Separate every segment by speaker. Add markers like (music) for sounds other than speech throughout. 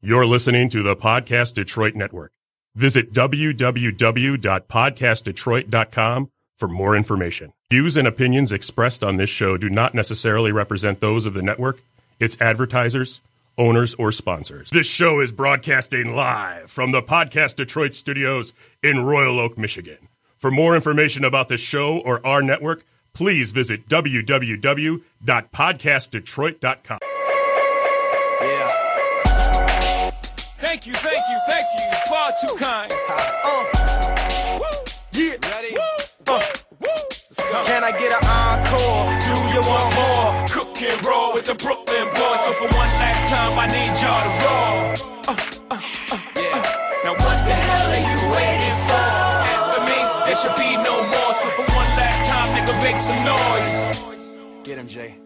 Speaker 1: You're listening to the Podcast Detroit Network. Visit www.podcastdetroit.com for more information. Views and opinions expressed on this show do not necessarily represent those of the network, its advertisers, owners, or sponsors. This show is broadcasting live from the Podcast Detroit studios in Royal Oak, Michigan. For more information about this show or our network, please visit www.podcastdetroit.com.
Speaker 2: Yeah.
Speaker 3: Thank you, thank you, thank you. You're Far too kind.
Speaker 2: Uh. Yeah.
Speaker 3: Ready?
Speaker 2: Uh. Can I get an encore? Do you want more?
Speaker 3: Cook and roll with the Brooklyn boys. So for one last time, I need y'all to roll. Uh,
Speaker 2: Yeah.
Speaker 3: Now what the hell are you waiting for? After me, there should be no more. So for one last time, nigga, make some noise.
Speaker 2: Get him, Jay.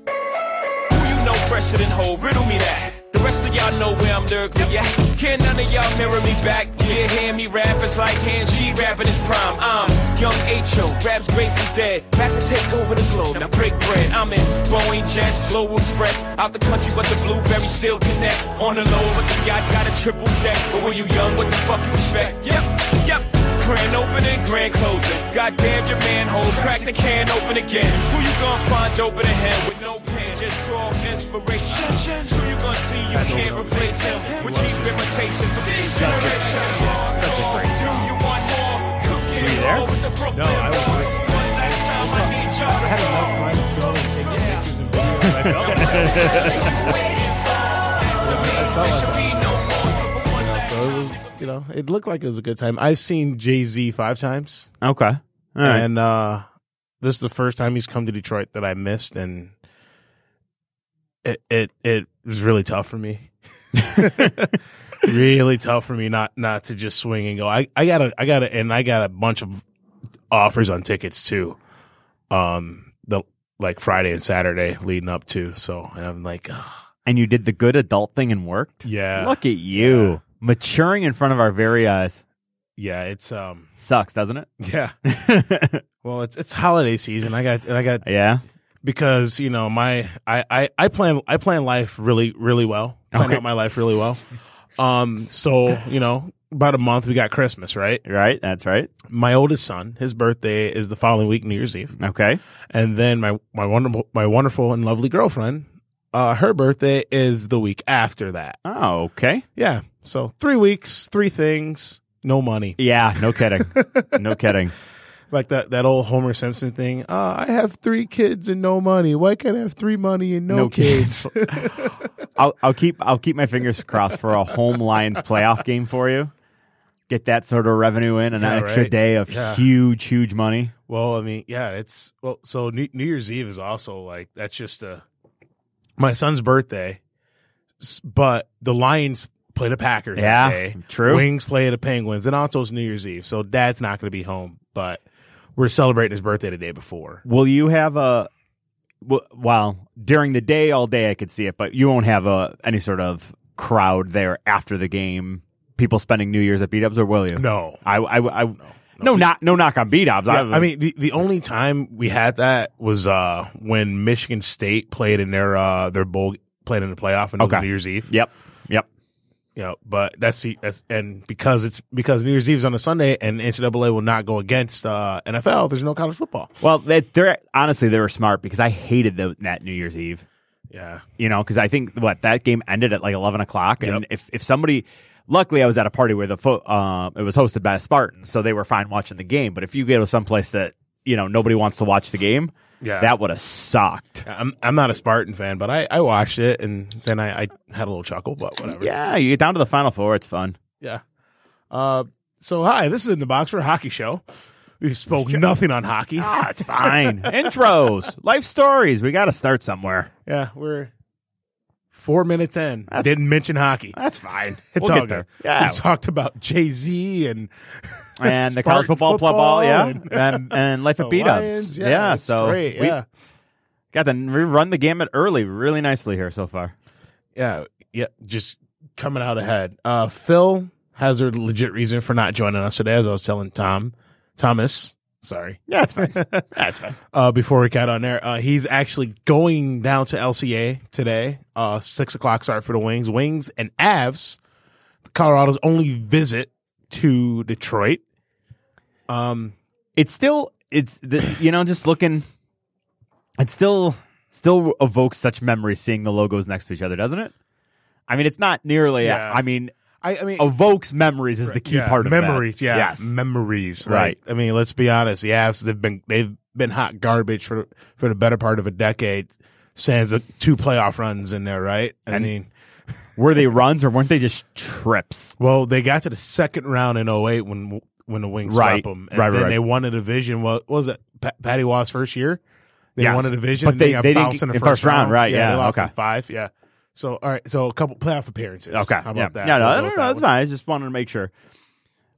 Speaker 3: Who you know fresher than whole? Riddle me that. The rest of y'all know where I'm lyrically at. Can none of y'all mirror me back? Yeah, hear me rap, it's like hand G rapping his prime. I'm young H.O., raps grateful dead. Back to take over the globe, now break bread. I'm in Boeing Jets, Global Express. Out the country, but the blueberries still connect. On the low, but the yacht got a triple deck. But when you young, what the fuck you expect? Yep, yep. Grand opening, grand closing. Goddamn your manhole, crack the can open again. Who you gonna find open a hand with no pen? Just draw inspiration. Who you gonna see you can't replace him with cheap imitations of these generations? Do you want more? Cook it
Speaker 4: there?
Speaker 3: all with the Brooklyn
Speaker 4: No, I was
Speaker 3: Boys.
Speaker 4: with-
Speaker 3: One last time, I need y'all
Speaker 4: I
Speaker 3: to go.
Speaker 4: had enough friends go and take pictures and videos. I felt like that. I
Speaker 3: There
Speaker 4: felt
Speaker 3: should
Speaker 4: like
Speaker 3: be no more. So for one last
Speaker 4: that. So it was, you know, it looked like it was a good time. I've seen Jay Z five times,
Speaker 5: Okay. All right.
Speaker 4: and uh, this is the first time he's come to Detroit that I missed, and it it it was really tough for
Speaker 5: (laughs)
Speaker 4: me. really tough for me not not to just swing and go. I I got a I got a and I got a bunch of offers on tickets too. Um, the like Friday and Saturday leading up to. So and I'm like, ah,
Speaker 5: and you did the good adult thing and worked.
Speaker 4: yeah,
Speaker 5: Look at you maturing in front of our very eyes.
Speaker 4: yeah. It's um, (laughs)
Speaker 5: Sucks, doesn't
Speaker 4: yeah. (laughs)
Speaker 5: it?
Speaker 4: Well, it's it's holiday season. I got and I got
Speaker 5: yeah.
Speaker 4: because you know my I I, I plan I plan life really really well. Plan
Speaker 5: Okay.
Speaker 4: out my life really well. Um, so you know, about a month we got Christmas, right?
Speaker 5: Right. That's right.
Speaker 4: My oldest son, his birthday is the following week, New Year's Eve,
Speaker 5: Okay.
Speaker 4: and then my my wonderful my wonderful and lovely girlfriend, uh, her birthday is the week after that.
Speaker 5: Oh, okay.
Speaker 4: Yeah, so three weeks, three things, no money.
Speaker 5: Yeah. No kidding.
Speaker 4: (laughs)
Speaker 5: no kidding.
Speaker 4: like that that old Homer Simpson thing. Uh, I have three kids and no money. Why can't I have three money and no,
Speaker 5: No
Speaker 4: kids?
Speaker 5: I'll, I'll keep I'll keep my fingers crossed for a home Lions playoff game for you. Get that sort of revenue in and
Speaker 4: Yeah,
Speaker 5: an extra
Speaker 4: right.
Speaker 5: day of
Speaker 4: Yeah.
Speaker 5: huge, huge money.
Speaker 4: well, I mean, yeah, it's well. So New, New Year's Eve is also like that's just a my son's birthday, S- but the Lions play the Packers. that
Speaker 5: Yeah,
Speaker 4: day.
Speaker 5: true.
Speaker 4: Wings play the Penguins, and also it's New Year's Eve, so Dad's not going to be home, but. We're celebrating his birthday the day before.
Speaker 5: Will you have a w- well during the day all day I could see it, but you won't have a any sort of crowd there after the game. People spending New Year's at beat ups, or will you?
Speaker 4: No,
Speaker 5: I I I no, not no knock on beat ups.
Speaker 4: Yeah, I mean, the, the only time we had that was uh, when Michigan State played in their uh, their bowl played in the playoff and it was
Speaker 5: Okay.
Speaker 4: New Year's Eve.
Speaker 5: yep, yep.
Speaker 4: You know, but that's the that's and because it's because New Year's Eve is on a Sunday and NCAA will not go against uh, NFL. There's no college football.
Speaker 5: Well, they, they're honestly they were smart because I hated tho- that New Year's Eve.
Speaker 4: Yeah,
Speaker 5: you know, because I think what that game ended at like eleven o'clock, and
Speaker 4: Yep.
Speaker 5: if if somebody, luckily I was at a party where the fo- uh, it was hosted by a Spartan, so they were fine watching the game. But if you go to someplace that you know nobody wants to watch the game,
Speaker 4: Yeah.
Speaker 5: that would have sucked.
Speaker 4: I'm I'm not a Spartan fan, but I I watched it and then I, I had a little chuckle, but whatever.
Speaker 5: Yeah, you get down to the final four, it's fun.
Speaker 4: yeah. Uh, so hi, this is in the box for a hockey show. We've spoke nothing on hockey.
Speaker 5: Ah, it's fine. Intros, life stories. We got to start somewhere.
Speaker 4: (laughs) Yeah, we're four minutes in. Didn't mention hockey.
Speaker 5: That's fine.
Speaker 4: It's
Speaker 5: we'll
Speaker 4: all
Speaker 5: get there.
Speaker 4: good.
Speaker 5: Yeah,
Speaker 4: We talked about Jay Z and
Speaker 5: and the
Speaker 4: Spartan
Speaker 5: college football, club ball. Yeah,
Speaker 4: and-
Speaker 5: and, and, life
Speaker 4: (laughs) the
Speaker 5: at beat ups.
Speaker 4: Lions. Yeah, it's
Speaker 5: so
Speaker 4: great.
Speaker 5: we
Speaker 4: yeah,
Speaker 5: got to run the gamut early, really nicely here so far.
Speaker 4: yeah, yeah. Just coming out ahead. Uh, Phil has a legit reason for not joining us today, as I was telling Tom, Thomas. Sorry.
Speaker 5: Yeah, it's (laughs) fine. That's fine.
Speaker 4: Uh, before we got on there, uh, he's actually going down to LCA today. Uh, six o'clock start for the Wings, Wings and Avs Colorado's only visit to Detroit. Um,
Speaker 5: it's still it's the, you know just looking it still still evokes such memories seeing the logos next to each other doesn't it i mean it's not nearly
Speaker 4: Yeah.
Speaker 5: i mean
Speaker 4: I, I mean,
Speaker 5: evokes memories is the key
Speaker 4: yeah,
Speaker 5: part of that.
Speaker 4: memories. Yeah,
Speaker 5: yes
Speaker 4: memories.
Speaker 5: Right.
Speaker 4: Like, I mean, let's be honest. The Avs they've been they've been hot garbage for for the better part of a decade. Sans the two playoff runs in there, right? I
Speaker 5: And-
Speaker 4: mean,
Speaker 5: were they runs or weren't they just trips
Speaker 4: well, they got to the second round in 08 when when the Wings
Speaker 5: Right.
Speaker 4: swept them, and
Speaker 5: Right, right,
Speaker 4: then
Speaker 5: right.
Speaker 4: they won a division. What what was it? Pa- Patty Waugh's first year. They
Speaker 5: Yes.
Speaker 4: won a division,
Speaker 5: But
Speaker 4: and
Speaker 5: they-
Speaker 4: got
Speaker 5: they didn't
Speaker 4: bounced in the
Speaker 5: get-
Speaker 4: first, round.
Speaker 5: right, yeah,
Speaker 4: they lost
Speaker 5: okay.
Speaker 4: in five. Yeah. So all right, so a couple playoff appearances.
Speaker 5: okay
Speaker 4: How about
Speaker 5: yeah.
Speaker 4: that?
Speaker 5: yeah no
Speaker 4: We'll
Speaker 5: no
Speaker 4: go
Speaker 5: no,
Speaker 4: with
Speaker 5: no
Speaker 4: that
Speaker 5: that's
Speaker 4: one.
Speaker 5: fine i just wanted to make sure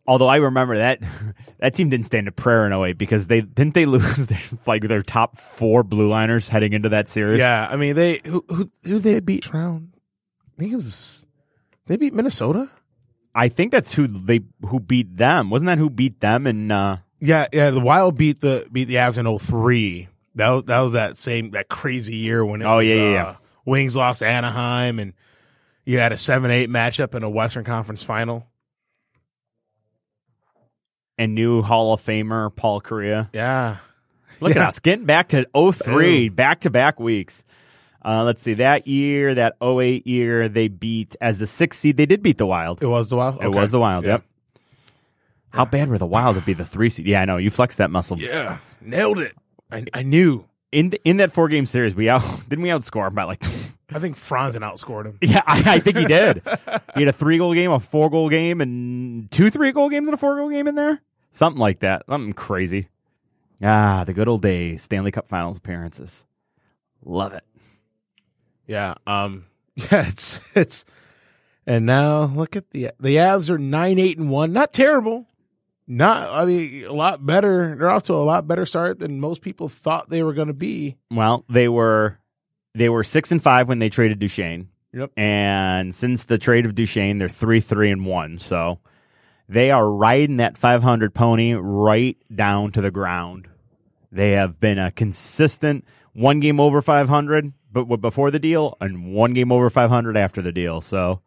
Speaker 5: although i remember that (laughs) that team didn't stand a prayer in 08 because they didn't they lose (laughs) their, like their top four blue liners heading into that series
Speaker 4: Yeah, I mean they who who who they beat first round. I think it was they beat Minnesota.
Speaker 5: i think that's who they who beat them wasn't that who beat them and uh
Speaker 4: Yeah, yeah. The Wild beat the beat the Avs in 03. That was that was that same that crazy year when it
Speaker 5: Oh,
Speaker 4: was,
Speaker 5: yeah, yeah,
Speaker 4: uh,
Speaker 5: yeah.
Speaker 4: Wings lost to Anaheim and you had a seven eight matchup in a Western Conference final.
Speaker 5: and new Hall of Famer Paul Korea.
Speaker 4: Yeah,
Speaker 5: Look
Speaker 4: Yeah.
Speaker 5: at us getting back to 03, back to back weeks. Uh, let's see. That year, that 08 year, they beat as the sixth seed. They did beat the Wild.
Speaker 4: it was the Wild.
Speaker 5: It was the Wild.
Speaker 4: Oh, Yeah.
Speaker 5: Yep. How bad were the Wild to be the three seed? Yeah, I know you flexed that muscle.
Speaker 4: Yeah, nailed it. I I knew.
Speaker 5: In th- in that four game series, we out (laughs) didn't we outscore them by like?
Speaker 4: I think Franzen outscored him.
Speaker 5: yeah, I, I think he did. he had a three goal game, a four goal game, and two three goal games and a four goal game in there, something like that. Something crazy. Ah, the good old days, Stanley Cup Finals appearances. Love it.
Speaker 4: Yeah. Um. (laughs) Yeah. It's it's. And now look at the the Avs are nine eight and one. Not terrible. Not I mean a lot better. They're off to a lot better start than most people thought they were going to be.
Speaker 5: Well, they were they were six and five when they traded Duchesne.
Speaker 4: Yep.
Speaker 5: And since the trade of Duchesne, they're three three and one. So they are riding that five hundred pony right down to the ground. They have been a consistent one game over five hundred, but w- before the deal, and one game over five hundred after the deal. So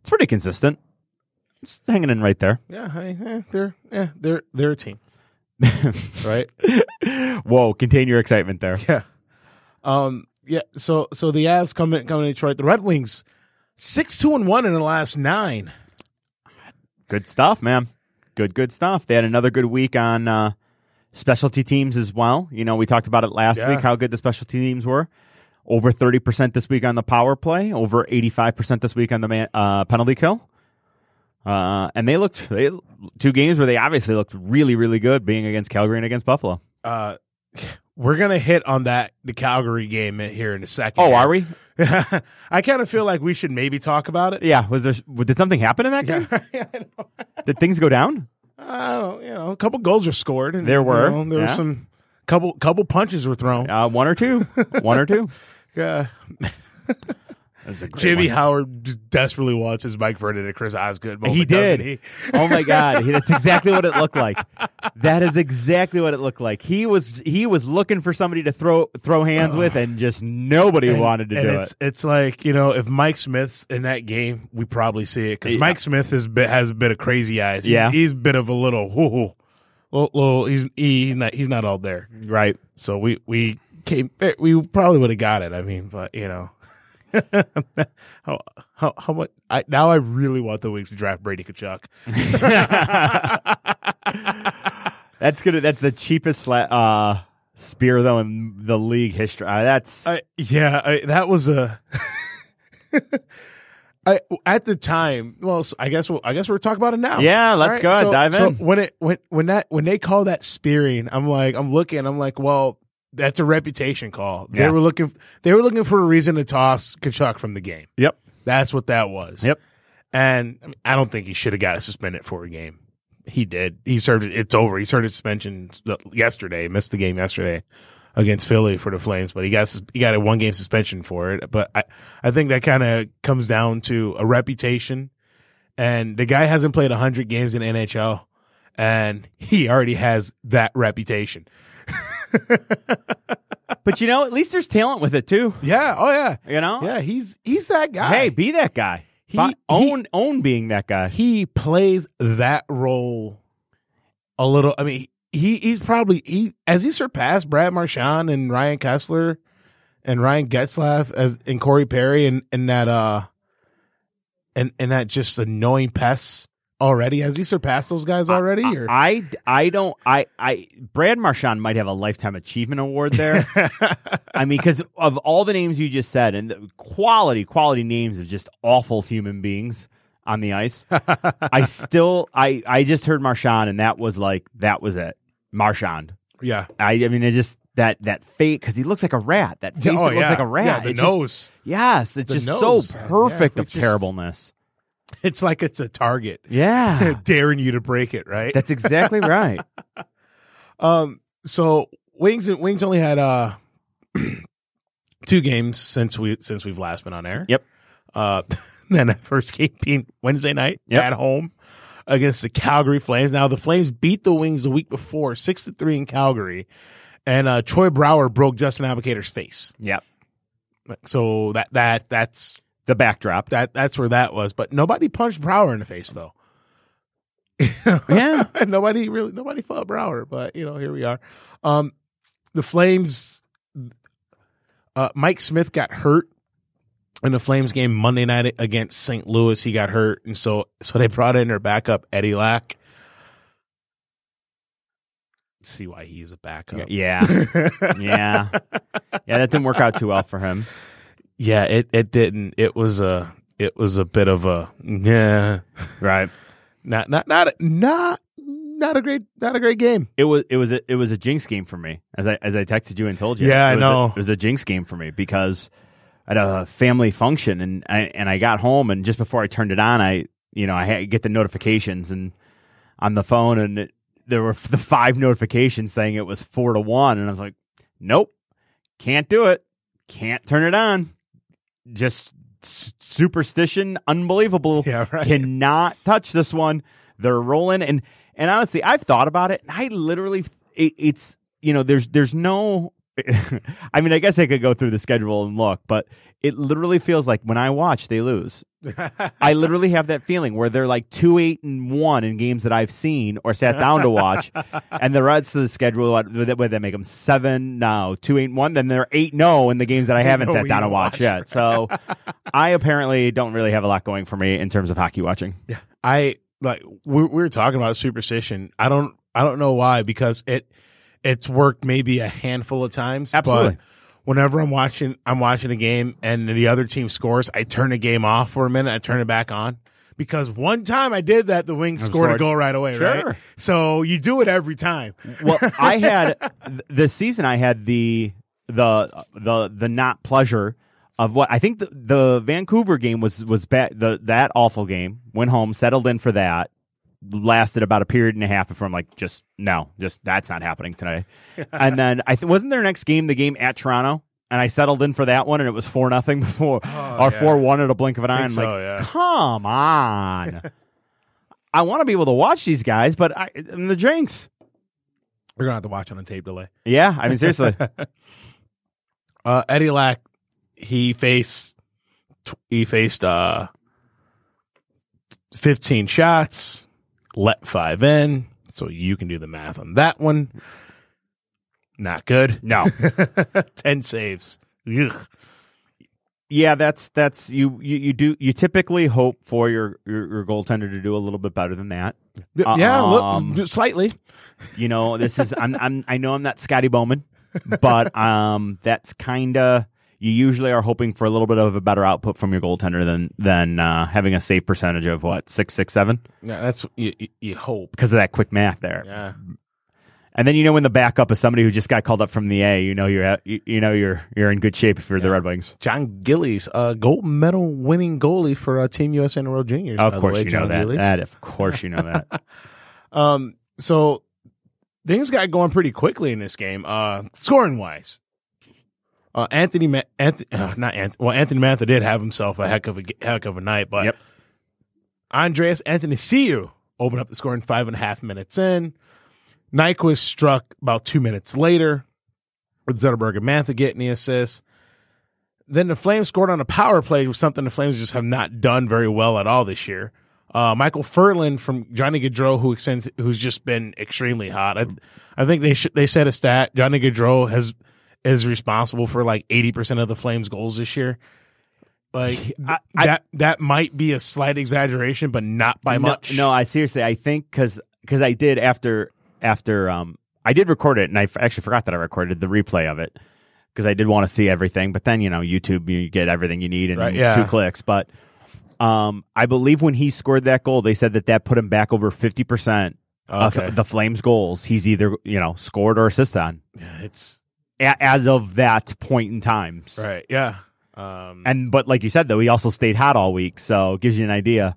Speaker 5: it's pretty consistent. It's hanging in right there.
Speaker 4: Yeah. I, eh, they're yeah they're they're a team, (laughs)
Speaker 5: (laughs)
Speaker 4: right?
Speaker 5: Whoa! Contain your excitement there.
Speaker 4: yeah. Um. Yeah. So so the Avs coming coming to Detroit. The Red Wings six two and one in the last nine.
Speaker 5: Good stuff, man. Good, good stuff. They had another good week on uh, specialty teams as well. You know, we talked about it last
Speaker 4: Yeah.
Speaker 5: week how good the specialty teams were. Over thirty percent this week on the power play. Over eighty-five percent this week on the man, uh, penalty kill. Uh, and they looked they, two games where they obviously looked really, really good, being against Calgary and against Buffalo.
Speaker 4: Uh. We're gonna hit on that the Calgary game here in a second.
Speaker 5: Oh, are we?
Speaker 4: (laughs) I kind of feel like we should maybe talk about it. (laughs)
Speaker 5: Yeah. Was there? Did something happen in that game?
Speaker 4: I know.
Speaker 5: Did things go down?
Speaker 4: I don't, you know, a couple goals were scored. And,
Speaker 5: There
Speaker 4: you
Speaker 5: were,
Speaker 4: know, there were
Speaker 5: yeah.
Speaker 4: some couple couple punches were thrown.
Speaker 5: Uh, one or (laughs) two? one or two?
Speaker 4: Uh,
Speaker 5: That's a great
Speaker 4: Jimmy
Speaker 5: one.
Speaker 4: Howard just desperately wants his Mike Vernon and Chris Osgood moment.
Speaker 5: He (laughs)
Speaker 4: doesn't
Speaker 5: did.
Speaker 4: He?
Speaker 5: oh my god, He- that's exactly what it looked like. That is exactly what it looked like. He was he was looking for somebody to throw throw hands with, and just nobody wanted to
Speaker 4: and
Speaker 5: do
Speaker 4: it's,
Speaker 5: it.
Speaker 4: It's like you know, if Mike Smith's in that game, we probably see it because
Speaker 5: Yeah.
Speaker 4: Mike Smith has bit, has a bit of crazy eyes. He's,
Speaker 5: Yeah.
Speaker 4: he's a bit of a little, whoo, little, little he's he, he's not he's not all there.
Speaker 5: Right?
Speaker 4: So we we came eh, we probably would have got it. I mean, but you know, (laughs) how how how much? I now I really want the Wings to draft Brady
Speaker 5: (laughs)
Speaker 4: Kachuk.
Speaker 5: That's gonna that's the cheapest sla- uh, spear though in the league history. Uh, that's
Speaker 4: I yeah, I, that was a. (laughs) I at the time, well, so I guess we'll, I guess we're talking about it now.
Speaker 5: Yeah, let's go ahead,
Speaker 4: so-
Speaker 5: dive
Speaker 4: so
Speaker 5: in.
Speaker 4: when it when when that when they call that spearing, I'm like I'm looking, I'm like, well, that's a reputation call. They
Speaker 5: Yeah.
Speaker 4: were looking they were looking for a reason to toss Kachuk from the game.
Speaker 5: yep,
Speaker 4: That's what that was.
Speaker 5: yep.
Speaker 4: And I, mean, I don't think he should have got suspended for a game. He did. He served. It's over. He served his suspension yesterday. Missed the game yesterday against Philly for the Flames, but he got sus- he got a one game suspension for it. But I I think that kind of comes down to a reputation, and the guy hasn't played hundred games in NHL, and he already has that reputation.
Speaker 5: But you know, at least there's talent with it too.
Speaker 4: Yeah. Oh yeah.
Speaker 5: You know,
Speaker 4: Yeah. He's he's that guy.
Speaker 5: hey, be that guy.
Speaker 4: He-
Speaker 5: Fi-
Speaker 4: he-
Speaker 5: own own being that guy.
Speaker 4: he plays that role a little. I mean, he he's probably he as he surpassed Brad Marchand and Ryan Kessler and Ryan Getzlaff as and Corey Perry and and that uh and and that just annoying pests already. Has he surpassed those guys already? or
Speaker 5: I, I don't I I Brad Marchand might have a lifetime achievement award
Speaker 4: (laughs)
Speaker 5: there. I mean, because of all the names you just said and the quality quality names of just awful human beings on
Speaker 4: (laughs)
Speaker 5: the ice, I still I I just heard Marchand and that was like that was it Marchand.
Speaker 4: yeah.
Speaker 5: I I mean it just that that fate because he looks like a rat. That face that looks like a rat.
Speaker 4: Oh, Yeah, the
Speaker 5: It just-
Speaker 4: nose. (laughs)
Speaker 5: yes, it's
Speaker 4: The
Speaker 5: just
Speaker 4: nose.
Speaker 5: so
Speaker 4: Yeah,
Speaker 5: perfect
Speaker 4: we
Speaker 5: of
Speaker 4: just-
Speaker 5: terribleness.
Speaker 4: it's like it's a target. (laughs)
Speaker 5: Yeah,
Speaker 4: Daring you to break it, right?
Speaker 5: that's
Speaker 4: (laughs)
Speaker 5: exactly right.
Speaker 4: Um. So wings and wings only had uh (clears throat) two games since we since we've last been on air.
Speaker 5: Yep.
Speaker 4: Uh, (laughs) then that first game being Wednesday night
Speaker 5: Yep.
Speaker 4: at home against the Calgary Flames. Now the Flames beat the Wings the week before six to three in Calgary, and uh, Troy Brower broke Justin Abicator's face.
Speaker 5: Yep,
Speaker 4: So that that that's (laughs)
Speaker 5: the backdrop.
Speaker 4: that that's where that was. But nobody punched Brower in the face though.
Speaker 5: Yeah.
Speaker 4: (laughs) nobody really nobody fought Brower, but you know, here we are. Um the Flames uh Mike Smith got hurt in the Flames game Monday night against St. Louis. He got hurt and so so they brought in their backup Eddie Lack. See why he's a backup.
Speaker 5: Yeah. yeah. Yeah, that didn't work out too well for him.
Speaker 4: (laughs) yeah, it it didn't. It was a it was a bit of a yeah.
Speaker 5: Right.
Speaker 4: not not not not not a great not a great game.
Speaker 5: It was it was a it was a jinx game for me. As I as I texted you and told you.
Speaker 4: Yeah, I
Speaker 5: it was
Speaker 4: know.
Speaker 5: A, it was a jinx game for me because I had a family function and I and I got home and just before I turned it on, I you know, I had, get the notifications and on the phone and it, there were the five notifications saying it was 4 to 1 and I was like, "Nope. Can't do it. Can't turn it on." Just s- superstition unbelievable.
Speaker 4: Yeah, right.
Speaker 5: cannot touch this one. They're rolling, and and honestly, I've thought about it, and I literally, it, it's you know, there's there's no. (laughs) I mean, I guess I could go through the schedule and look, but it literally feels like when I watch, they lose. I literally have that feeling where they're like two, eight, and one in games that I've seen or sat down to watch, and the rest of the schedule what what they make them seven now, two, eight, and one, then they're eight, no in the games that I haven't
Speaker 4: No,
Speaker 5: sat
Speaker 4: we
Speaker 5: down and
Speaker 4: watch.
Speaker 5: watched yet. So I apparently don't really have a lot going for me in terms of hockey watching.
Speaker 4: I like we we were talking about superstition. I don't I don't know why because it it's worked maybe a handful of times.
Speaker 5: Absolutely.
Speaker 4: But whenever I'm watching I'm watching a game and the other team scores, I turn the game off for a minute. I turn it back on. Because one time I did that, the Wings scored, a
Speaker 5: scored.
Speaker 4: goal right away,
Speaker 5: Sure.
Speaker 4: right? So you do it every time. (laughs)
Speaker 5: Well, I had th- this season. I had the the the the not pleasure of what I think the, the Vancouver game was was ba- the that awful game. Went home, settled in for that. Lasted about a period and a half before I'm like, just no, just that's not happening
Speaker 4: (laughs)
Speaker 5: today. and then I th- wasn't their next game the game at Toronto. And I settled in for that one, and it was four nothing (laughs) before, or
Speaker 4: Oh, yeah.
Speaker 5: four one at a blink of an eye. I'm
Speaker 4: so,
Speaker 5: like,
Speaker 4: yeah.
Speaker 5: come on!
Speaker 4: (laughs)
Speaker 5: I want to be able to watch these guys, but I, I'm the jinx.
Speaker 4: We're gonna have to watch on a tape delay.
Speaker 5: Yeah, I
Speaker 4: (laughs)
Speaker 5: mean seriously.
Speaker 4: uh, Eddie Lack, he faced tw- he faced uh, fifteen shots, let five in. So you can do the math on that one. Not good.
Speaker 5: (laughs) No.
Speaker 4: Ten saves. Ugh.
Speaker 5: yeah, that's that's you, you you do you typically hope for your your, your goaltender to do a little bit better than that.
Speaker 4: Yeah,
Speaker 5: Um,
Speaker 4: look, slightly.
Speaker 5: You know, this is I'm I'm I know I'm not Scotty Bowman,
Speaker 4: (laughs)
Speaker 5: but um that's kind of you usually are hoping for a little bit of a better output from your goaltender than than uh, having a save percentage of what six six seven
Speaker 4: Yeah, that's you, you, you hope.
Speaker 5: because of that quick math there.
Speaker 4: Yeah.
Speaker 5: And then you know when the backup is somebody who just got called up from the A, you know you're at, you, you know you're you're in good shape if you're the Red Wings.
Speaker 4: John Gillies, uh, gold medal winning goalie for uh, Team USA in the World Juniors. by
Speaker 5: Of
Speaker 4: the
Speaker 5: course
Speaker 4: way,
Speaker 5: you know
Speaker 4: John
Speaker 5: that.
Speaker 4: Gillies.
Speaker 5: that. Of course you know
Speaker 4: (laughs)
Speaker 5: that.
Speaker 4: Um, so things got going pretty quickly in this game, uh, scoring wise. Uh, Anthony, Ma- Anthony uh, not Anthony. Well, Anthony Mantha did have himself a heck of a g- heck of a night, but
Speaker 5: Yep.
Speaker 4: Andreas Anthony Ciu opened up the score in five and a half minutes in. Nyquist struck about two minutes later, with Zetterberg and Mantha getting the assist. Then the Flames scored on a power play, was something the Flames just have not done very well at all this year. Uh, Michael Furlan from Johnny Gaudreau, who extends, who's just been extremely hot. I, I think they should, they said a stat. Johnny Gaudreau has is responsible for like eighty percent of the Flames' goals this year. Like
Speaker 5: (laughs) I- I-
Speaker 4: that that might be a slight exaggeration, but not by
Speaker 5: no,
Speaker 4: much.
Speaker 5: No, I seriously, I think because I did after after um I did record it, and I f- actually forgot that I recorded the replay of it because I did want to see everything. But then you know, YouTube, you get everything you need in
Speaker 4: Right, yeah.
Speaker 5: two clicks. But um, I believe when he scored that goal, they said that that put him back over fifty percent
Speaker 4: Okay.
Speaker 5: of the Flames' goals. He's either you know scored or assisted on
Speaker 4: it's
Speaker 5: a- as of that point in time.
Speaker 4: right. Yeah. Um,
Speaker 5: And but like you said though, he also stayed hot all week, so it gives you an idea.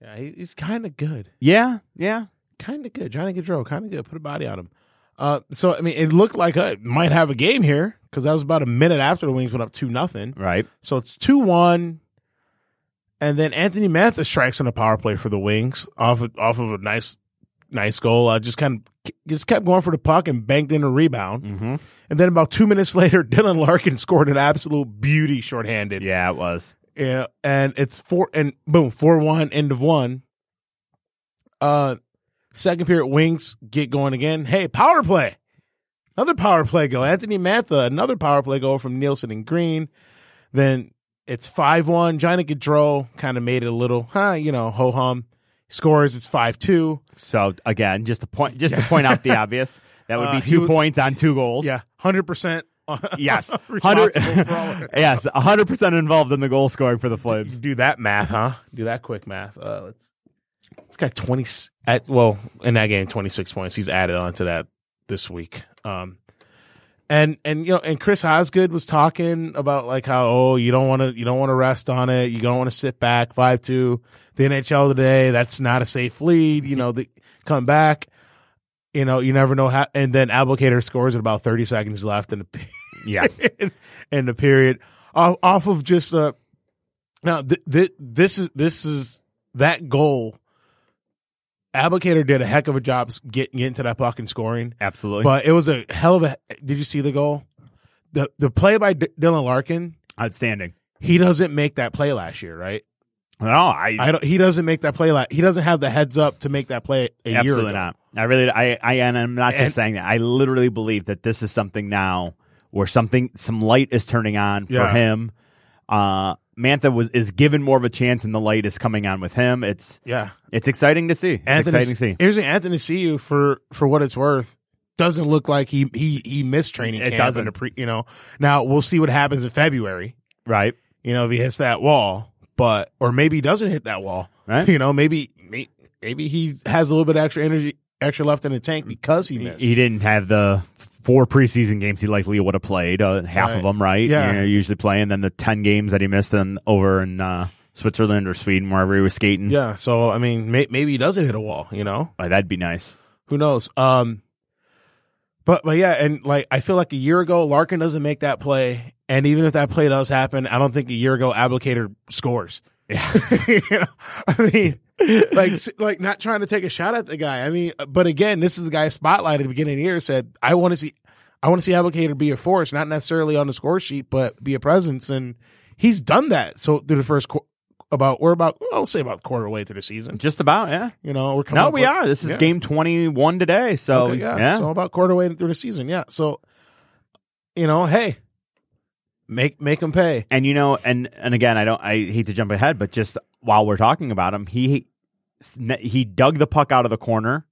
Speaker 4: yeah, he- he's kind of good.
Speaker 5: Yeah, yeah.
Speaker 4: kind of good. Johnny Gaudreau, kind of good. Put a body on him. Uh, so I mean, it looked like I might have a game here because that was about a minute after the Wings went up two nothing.
Speaker 5: Right.
Speaker 4: So it's two one, and then Anthony Mantha strikes on a power play for the Wings off of, off of a nice nice goal. Uh, just kind of just kept going for the puck and banked in a rebound.
Speaker 5: Mm-hmm.
Speaker 4: And then about two minutes (laughs) later, Dylan Larkin scored an absolute beauty shorthanded.
Speaker 5: Yeah, it was.
Speaker 4: Yeah, and it's four and boom, four one, end of one. Uh second period wings get going again. Hey, power play. Another power play go. Anthony Mantha, another power play goal from Nielsen and Green. Then it's five one. Johnny Gaudreau kind of made it a little, huh, you know, ho hum. Scores, it's five two.
Speaker 5: So again, just to point, just to
Speaker 4: (laughs)
Speaker 5: point out the obvious, that would
Speaker 4: Uh,
Speaker 5: be
Speaker 4: he
Speaker 5: two
Speaker 4: was-
Speaker 5: points on two goals.
Speaker 4: Yeah. Hundred percent
Speaker 5: (laughs) Yes,
Speaker 4: (laughs)
Speaker 5: hundred.
Speaker 4: responsible for all of it.
Speaker 5: (laughs) yes, hundred percent involved in the goal scoring for the Flames.
Speaker 4: (laughs) do that math, huh? Do that quick math. Uh, let's. This guy twenty s- at well in that game twenty six points. He's added on to that this week. Um, and and you know and Chris Osgood was talking about like how oh you don't want to you don't want to rest on it. You don't want to sit back five two the NHL today. That's not a safe lead. You know the come back. You know you never know how. And then Abulcator scores at about thirty seconds left in the
Speaker 5: Yeah,
Speaker 4: in, in the period off, off of just uh now th- th- this is this is that goal Applicator did a heck of a job s- getting into that puck and scoring,
Speaker 5: absolutely.
Speaker 4: but it was a hell of a. Did you see the goal? The the play by D- Dylan Larkin.
Speaker 5: Outstanding.
Speaker 4: He doesn't make that play last year, right?
Speaker 5: No, I,
Speaker 4: I don't. He doesn't make that play. La- he doesn't have the heads up to make that play a year
Speaker 5: absolutely
Speaker 4: ago.
Speaker 5: not. I really, I, I, and I'm not just
Speaker 4: And-
Speaker 5: saying that. I literally believe that this is something now where something, some light is turning on for
Speaker 4: Yeah.
Speaker 5: him. Uh, Mantha was is given more of a chance, and the light is coming on with him. It's
Speaker 4: Yeah,
Speaker 5: it's exciting to see. It's
Speaker 4: Anthony.
Speaker 5: exciting to see.
Speaker 4: Here's the Anthony Ciu for for what it's worth. Doesn't look like he he he missed training
Speaker 5: It
Speaker 4: camp. in
Speaker 5: doesn't.
Speaker 4: the pre, you know. Now we'll see what happens in February.
Speaker 5: Right.
Speaker 4: You know if he hits that wall, but or maybe he doesn't hit that wall. (laughs)
Speaker 5: Right.
Speaker 4: You know maybe may- maybe he has a little bit of extra energy extra left in the tank because he missed.
Speaker 5: He didn't have the four preseason games he likely would have played. Uh, half
Speaker 4: Right.
Speaker 5: of them, right?
Speaker 4: Yeah.
Speaker 5: You know, usually playing. Then the ten games that he missed, then over in uh, Switzerland or Sweden, wherever he was skating.
Speaker 4: yeah. So I mean, may, maybe he doesn't hit a wall. You know.
Speaker 5: Boy, that'd be nice.
Speaker 4: who knows um but but yeah and like i feel like a year ago larkin doesn't make that play and even if that play does happen i don't think a year ago applicator scores
Speaker 5: Yeah.
Speaker 4: (laughs) you know i mean like s- like not trying to take a shot at the guy i mean uh, but again this is the guy spotlight at the beginning of the year said i want to see i want to see applicator be a force not necessarily on the score sheet but be a presence and he's done that so through the first qu- about we're about i'll say about quarter way through the season
Speaker 5: Just about. Yeah.
Speaker 4: you know we're coming
Speaker 5: No,
Speaker 4: up
Speaker 5: we
Speaker 4: with-
Speaker 5: are. This is
Speaker 4: Yeah.
Speaker 5: game twenty-one today. So
Speaker 4: Okay,
Speaker 5: yeah.
Speaker 4: So about quarter way through the season. Yeah. So, you know, hey, make make them pay.
Speaker 5: and you know, and and again, I don't. I hate to jump ahead, but just while we're talking about him, he he dug the puck out of the corner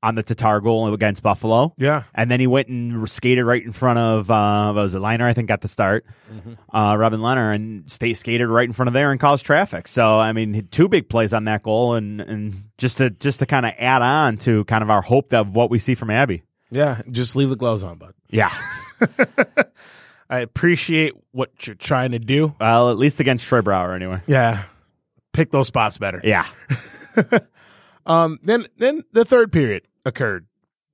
Speaker 5: on the Tatar goal against Buffalo.
Speaker 4: Yeah.
Speaker 5: And then he went and skated right in front of uh, what was it, Liner? I think got the start. Uh, Robin Leonard and stay skated right in front of there and caused traffic. So I mean, two big plays on that goal, and and just to just to kind of add on to kind of our hope of what we see from Abby.
Speaker 4: Yeah. Just leave the gloves on, bud.
Speaker 5: Yeah.
Speaker 4: I appreciate what you're trying to do.
Speaker 5: (laughs) Well, at least against Troy Brower, anyway.
Speaker 4: Yeah. Pick those spots better.
Speaker 5: Yeah.
Speaker 4: Um. Then then the third period occurred.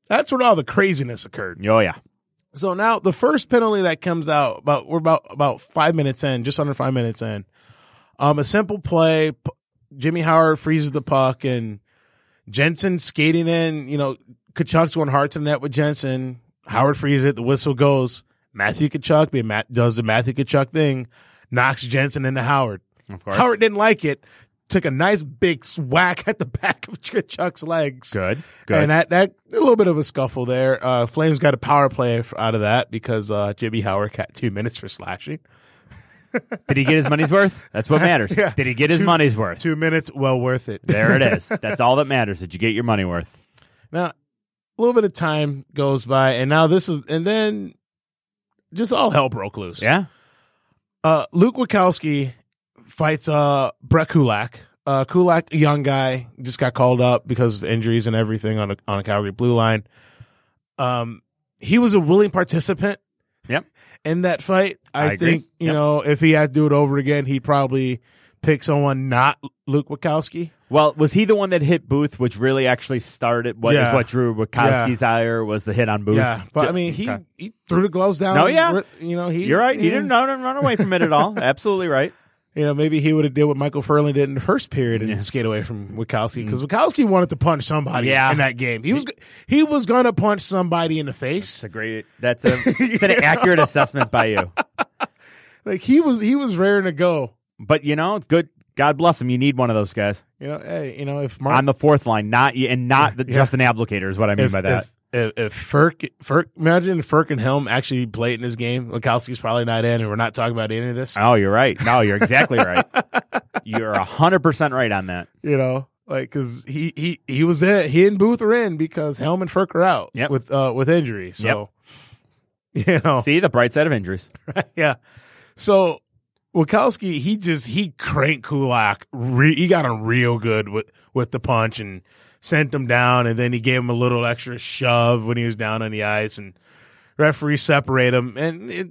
Speaker 4: That's when all the craziness occurred.
Speaker 5: Oh yeah.
Speaker 4: So now the first penalty that comes out about we're about about five minutes in, just under five minutes in. Um, a simple play. P- Jimmy Howard freezes the puck and Jensen skating in. You know, Kachuk's going hard to the net with Jensen. Howard frees it. The whistle goes. Matthew Kachuk be Matt does the Matthew Kachuk thing, knocks Jensen into Howard.
Speaker 5: Of course.
Speaker 4: Howard didn't like it. Took a nice big whack (laughs) at the back of Kachuk's legs.
Speaker 5: Good. Good.
Speaker 4: And that, that a little bit of a scuffle there. Uh, Flames got a power play f- out of that because uh, Jimmy Howard got two minutes for slashing.
Speaker 5: Did he get his money's worth? That's (laughs) what matters.
Speaker 4: Yeah.
Speaker 5: Did he get his
Speaker 4: Two-
Speaker 5: money's worth?
Speaker 4: Two minutes, well worth it.
Speaker 5: There it is. That's all that matters. Did you get your money worth?
Speaker 4: (laughs) Now, a little bit of time goes by, and now this is, and then just all hell broke loose.
Speaker 5: Yeah.
Speaker 4: Uh, Luke Wachowski fights uh, Brett Kulak. Uh, Kulak, a young guy, just got called up because of injuries and everything on a, on a Calgary blue line. Um, he was a willing participant.
Speaker 5: Yep.
Speaker 4: In that fight, I,
Speaker 5: I agree.
Speaker 4: think you
Speaker 5: Yep.
Speaker 4: know if he had to do it over again, he'd probably pick someone not Luke Wachowski.
Speaker 5: Well, was he the one that hit Booth, which really actually started what is
Speaker 4: Yeah.
Speaker 5: what drew Wachowski's ire was the hit on Booth?
Speaker 4: Yeah, but I mean, he
Speaker 5: Okay.
Speaker 4: he threw the gloves down.
Speaker 5: No, yeah.
Speaker 4: you know he.
Speaker 5: You're right. He
Speaker 4: yeah.
Speaker 5: didn't run, run away from it
Speaker 4: (laughs)
Speaker 5: at all. Absolutely right.
Speaker 4: You know, maybe he would have did what Michael Furlan did in the first period and
Speaker 5: Yeah. Mm.
Speaker 4: skate away from Wachowski because Wachowski wanted to punch somebody
Speaker 5: Yeah.
Speaker 4: in that game. He was he was gonna punch somebody in the
Speaker 5: It's
Speaker 4: face.
Speaker 5: a great.
Speaker 4: (laughs)
Speaker 5: That's a. It's an accurate assessment by you.
Speaker 4: Like he was he was raring to go.
Speaker 5: But you know, good. God bless him. You need one of those guys
Speaker 4: You know, hey, you know if
Speaker 5: on
Speaker 4: Mark
Speaker 5: the fourth line, not and not the,
Speaker 4: Yeah.
Speaker 5: just an applicator is what I mean
Speaker 4: if,
Speaker 5: by that.
Speaker 4: if if, if Ferk, Ferk, imagine if Ferk and Helm actually played in this game. Wachowski's probably not in, and we're not talking about any of this.
Speaker 5: oh, you're right. No, you're
Speaker 4: (laughs)
Speaker 5: exactly right. You're hundred percent right on that.
Speaker 4: you know, like because he he he was in, he and Booth were in because Helm and Ferk are out
Speaker 5: Yep.
Speaker 4: with uh with injury. So (laughs) you know,
Speaker 5: See the bright side of injuries.
Speaker 4: yeah. So Wachowski, he just he cranked Kulak. Re- he got him real good with with the punch and sent him down, and then he gave him a little extra shove when he was down on the ice, and referee separated him, and it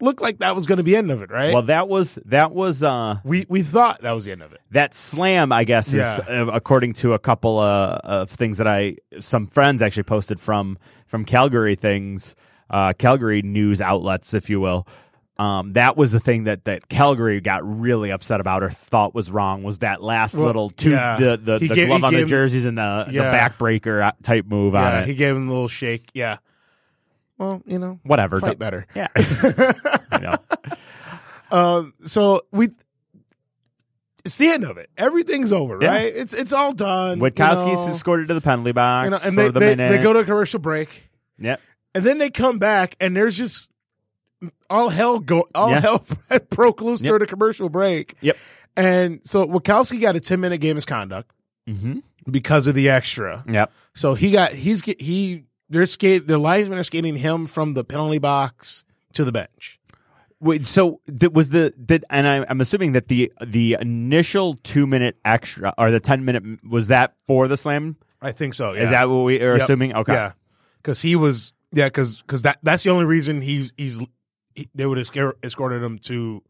Speaker 4: looked like that was going to be end of it, right?
Speaker 5: Well, that was that was uh
Speaker 4: we we thought that was the end of it.
Speaker 5: that slam, I guess, is
Speaker 4: Yeah.
Speaker 5: uh, according to a couple uh, of things that I some friends actually posted from from Calgary things, uh, Calgary news outlets, if you will. Um, that was the thing that that Calgary got really upset about or thought was wrong was that last
Speaker 4: Well,
Speaker 5: little two
Speaker 4: yeah.
Speaker 5: the the,
Speaker 4: He
Speaker 5: the
Speaker 4: gave-
Speaker 5: glove
Speaker 4: he
Speaker 5: on the
Speaker 4: gave-
Speaker 5: jerseys and the,
Speaker 4: Yeah.
Speaker 5: the backbreaker uh, type move on
Speaker 4: yeah,
Speaker 5: it.
Speaker 4: he gave him a little shake. Yeah. Well, you know,
Speaker 5: Whatever.
Speaker 4: fight
Speaker 5: Don't-
Speaker 4: better.
Speaker 5: (laughs) Yeah.
Speaker 4: (laughs)
Speaker 5: I know.
Speaker 4: Um, so we, it's the end of it. Everything's over,
Speaker 5: Yeah.
Speaker 4: right? It's it's all done. you
Speaker 5: Witkowski's
Speaker 4: know.
Speaker 5: escorted to the penalty box
Speaker 4: You know, and
Speaker 5: for
Speaker 4: they,
Speaker 5: the
Speaker 4: they,
Speaker 5: minute.
Speaker 4: they go to a commercial break,
Speaker 5: yep.
Speaker 4: and then they come back, and there's just all hell go, all
Speaker 5: Yeah.
Speaker 4: hell (laughs) broke loose
Speaker 5: Yep.
Speaker 4: during the commercial break.
Speaker 5: Yep.
Speaker 4: And so Wachowski got a ten minute game misconduct
Speaker 5: hmm
Speaker 4: because of the extra.
Speaker 5: Yep.
Speaker 4: So he got he's get- he they're skate the linesmen are skating him from the penalty box to the bench.
Speaker 5: Wait, so th- was the did and I, I'm assuming that the the initial two minute extra or the ten minute m- was that for the slam?
Speaker 4: I think so. Yeah.
Speaker 5: Is that what we are
Speaker 4: Yep.
Speaker 5: assuming? Okay,
Speaker 4: Yeah, because he was. Yeah, because that that's the only reason he's he's he, they would have escort- escorted him to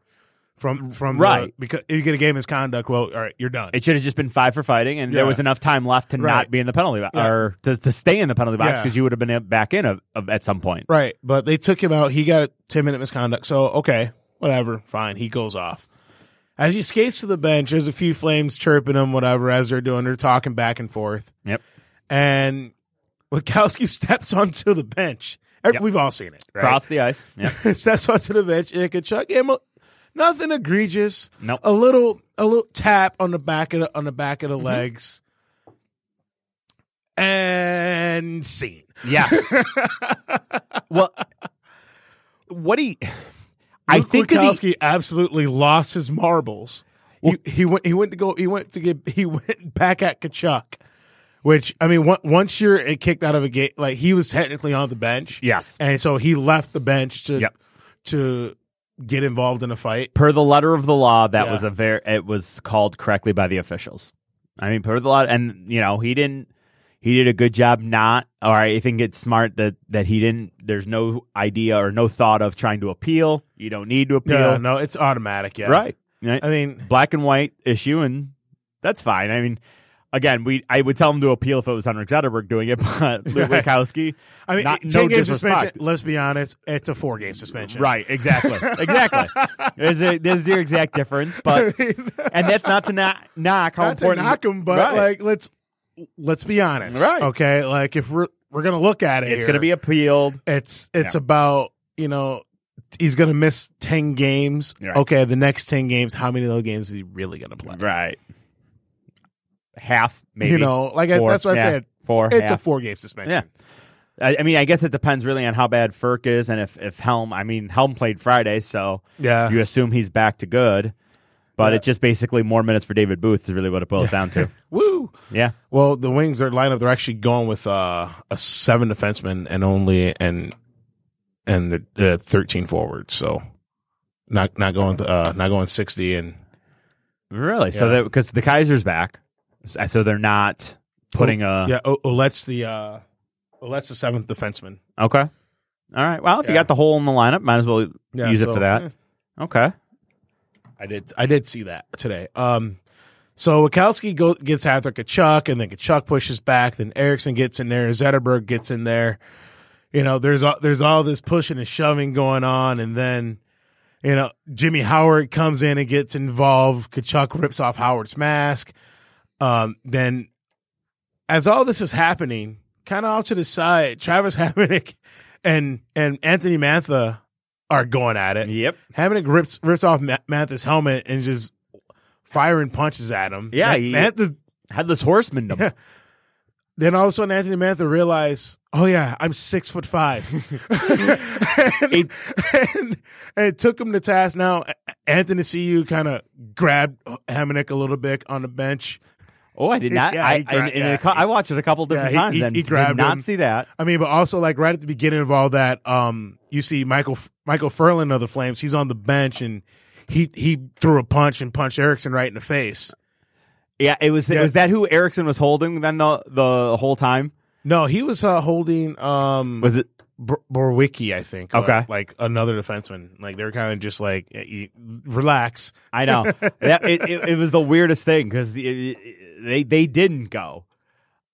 Speaker 4: from from the-
Speaker 5: Right.
Speaker 4: because if you get a game misconduct, well, all right, you're done.
Speaker 5: it should have just been five for fighting, and there
Speaker 4: Yeah.
Speaker 5: was enough time left to
Speaker 4: Right.
Speaker 5: not be in the penalty box
Speaker 4: Yeah.
Speaker 5: or to, to stay in the penalty box
Speaker 4: Yeah.
Speaker 5: because you would have been back in a, of at some point.
Speaker 4: right, but they took him out. He got a ten minute misconduct. So okay, whatever, fine. He goes off. As he skates to the bench, there's a few flames chirping him, whatever, as they're doing, they're talking back and forth.
Speaker 5: Yep,
Speaker 4: And Wachowski (laughs) steps onto the bench. Ev-
Speaker 5: Yep.
Speaker 4: We've all seen it, right?
Speaker 5: cross
Speaker 4: (laughs)
Speaker 5: the ice. Yep.
Speaker 4: steps onto the bench and Kachuk gave him a- nothing egregious.
Speaker 5: Nope.
Speaker 4: A little a little tap on the back of the on the back
Speaker 5: Mm-hmm.
Speaker 4: of the legs. And scene. (laughs)
Speaker 5: Yeah. well, what he, I
Speaker 4: Luke
Speaker 5: think 'cause
Speaker 4: Wachowski
Speaker 5: he,
Speaker 4: absolutely lost his marbles. he, he went he went to go he went to get he (laughs) went back at Kachuk. Which I mean, on- once you're kicked out of a game, like he was technically on the bench,
Speaker 5: yes,
Speaker 4: and so he left the bench to
Speaker 5: Yep.
Speaker 4: to get involved in a fight.
Speaker 5: per the letter of the law, that
Speaker 4: Yeah.
Speaker 5: was a very it was called correctly by the officials. I mean, per the law, and you know he didn't. He did a good job. Not, or I think it's smart that that he didn't. There's no idea or no thought of trying to appeal. You don't need to appeal,
Speaker 4: Yeah, no, it's automatic. Yeah,
Speaker 5: right? Right? (laughs)
Speaker 4: I mean,
Speaker 5: Black and white issue, and that's fine. I mean, again, we I would tell him to appeal if it was Henrik Zetterberg doing
Speaker 4: (laughs)
Speaker 5: it, (laughs) but Luke
Speaker 4: Right.
Speaker 5: Witkowski,
Speaker 4: I mean,
Speaker 5: not,
Speaker 4: ten
Speaker 5: no
Speaker 4: game
Speaker 5: disrespect.
Speaker 4: suspension. Let's be honest, it's a four game suspension. (laughs)
Speaker 5: Right, exactly, exactly. There's a, there's your exact difference,
Speaker 4: (laughs)
Speaker 5: but and that's not to not knock how
Speaker 4: Not to
Speaker 5: important
Speaker 4: knock him, but
Speaker 5: Right.
Speaker 4: like let's let's be honest.
Speaker 5: Right.
Speaker 4: Okay. Like if we're we're gonna look at it,
Speaker 5: it's going to be appealed.
Speaker 4: it's it's
Speaker 5: Yeah.
Speaker 4: about you know, he's going to miss 10 games.
Speaker 5: Right.
Speaker 4: Okay, the next 10 games, how many of those games is he really going to play?
Speaker 5: Right. Half, maybe.
Speaker 4: You know, like I,
Speaker 5: Four.
Speaker 4: that's what
Speaker 5: Yeah.
Speaker 4: I said.
Speaker 5: Four.
Speaker 4: It's a
Speaker 5: half.
Speaker 4: four game suspension.
Speaker 5: Yeah. I, I mean, I guess it depends really on how bad Furk is and if, if Helm, I mean, Helm played Friday, so
Speaker 4: Yeah.
Speaker 5: you assume he's back to good. But it's just basically more minutes for David Booth is really what it boils
Speaker 4: (laughs)
Speaker 5: down to.
Speaker 4: Woo.
Speaker 5: Yeah.
Speaker 4: Well, the Wings, their lineup, they're actually going with uh, a seven defenseman and only and and the uh, thirteen forwards. So not not going with, uh, not going sixty and
Speaker 5: Really? So
Speaker 4: Yeah.
Speaker 5: So because the Kaiser's back, S- so they're not putting uh, a
Speaker 4: Oh, yeah. O- Olette's the uh, Olette's the seventh defenseman.
Speaker 5: okay. All right. Well, if you
Speaker 4: Yeah.
Speaker 5: got the hole in the lineup, might as well
Speaker 4: Yeah,
Speaker 5: use it
Speaker 4: so- Hmm.
Speaker 5: for that. Okay.
Speaker 4: I did I did see that today. Um, so Wachowski go, gets after Kachuk, and then Kachuk pushes back. Then Erickson gets in there. Zetterberg gets in there. You know, there's all, there's all this pushing and shoving going on, and then you know Jimmy Howard comes in and gets involved. Kachuk rips off Howard's mask. Um, then as all this is happening, kind of off to the side, Travis (laughs) Hamonic and and Anthony Mantha are going at it.
Speaker 5: Yep.
Speaker 4: Having rips rips off Ma- Mathis' helmet and just firing punches at him.
Speaker 5: Yeah,
Speaker 4: Ma-
Speaker 5: he-
Speaker 4: Mathis-
Speaker 5: Headless horseman. number.
Speaker 4: then all of a sudden, Anthony Mantha realized, oh yeah, I'm six foot five,
Speaker 5: (laughs)
Speaker 4: (laughs) and,
Speaker 5: It-
Speaker 4: and, and it took him to task. Now A- Anthony Cu kind of grabbed Hamannik a little bit on the bench.
Speaker 5: Oh, I did
Speaker 4: He-
Speaker 5: not.
Speaker 4: yeah,
Speaker 5: I,
Speaker 4: he gra-
Speaker 5: I, in
Speaker 4: yeah,
Speaker 5: a cou- I watched it a couple different
Speaker 4: he-
Speaker 5: times
Speaker 4: he-
Speaker 5: and
Speaker 4: he
Speaker 5: did
Speaker 4: grabbed
Speaker 5: not
Speaker 4: him.
Speaker 5: see that.
Speaker 4: I mean, but also like right at the beginning of all that, um, you see Michael Michael Ferland of the Flames. He's on the bench and he he threw a punch and punched Erickson right in the face.
Speaker 5: Yeah, it was.
Speaker 4: Yeah.
Speaker 5: It was that who Erickson was holding then the the whole time.
Speaker 4: No, he was uh, holding um
Speaker 5: Was it?
Speaker 4: Bor- Borwicki, I think.
Speaker 5: Okay.
Speaker 4: Like, like another defenseman. Like they're kind of just like, eh, you- relax.
Speaker 5: I know.
Speaker 4: (laughs)
Speaker 5: that, it, it, it was the weirdest thing because they they didn't go.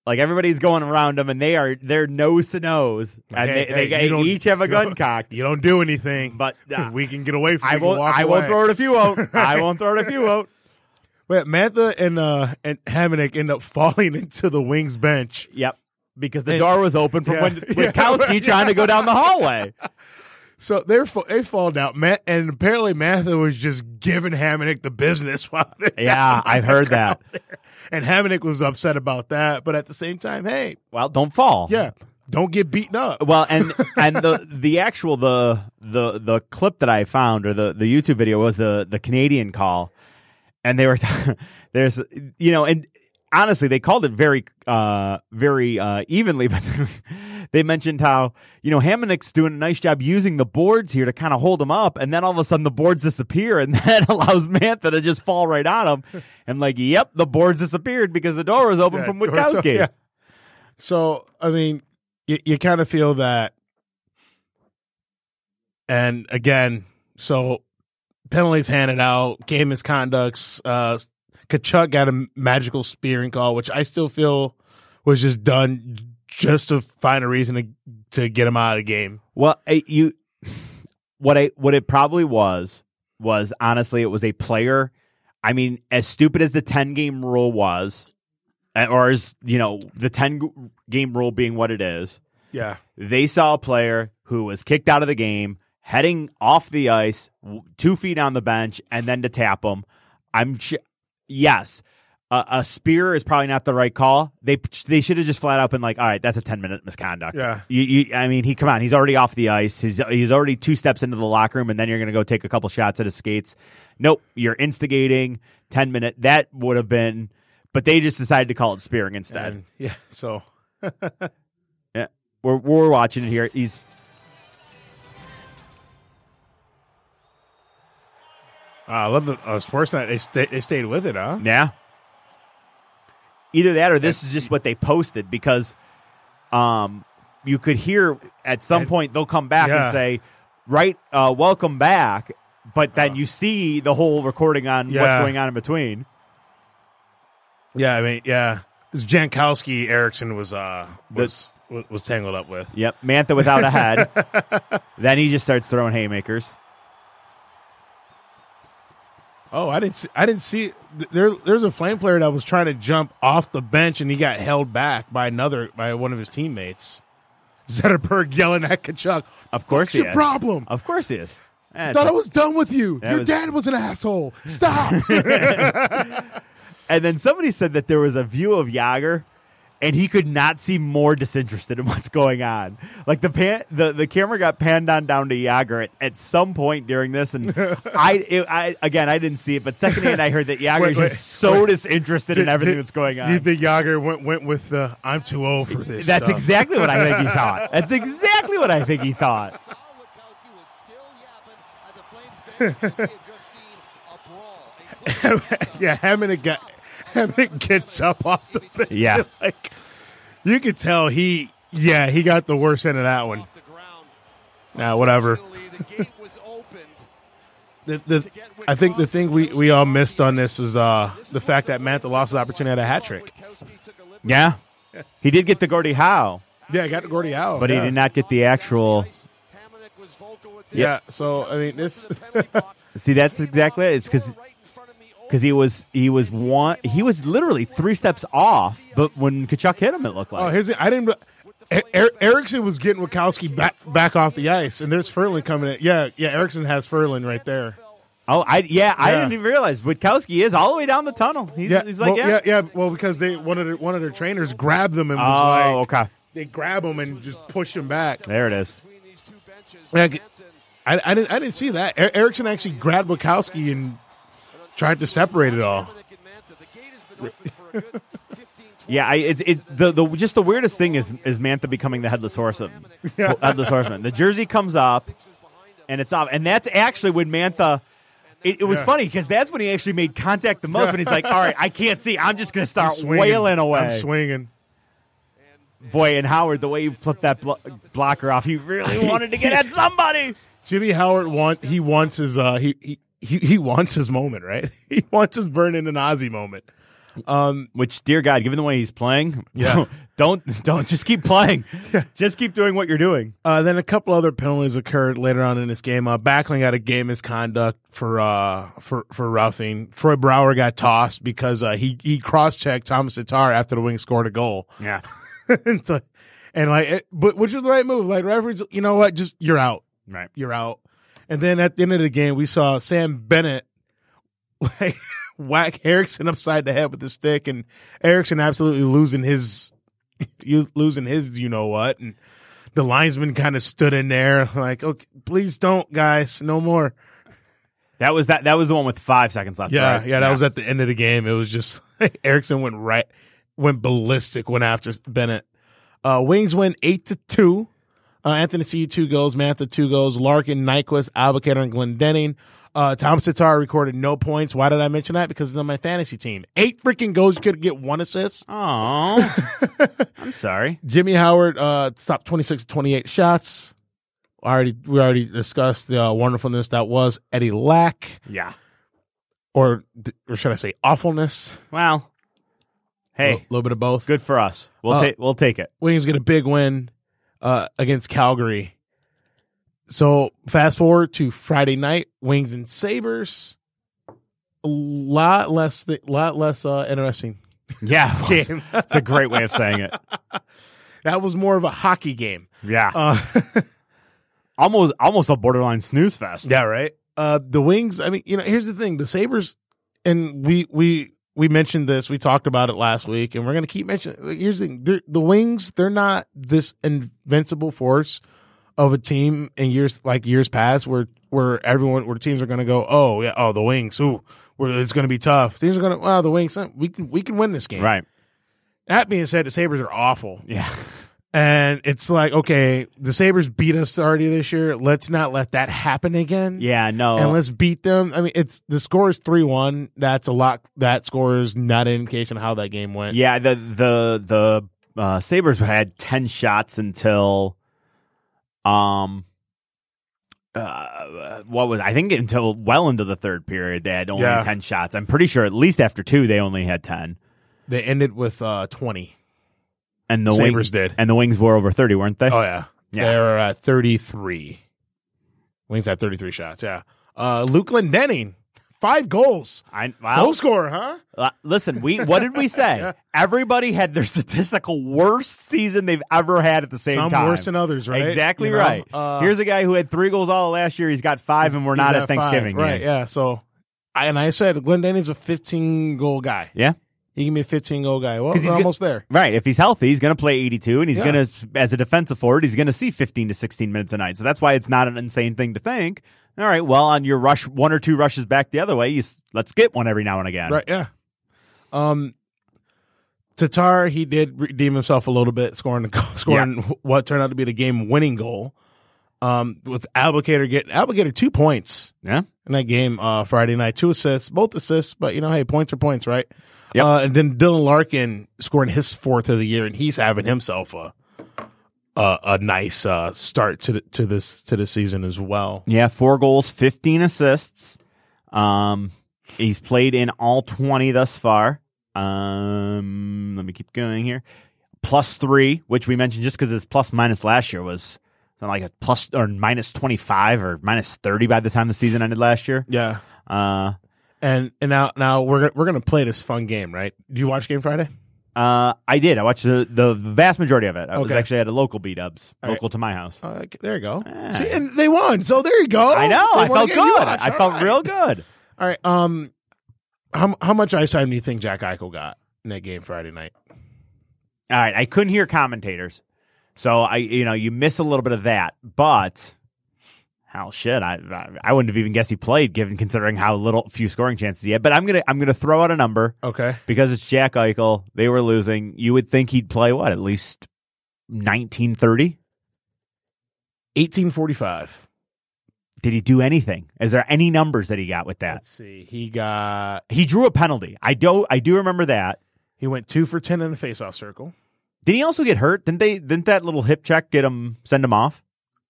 Speaker 5: Like everybody's going around them, and they are they're nose to nose, and
Speaker 4: Hey,
Speaker 5: they,
Speaker 4: hey,
Speaker 5: they,
Speaker 4: you don't-
Speaker 5: each have a
Speaker 4: you
Speaker 5: gun
Speaker 4: don't-
Speaker 5: cocked.
Speaker 4: You don't do anything, (laughs)
Speaker 5: But, uh,
Speaker 4: we can get away from.
Speaker 5: I
Speaker 4: you, we can
Speaker 5: won't.
Speaker 4: walk
Speaker 5: I
Speaker 4: away.
Speaker 5: won't throw it if
Speaker 4: (laughs)
Speaker 5: you won't. I won't throw it if you won't.
Speaker 4: But Mantha and uh and Hamannik end up (laughs) falling into the wings bench.
Speaker 5: Yep. Because the
Speaker 4: And-
Speaker 5: door was open from
Speaker 4: yeah,
Speaker 5: when
Speaker 4: (laughs) yeah,
Speaker 5: Witkowski
Speaker 4: right,
Speaker 5: trying to go down the hallway.
Speaker 4: So they're fa- they fall down. Ma- and apparently Mantha was just giving Hamannik the business (laughs) while they're
Speaker 5: Yeah,
Speaker 4: down on
Speaker 5: I've
Speaker 4: the
Speaker 5: heard
Speaker 4: ground
Speaker 5: that.
Speaker 4: there. And Hamannik was upset about that, but at the same time, hey,
Speaker 5: Well, don't fall.
Speaker 4: yeah, don't get beaten up.
Speaker 5: Well, and and the the actual the the the clip that I found or the the YouTube video was the the Canadian call, and they were (laughs) there's you know and honestly they called it very uh very uh evenly, (laughs) but they mentioned how you know Hamannik's doing a nice job using the boards here to kind of hold him up, and then all of a sudden the boards disappear, and (laughs) that allows Mantha to just fall right on him, and like yep the boards disappeared because the door was open
Speaker 4: Yeah,
Speaker 5: from
Speaker 4: door was
Speaker 5: Witkowski.
Speaker 4: open, yeah. So I mean, you, you kind of feel that, and again, so penalties handed out, game misconducts. Uh, Kachuk got a magical spearing call, which I still feel was just done just to find a reason to to get him out of the game.
Speaker 5: Well, I, you, what I what it probably was was honestly it was a player. I mean, as stupid as the ten game rule was, and- or as you know the ten g- game rule being what it is,
Speaker 4: Yeah,
Speaker 5: they saw a player who was kicked out of the game, heading off the ice, w- two feet on the bench, and then to tap him. I'm sh- yes. A, a spear is probably not the right call. They they should have just flat out been like, all right, that's a ten minute misconduct.
Speaker 4: Yeah.
Speaker 5: You, you, I mean, he come on. He's already off the ice. He's he's already two steps into the locker room, and then you're going to go take a couple shots at his skates. Nope, you're instigating. Ten minute. That would have been, but they just decided to call it spearing instead.
Speaker 4: and yeah, so
Speaker 5: Yeah. We're we're watching it here. He's
Speaker 4: uh, I love the uh, sports night. They sta- they stayed with it, huh?
Speaker 5: yeah. Either that or this is just what they posted because, um, you could hear at some point they'll come back
Speaker 4: Yeah.
Speaker 5: and say, "Right, uh, welcome back," but then you see the whole recording on what's
Speaker 4: Uh. Yeah.
Speaker 5: going on in between.
Speaker 4: Yeah, I mean, yeah. This Jankowski Erickson was uh was was tangled up with.
Speaker 5: Yep, Mantha without a head.
Speaker 4: (laughs)
Speaker 5: then he just starts throwing haymakers.
Speaker 4: Oh, I didn't see. I didn't see. th- There, there's a flame player that was trying to jump off the bench and he got held back by another by one of his teammates. (laughs) Zetterberg yelling at Kachuk.
Speaker 5: Of course
Speaker 4: What's
Speaker 5: he
Speaker 4: your
Speaker 5: is.
Speaker 4: problem?
Speaker 5: Of course he is. Eh,
Speaker 4: Thought I was done with you.
Speaker 5: That
Speaker 4: Your
Speaker 5: was-
Speaker 4: dad was an asshole.
Speaker 5: (laughs)
Speaker 4: Stop.
Speaker 5: And then somebody said that there was a view of Yager, and he could not seem more disinterested in (laughs) what's going on. Like the pan, the, the camera got panned on down to Yager at, at some point during
Speaker 4: (laughs)
Speaker 5: this, and I, it, I again I didn't see it, but secondhand
Speaker 4: (laughs)
Speaker 5: I heard that Yager
Speaker 4: Wait,
Speaker 5: is
Speaker 4: wait,
Speaker 5: just so disinterested in everything that's going on.
Speaker 4: (laughs) You think Yager went went with the I'm too old for this?
Speaker 5: that's
Speaker 4: stuff."
Speaker 5: exactly what I
Speaker 4: (laughs)
Speaker 5: think he thought. That's exactly what I think he thought.
Speaker 6: Saul Witkowski was still yapping at the Flames bench like we had just seen a brawl. A quick-
Speaker 4: (laughs) yeah, Hammond got Hammond gets up off the (laughs) bench.
Speaker 5: Yeah.
Speaker 4: like you could tell he. Yeah, he got the worst end of that one.
Speaker 6: off the ground.
Speaker 4: Nah, whatever.
Speaker 6: Fortunately, the gate was opened.
Speaker 4: The, the, I think the thing we, we all missed on this was uh, the fact that Mantha lost the opportunity at a hat trick.
Speaker 6: Witkowski took a lip
Speaker 5: Yeah, he did get the Gordie Howe,
Speaker 4: Yeah, I got to Gordy out.
Speaker 5: but he did not get the actual.
Speaker 6: Hamonic was vocal with this.
Speaker 4: Yeah, so I mean, this. (laughs)
Speaker 5: See, that's exactly it. It's because because he was he was one he was literally three steps off. But when Kachuk hit him, it looked
Speaker 4: Oh,
Speaker 5: like
Speaker 4: here's the, I didn't. E- Er, Erickson was getting Wachowski back back off the ice, and there's Furlan coming in. Yeah, yeah, Erickson has Furlan right there.
Speaker 5: oh, I yeah, I
Speaker 4: Yeah.
Speaker 5: didn't even realize Witkowski is all the way down the tunnel. He's,
Speaker 4: Yeah,
Speaker 5: he's like
Speaker 4: well,
Speaker 5: yeah.
Speaker 4: yeah, Well, because they one of their, one of their trainers grabbed them and was
Speaker 5: Oh,
Speaker 4: like,
Speaker 5: okay.
Speaker 4: they grab them and just push them back.
Speaker 5: There it is.
Speaker 4: Yeah, I, I didn't I didn't see that. Er, Erickson actually grabbed Wachowski and tried to separate it all.
Speaker 5: Yeah, I, it, it the, the just the weirdest thing is is Mantha becoming the headless horseman. Headless horseman. The jersey comes up, and it's off, and that's actually when Mantha. It, it was
Speaker 4: Yeah.
Speaker 5: funny because that's when he actually made contact the most. When he's like, "All right, I can't see. I'm just going to
Speaker 4: I'm
Speaker 5: start
Speaker 4: swinging.
Speaker 5: wailing away."
Speaker 4: I'm swinging.
Speaker 5: Boy, and Howard, the way you flipped that blo- blocker off, he really (laughs) wanted to get at somebody.
Speaker 4: Jimmy Howard want he wants his uh he he he, he wants his moment, right? (laughs) He wants his Vernon and Ozzy moment.
Speaker 5: Which, dear God, given the way he's playing,
Speaker 4: Yeah.
Speaker 5: (laughs) don't don't just keep playing. (laughs) Just keep doing what you're doing.
Speaker 4: Uh, then a couple other penalties occurred later on in this game. Uh, Backlund got a game misconduct for uh for for roughing. Troy Brower got tossed because uh, he he cross checked Thomas Tatar after the wing scored a goal.
Speaker 5: Yeah,
Speaker 4: (laughs) and, so, and like, it, but which was the right move? Like referees, you know what? Just you're out,
Speaker 5: right.
Speaker 4: you're out. And then at the end of the game, we saw Sam Bennett (laughs) like whack Erickson upside the head with the stick, and Erickson absolutely losing his (laughs) you- losing his you know what, and the linesman kind of stood in there like, okay, please don't, guys, no more.
Speaker 5: That was that. That was the one with five seconds left.
Speaker 4: Yeah,
Speaker 5: right?
Speaker 4: yeah, that was at the end of the game. It was just (laughs) Erickson went right, went ballistic, went after Bennett. Uh, Wings win eight to two. Uh, Anthony C two goals, Mantha two goals, Larkin, Nyquist, Albuquerque, and Glendenning. Uh, Tom Sitar recorded no points. Why did I mention that? Because it's on my fantasy team. Eight freaking goals, you could get one assist.
Speaker 5: Oh, (laughs) I'm sorry.
Speaker 4: Jimmy Howard uh, stopped 26 to 28 shots. Already, we already discussed the uh, wonderfulness that was Eddie Lack,
Speaker 5: Yeah.
Speaker 4: or or should I say awfulness?
Speaker 5: Well,
Speaker 4: A
Speaker 5: hey,
Speaker 4: little bit of both.
Speaker 5: good for us. We'll
Speaker 4: Uh,
Speaker 5: take we'll take it.
Speaker 4: Williams get a big win uh, against Calgary. So fast forward to Friday night, Wings and Sabers. A lot less, th- lot less uh, interesting
Speaker 5: Yeah, it was.
Speaker 4: game.
Speaker 5: (laughs) it's a great way of saying (laughs) it.
Speaker 4: that was more of a hockey game.
Speaker 5: Yeah,
Speaker 4: Uh,
Speaker 5: almost almost a borderline snooze fest.
Speaker 4: yeah, right. Uh, the Wings. I mean, you know, here's the thing: the Sabers, and we we we mentioned this. We talked about it last week, and we're gonna keep mentioning. like, Here's the thing: they're- the Wings. They're not this invincible force of a team in years like years past where where everyone where teams are going to go oh yeah oh the wings ooh where it's going to be tough teams are going to wow the wings huh, we can we can win this game
Speaker 5: Right.
Speaker 4: that being said the sabers are awful
Speaker 5: Yeah.
Speaker 4: and it's like okay the sabers beat us already this year let's not let that happen again
Speaker 5: Yeah. No.
Speaker 4: and let's beat them i mean it's the score is 3-1 that's a lot that score is not an indication of how that game went
Speaker 5: Yeah, the the the uh, Sabers had ten shots until, um, uh, what was I think until well into the third period they had only
Speaker 4: Yeah.
Speaker 5: ten shots. I'm pretty sure at least after two they only had ten,
Speaker 4: they ended with uh 20
Speaker 5: and the
Speaker 4: sabers
Speaker 5: wings,
Speaker 4: did
Speaker 5: and the Wings were over thirty, weren't they?
Speaker 4: Oh yeah.
Speaker 5: Yeah.
Speaker 4: They're at 33. Wings had 33 shots, yeah. Uh Luke Lindenning, five goals.
Speaker 5: I,
Speaker 4: Goal
Speaker 5: well,
Speaker 4: scorer, huh? (laughs)
Speaker 5: uh, listen, we what did we say? Everybody had their statistical worst worst season they've ever had at the same
Speaker 4: Some
Speaker 5: time.
Speaker 4: worse than others, right?
Speaker 5: Exactly
Speaker 4: You know,
Speaker 5: right.
Speaker 4: uh,
Speaker 5: Here's a guy who had three goals all of last year. He's got five, and we're
Speaker 4: He's
Speaker 5: not at
Speaker 4: five,
Speaker 5: Thanksgiving.
Speaker 4: right?
Speaker 5: game.
Speaker 4: Yeah. So, I, and I said Glenn Denny's a 15 goal guy.
Speaker 5: Yeah.
Speaker 4: He can be a 15 goal guy. Well,
Speaker 5: 'Cause he's
Speaker 4: he's
Speaker 5: good-
Speaker 4: almost there.
Speaker 5: Right. If he's healthy, he's going to play 82, and he's
Speaker 4: Yeah.
Speaker 5: going to, as a defensive forward, he's going to see 15 to 16 minutes a night. So that's why it's not an insane thing to think. All right. Well, on your rush, one or two rushes back the other way, you s- let's get one every now and again.
Speaker 4: Right. Yeah. Um, Tatar, he did redeem himself a little bit, scoring the (laughs) goal, scoring what turned out to be the game winning goal. Um, with Albuquerque getting Albuquerque two points
Speaker 5: Yeah.
Speaker 4: in that game uh, Friday night, two assists, both assists, but you know, hey, points are points, right?
Speaker 5: Yep.
Speaker 4: Uh, and then Dylan Larkin scoring his fourth of the year, and he's having himself a a, a nice uh, start to the, to this to the season as well.
Speaker 5: Yeah, four goals, 15 assists. Um, he's played in all 20 thus far. Um, let me keep going here. Plus three, which we mentioned just because his plus minus last year was something like a plus or minus 25 or minus 30 by the time the season ended last year.
Speaker 4: Yeah,
Speaker 5: Uh,
Speaker 4: and and now now we're gonna- we're gonna play this fun game, right? Do you watch Game Friday?
Speaker 5: uh, I did. I watched the, the vast majority of it. I was
Speaker 4: Okay.
Speaker 5: actually at a local B Dubs,
Speaker 4: All right.
Speaker 5: local to my house.
Speaker 4: Uh, there you go. See, and they won, so there you go.
Speaker 5: I know.
Speaker 4: They won
Speaker 5: I felt
Speaker 4: again. Oh, You
Speaker 5: good.
Speaker 4: watched.
Speaker 5: I
Speaker 4: All
Speaker 5: felt
Speaker 4: right.
Speaker 5: real good.
Speaker 4: All right. Um, how how much ice time do you think Jack Eichel got in that game Friday night?
Speaker 5: All right, I couldn't hear commentators, so I you know you miss a little bit of that, but hell shit, I I, I wouldn't have even guessed he played given considering how little few scoring chances he had. But I'm gonna I'm gonna throw out a number
Speaker 4: Okay.
Speaker 5: because it's Jack Eichel. They were losing. You would think he'd play what at least nineteen thirty.
Speaker 4: Eighteen forty five.
Speaker 5: Did he do anything? Is there any numbers that he got with that?
Speaker 4: Let's see. He got
Speaker 5: He drew a penalty. I do I do remember that.
Speaker 4: he went two for ten in the faceoff circle.
Speaker 5: Did he also get hurt? Didn't they? Didn't that little hip check get him send him off?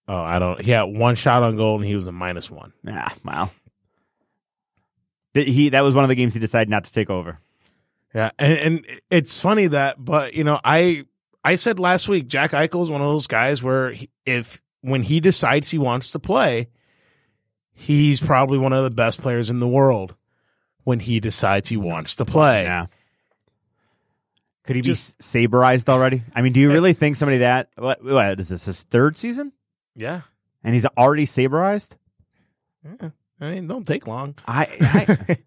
Speaker 4: Oh, I don't. He had one shot on goal and he was a minus one.
Speaker 5: Yeah, wow. That he that was one of the games he decided not to take over.
Speaker 4: Yeah, and, and it's funny that, but you know, I I said last week Jack Eichel is one of those guys where he, if when he decides he wants to play, he's probably one of the best players in the world when he decides he wants to play.
Speaker 5: Yeah. Could he
Speaker 4: Just-
Speaker 5: be s- saberized already? I mean, do you really think somebody that what, what is this his third season
Speaker 4: Yeah.
Speaker 5: and he's already saberized?
Speaker 4: I mean, don't take long.
Speaker 5: (laughs) I
Speaker 4: (laughs)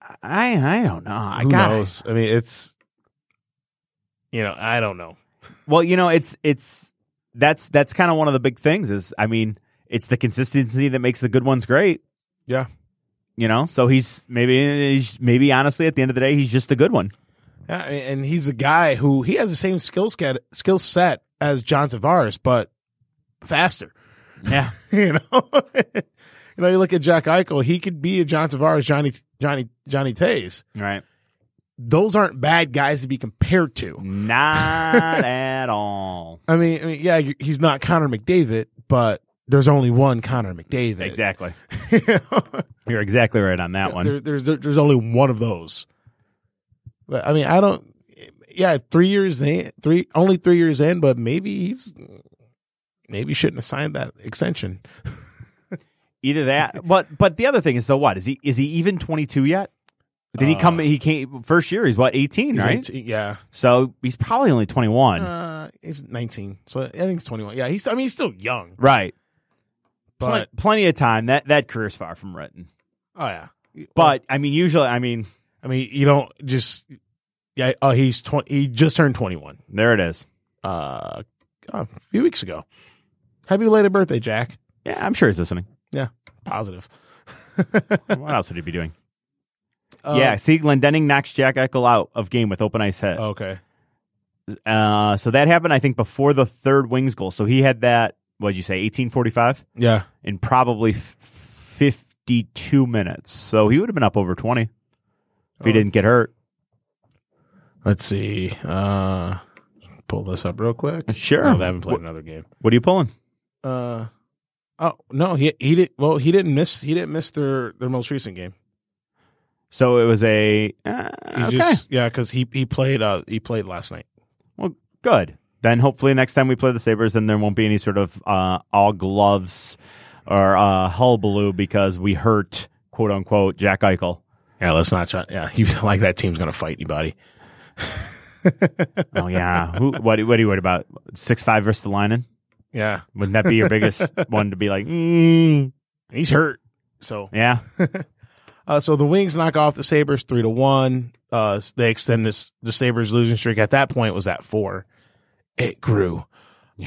Speaker 5: I I, I don't know. I
Speaker 4: Who
Speaker 5: got
Speaker 4: knows? I mean, it's you know, I don't know.
Speaker 5: Well, you know, it's it's that's that's kind of one of the big things is I mean, it's the consistency that makes the good ones great.
Speaker 4: Yeah.
Speaker 5: You know, so he's maybe he's, maybe honestly at the end of the day he's just a good one.
Speaker 4: Yeah, I mean, and he's a guy who he has the same skill set skill set as John Tavares, but faster.
Speaker 5: Yeah.
Speaker 4: (laughs) you know, you know, you look at Jack Eichel; he could be a John Tavares, Johnny, Johnny, Johnny Tays.
Speaker 5: (laughs) Right.
Speaker 4: Those aren't bad guys to be compared
Speaker 5: Mm.
Speaker 4: to.
Speaker 5: Not at all.
Speaker 4: I mean, I mean, yeah, you- he's not Connor McDavid, but there's only one Connor McDavid.
Speaker 5: Exactly.
Speaker 4: (laughs) You know?
Speaker 5: You're exactly right on that one.
Speaker 4: There, there's there, there's only one of those. But I mean, I don't. Yeah, three years in, three only three years in, but maybe he's maybe shouldn't have signed that extension.
Speaker 5: Either that, but but the other thing is though, what is he? Is he even 22 yet? Did he come?
Speaker 4: Uh,
Speaker 5: He came first year. He's what 18,
Speaker 4: He's
Speaker 5: right? Hmm.
Speaker 4: 18 yeah.
Speaker 5: So he's probably only 21,
Speaker 4: Uh, he's 19, so I think he's 21. Yeah, he's. I mean, he's still young,
Speaker 5: right? Pl-
Speaker 4: but
Speaker 5: plenty of time. That that career's far from written.
Speaker 4: oh yeah.
Speaker 5: But I mean, usually, I mean,
Speaker 4: I mean, you don't just. Yeah. Oh, he's 20. He just turned 21.
Speaker 5: there it is.
Speaker 4: Uh, a few weeks ago. Happy belated birthday, Jack.
Speaker 5: Yeah, I'm sure he's listening.
Speaker 4: Positive. (laughs)
Speaker 5: what else would he be doing?
Speaker 4: Uh, Um,
Speaker 5: yeah, see, Glendenning knocks Jack Eichel out of game with open
Speaker 4: Oh,
Speaker 5: ice hit.
Speaker 4: Okay.
Speaker 5: Uh, so that happened, I think, before the third wings goal. So he had that. What'd you say? 1845
Speaker 4: Yeah.
Speaker 5: in probably f- 52 minutes. So he would have been up over 20 if he
Speaker 4: Oh.
Speaker 5: didn't
Speaker 4: (laughs)
Speaker 5: get hurt.
Speaker 4: Let's see. Uh, pull this up real quick.
Speaker 5: Sure.
Speaker 4: No, they haven't played another game.
Speaker 5: What are you pulling?
Speaker 4: Uh, oh no, he he did. Well, he didn't miss. He didn't miss their their most recent game.
Speaker 5: So it was a uh,
Speaker 4: He
Speaker 5: okay.
Speaker 4: just yeah, because he he played uh he played last night.
Speaker 5: well, good. Then hopefully next time we play the Sabers, then there won't be any sort of uh, all gloves or uh, hullabaloo because we hurt quote unquote Jack Eichel.
Speaker 4: Yeah, let's not try. Yeah, you like that team's gonna fight anybody.
Speaker 5: oh yeah. Who, what, what are you worried about? Six five versus the lining?
Speaker 4: Yeah,
Speaker 5: Wouldn't that be your biggest one to be like, mm,
Speaker 4: he's hurt. So
Speaker 5: yeah?
Speaker 4: Uh, so the Wings knock off the Sabers three to one. Uh, they extend this the Sabers losing streak. At that point, was at four. It grew. (laughs)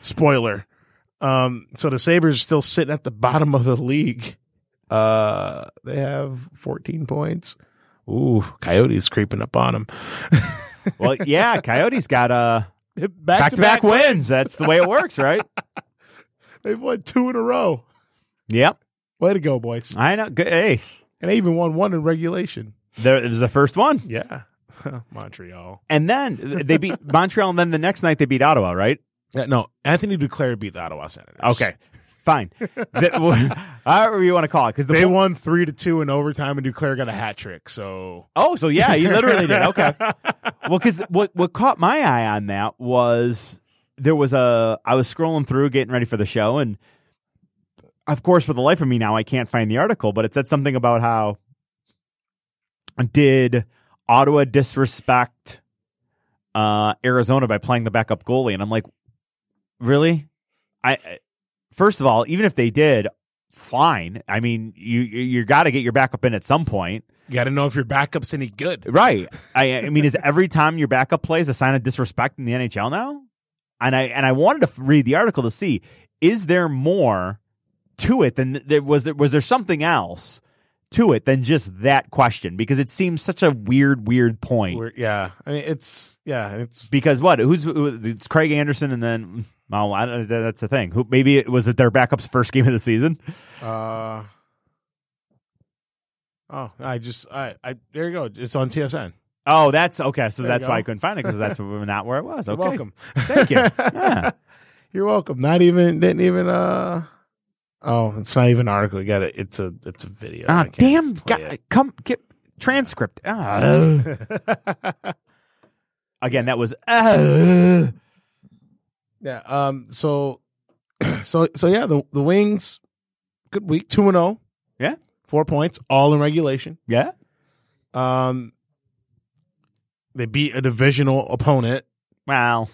Speaker 4: Spoiler. Um, so the Sabers are still sitting at the bottom of the league. Uh, they have 14 points. Ooh, Coyotes creeping up on them.
Speaker 5: Well, yeah. Coyotes got uh, back to back wins. That's the way it works, right?
Speaker 4: They've won two in a row.
Speaker 5: yep.
Speaker 4: Way to go, boys!
Speaker 5: I know. Good. Hey,
Speaker 4: And they even won one in regulation.
Speaker 5: there it was the first one,
Speaker 4: Yeah, (laughs) Montreal.
Speaker 5: and then they beat Montreal, and then the next night they beat Ottawa, right?
Speaker 4: Uh, no, Anthony Duclair beat the Ottawa Senators. (laughs)
Speaker 5: Okay, fine. (laughs) that, however you want to call it, because the
Speaker 4: They
Speaker 5: po-
Speaker 4: won three to two in overtime, and Duclair got a hat trick. So
Speaker 5: Oh, so yeah, he literally did. Okay. Well, because what what caught my eye on that was there was a I was scrolling through getting ready for the show, and of course, for the life of me now, I can't find the article, but it said something about how did Ottawa disrespect uh, Arizona by playing the backup goalie, and I'm like, really? I- I first of all, even if they did, fine. I mean, you you, you got to get your backup in at some point.
Speaker 4: you got to know if your backup's any good. (laughs)
Speaker 5: Right. I, I mean, is every time your backup plays a sign of disrespect in the NHL now? And I and I wanted to f- read the article to see is there more to it than there was there was there something else to it than just that question because it seems such a weird weird point.
Speaker 4: We're- yeah, I mean it's yeah, it's
Speaker 5: Because what? Who's who- it's Craig Anderson and then well, I don't, that- that's the thing. Who maybe it was it their backup's first game of the season?
Speaker 4: uh. Oh, I just I I there you go. It's on TSN.
Speaker 5: Oh, that's okay. So
Speaker 4: There you
Speaker 5: that's
Speaker 4: go.
Speaker 5: why I couldn't find it because that's (laughs) not where it was.
Speaker 4: You're
Speaker 5: Okay.
Speaker 4: (laughs) welcome.
Speaker 5: Thank you. Yeah.
Speaker 4: You're welcome. Not even didn't even uh. Oh, it's not even an article. You got it. It's a it's a video.
Speaker 5: Ah,
Speaker 4: I can't
Speaker 5: damn!
Speaker 4: play
Speaker 5: God,
Speaker 4: it. Uh.
Speaker 5: come get transcript. Ah.
Speaker 4: (laughs)
Speaker 5: (laughs) Again, that was ah.
Speaker 4: (laughs) Yeah. Um. So, (clears throat) so so yeah. The the Wings, good week. Two and zero.
Speaker 5: Yeah.
Speaker 4: Four points, all in regulation.
Speaker 5: yeah.
Speaker 4: Um. They beat a divisional opponent
Speaker 5: Wow,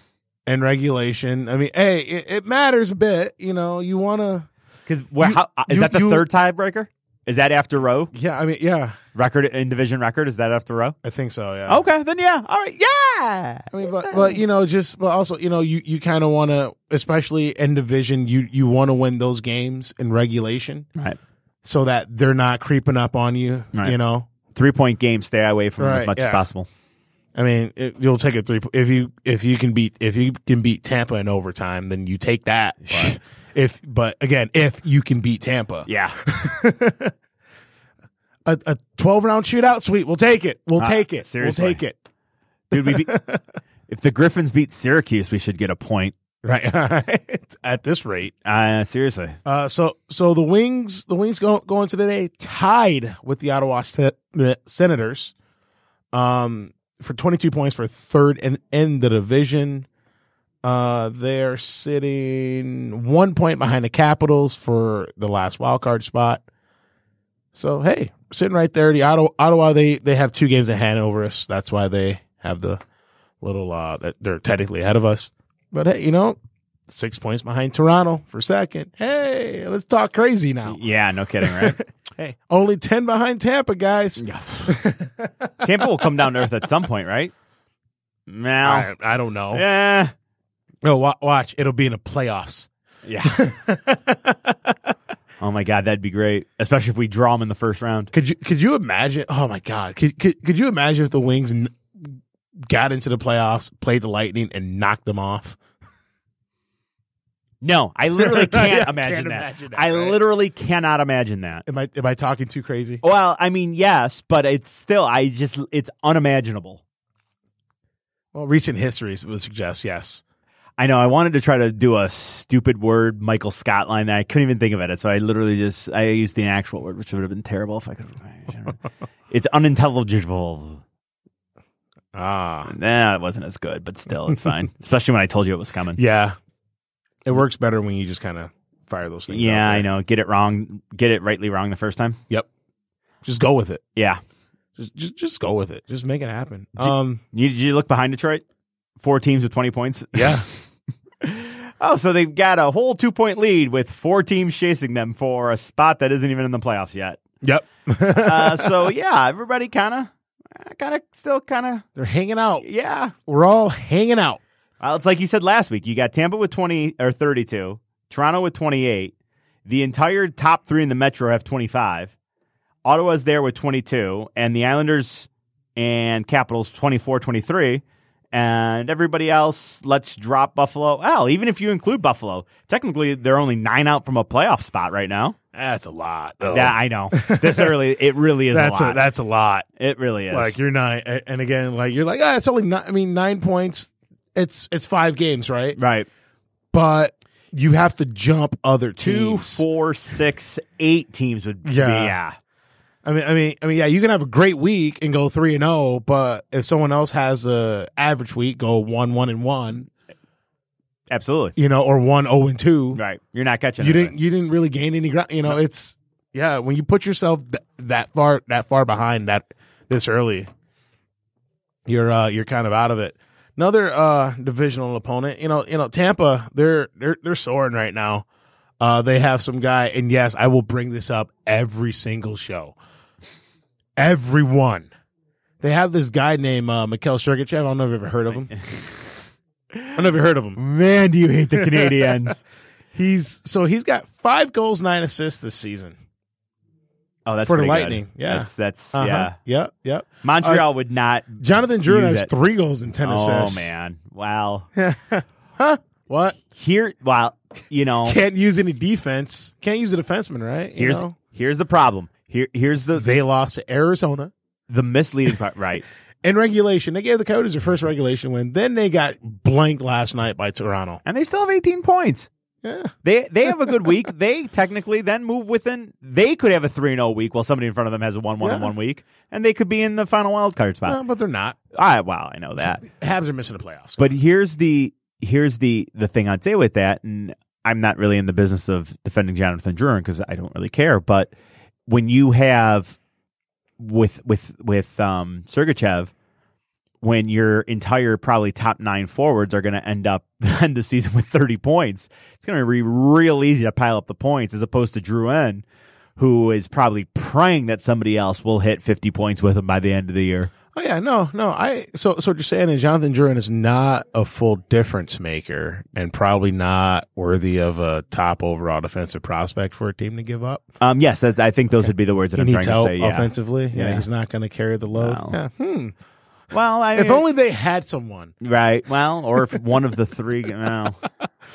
Speaker 4: in regulation. I mean, hey, it, it matters a bit. You know, you want to.
Speaker 5: because how uh, is
Speaker 4: you-
Speaker 5: that the
Speaker 4: you-
Speaker 5: third tiebreaker? Is that after row
Speaker 4: Yeah. I mean, yeah.
Speaker 5: record in division record? Is that after row?
Speaker 4: I think so. Yeah.
Speaker 5: Okay, then yeah. All right, yeah.
Speaker 4: I mean, but but you know, just but also you know, you you kind of want to, especially in division, you you want to win those games in regulation
Speaker 5: Right,
Speaker 4: so that they're not creeping up on you.
Speaker 5: Right.
Speaker 4: You know.
Speaker 5: three point game. Stay away from them as
Speaker 4: Right,
Speaker 5: much as
Speaker 4: yeah.
Speaker 5: possible.
Speaker 4: I mean, it, you'll take a three if you if you can beat if you can beat Tampa in overtime, then you take
Speaker 5: (laughs)
Speaker 4: that. But if but again, if you can beat Tampa,
Speaker 5: Yeah,
Speaker 4: a, a twelve round shootout, sweet, we'll take it. We'll
Speaker 5: Ah,
Speaker 4: take it.
Speaker 5: seriously.
Speaker 4: We'll take it.
Speaker 5: dude. We (laughs) be, if the Griffins beat Syracuse, we should get a point.
Speaker 4: Right (laughs) at this rate.
Speaker 5: Uh, seriously,
Speaker 4: Uh, so so the wings the wings go go into today tied with the Ottawa Se- the Senators, um, for twenty two points for third and in the division. Uh, they're sitting one point behind the Capitals for the last wild card spot. So hey, sitting right there, the Ottawa, Ottawa they they have two games in hand over us. That's why they have the little uh that they're technically ahead of us. But hey, you know, six points behind Toronto for second. Hey, let's talk crazy now.
Speaker 5: yeah. No kidding, (laughs) right?
Speaker 4: Hey, only ten behind Tampa, guys.
Speaker 5: (laughs) Tampa will come down to earth at some point, right? Now,
Speaker 4: I, I don't know.
Speaker 5: (laughs) yeah.
Speaker 4: No, wa- watch, it'll be in the playoffs.
Speaker 5: Yeah. oh my god, that'd be great, especially if we draw them in the first round.
Speaker 4: Could you could you imagine? Oh my God, could could, could you imagine if the Wings n- got into the playoffs, played the Lightning, and knocked them off?
Speaker 5: No, I (laughs) literally can't,
Speaker 4: Yeah,
Speaker 5: imagine,
Speaker 4: can't
Speaker 5: that.
Speaker 4: imagine that,
Speaker 5: I
Speaker 4: right?
Speaker 5: literally cannot imagine that.
Speaker 4: Am I am I talking too crazy?
Speaker 5: Well, I mean, yes, but it's still I just it's unimaginable.
Speaker 4: Well, recent history would suggest yes.
Speaker 5: I know I wanted to try to do a stupid word Michael Scott line that I couldn't even think of it. So I literally just I used the actual word, which would have been terrible if I could have
Speaker 4: (laughs)
Speaker 5: It's unintelligible.
Speaker 4: Ah,
Speaker 5: Nah, it wasn't as good, but still
Speaker 4: (laughs)
Speaker 5: it's fine. Especially when I told you it was coming.
Speaker 4: yeah. It works better when you just kind of fire those things.
Speaker 5: yeah,
Speaker 4: out
Speaker 5: I
Speaker 4: there.
Speaker 5: know. Get it wrong, get it rightly wrong the first time.
Speaker 4: Just go with it.
Speaker 5: Yeah.
Speaker 4: Just, just just go with it. Just make it happen. Um,
Speaker 5: You, did you look behind Detroit? Four teams with 20 points.
Speaker 4: yeah,
Speaker 5: (laughs) Oh, so they've got a whole two point lead with four teams chasing them for a spot that isn't even in the playoffs yet.
Speaker 4: yep.
Speaker 5: Uh, so yeah, everybody kind of, kind of, still kind of,
Speaker 4: They're hanging out.
Speaker 5: yeah.
Speaker 4: We're all hanging out.
Speaker 5: Uh, it's like you said last week. You got Tampa with 20 or 32, Toronto with 28. The entire top three in the Metro have 25. Ottawa's there with 22, and the Islanders and Capitals 24 23. And everybody else, let's drop Buffalo. Well, even if you include Buffalo, technically they're only nine out from a playoff spot right now.
Speaker 4: That's a lot. though.
Speaker 5: Yeah, I know. This early, it really is
Speaker 4: Oh. that's
Speaker 5: a lot.
Speaker 4: that's a lot.
Speaker 5: it really is.
Speaker 4: Like you're not, and again, like you're like, ah, it's only nine. I mean, nine points. It's it's five games, right?
Speaker 5: right.
Speaker 4: But you have to jump other
Speaker 5: Two,
Speaker 4: teams.
Speaker 5: four, six, eight teams would
Speaker 4: Yeah.
Speaker 5: be, yeah.
Speaker 4: I mean, I mean, I mean, yeah, you can have a great week and go three and zero, but if someone else has a average week, go one one and one,
Speaker 5: Absolutely.
Speaker 4: you know, or one zero and two.
Speaker 5: Right. You're not catching
Speaker 4: You
Speaker 5: anything.
Speaker 4: didn't, you didn't really gain any ground. You know, it's yeah. When you put yourself th- that far, that far behind that this early, you're uh, you're kind of out of it. Another uh, divisional opponent, you know, you know, Tampa, they're they're they're soaring right now. Uh, they have some guy, and yes, I will bring this up every single show. Everyone, they have this guy named uh, Mikhail Sergachev. I don't know if you've ever heard of him. I've never heard of him.
Speaker 5: Man, do you hate (laughs) the Canadians?
Speaker 4: He's so he's got five goals, nine assists this season.
Speaker 5: oh, that's
Speaker 4: For the
Speaker 5: pretty good.
Speaker 4: Lightning, yeah.
Speaker 5: that's that's
Speaker 4: Uh-huh.
Speaker 5: yeah.
Speaker 4: Yep. Yep.
Speaker 5: Montreal would not.
Speaker 4: Jonathan Drew
Speaker 5: use
Speaker 4: has
Speaker 5: that.
Speaker 4: three goals and ten
Speaker 5: Oh
Speaker 4: assists.
Speaker 5: man, wow.
Speaker 4: What?
Speaker 5: Here, well, you know,
Speaker 4: Can't use any defense. Can't use a defenseman, right? You
Speaker 5: Oh. here's
Speaker 4: know?
Speaker 5: here's the problem. Here, here's the
Speaker 4: they lost to Arizona
Speaker 5: the misleading part. Right,
Speaker 4: in regulation. They gave the Coyotes their first regulation win. Then they got blanked last night by Toronto.
Speaker 5: and they still have 18 points.
Speaker 4: Yeah.
Speaker 5: They they have a
Speaker 4: (laughs)
Speaker 5: good week. They technically then move within. They could have a three and zero week while somebody in front of them has a one one and
Speaker 4: Yeah.
Speaker 5: one week, and they could be in the final wild card
Speaker 4: No,
Speaker 5: spot.
Speaker 4: but they're not.
Speaker 5: All right, wow, I know that.
Speaker 4: Habs are missing the playoffs.
Speaker 5: But here's the here's the the thing I'd say with that, and I'm not really in the business of defending Jonathan Drouin because I don't really care. But when you have with with with um, Sergachev, when your entire probably top nine forwards are going to end up (laughs) end the season with 30 points, it's going to be real easy to pile up the points as opposed to Drouin. Who is probably praying that somebody else will hit 50 points with him by the end of the year?
Speaker 4: oh yeah, no, no. I so so what you're saying is Jonathan Duran is not a full difference maker and probably not worthy of a top overall defensive prospect for a team to give up.
Speaker 5: Um, yes, that's, I think those would be the words that
Speaker 4: he
Speaker 5: I'm
Speaker 4: needs
Speaker 5: trying
Speaker 4: help
Speaker 5: to say. Yeah.
Speaker 4: offensively. Yeah.
Speaker 5: Yeah.
Speaker 4: he's not going to carry the load.
Speaker 5: Wow.
Speaker 4: Yeah. Hmm.
Speaker 5: Well, I
Speaker 4: If
Speaker 5: mean-
Speaker 4: only they had someone.
Speaker 5: Right. Well, or if one of the three,
Speaker 4: (laughs)
Speaker 5: well,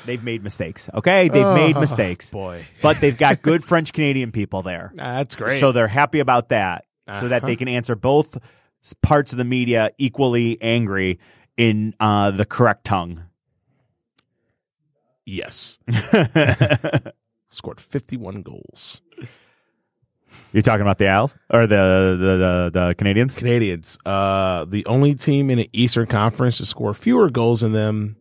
Speaker 5: they've made mistakes. Okay, they've made mistakes,
Speaker 4: Oh, Boy,
Speaker 5: but
Speaker 4: (laughs)
Speaker 5: they've got good French Canadian people there,
Speaker 4: that's great. Uh-huh.
Speaker 5: so they're happy about that, so that they can answer both s- parts of the media equally angry in uh, the
Speaker 4: (laughs)
Speaker 5: correct tongue.
Speaker 4: yes, scored fifty-one goals.
Speaker 5: You're talking about the Isles or the the the, the Canadians?
Speaker 4: Canadians, uh, the only team in the Eastern Conference to score fewer goals than them.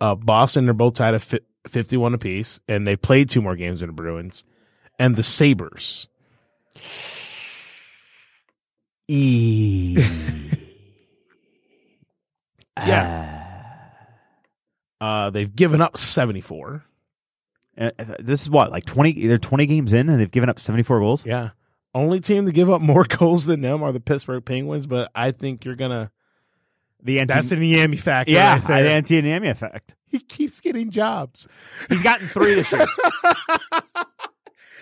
Speaker 4: Uh, Boston, they're both tied at fi- fifty-one apiece, and they played two more games than the Bruins and the Sabers.
Speaker 5: E.
Speaker 4: Yeah. (laughs) Uh, they've given up seventy-four.
Speaker 5: Uh, this is what like twenty. They're twenty games in, and they've given up seventy four goals.
Speaker 4: Yeah. Only team to give up more (laughs) goals than them are the Pittsburgh Penguins, but I think you're gonna.
Speaker 5: The anti-
Speaker 4: That's an E Yami factor.
Speaker 5: yeah,
Speaker 4: right there.
Speaker 5: the anti anemia effect.
Speaker 4: (laughs) he keeps getting jobs,
Speaker 5: He's gotten three this year.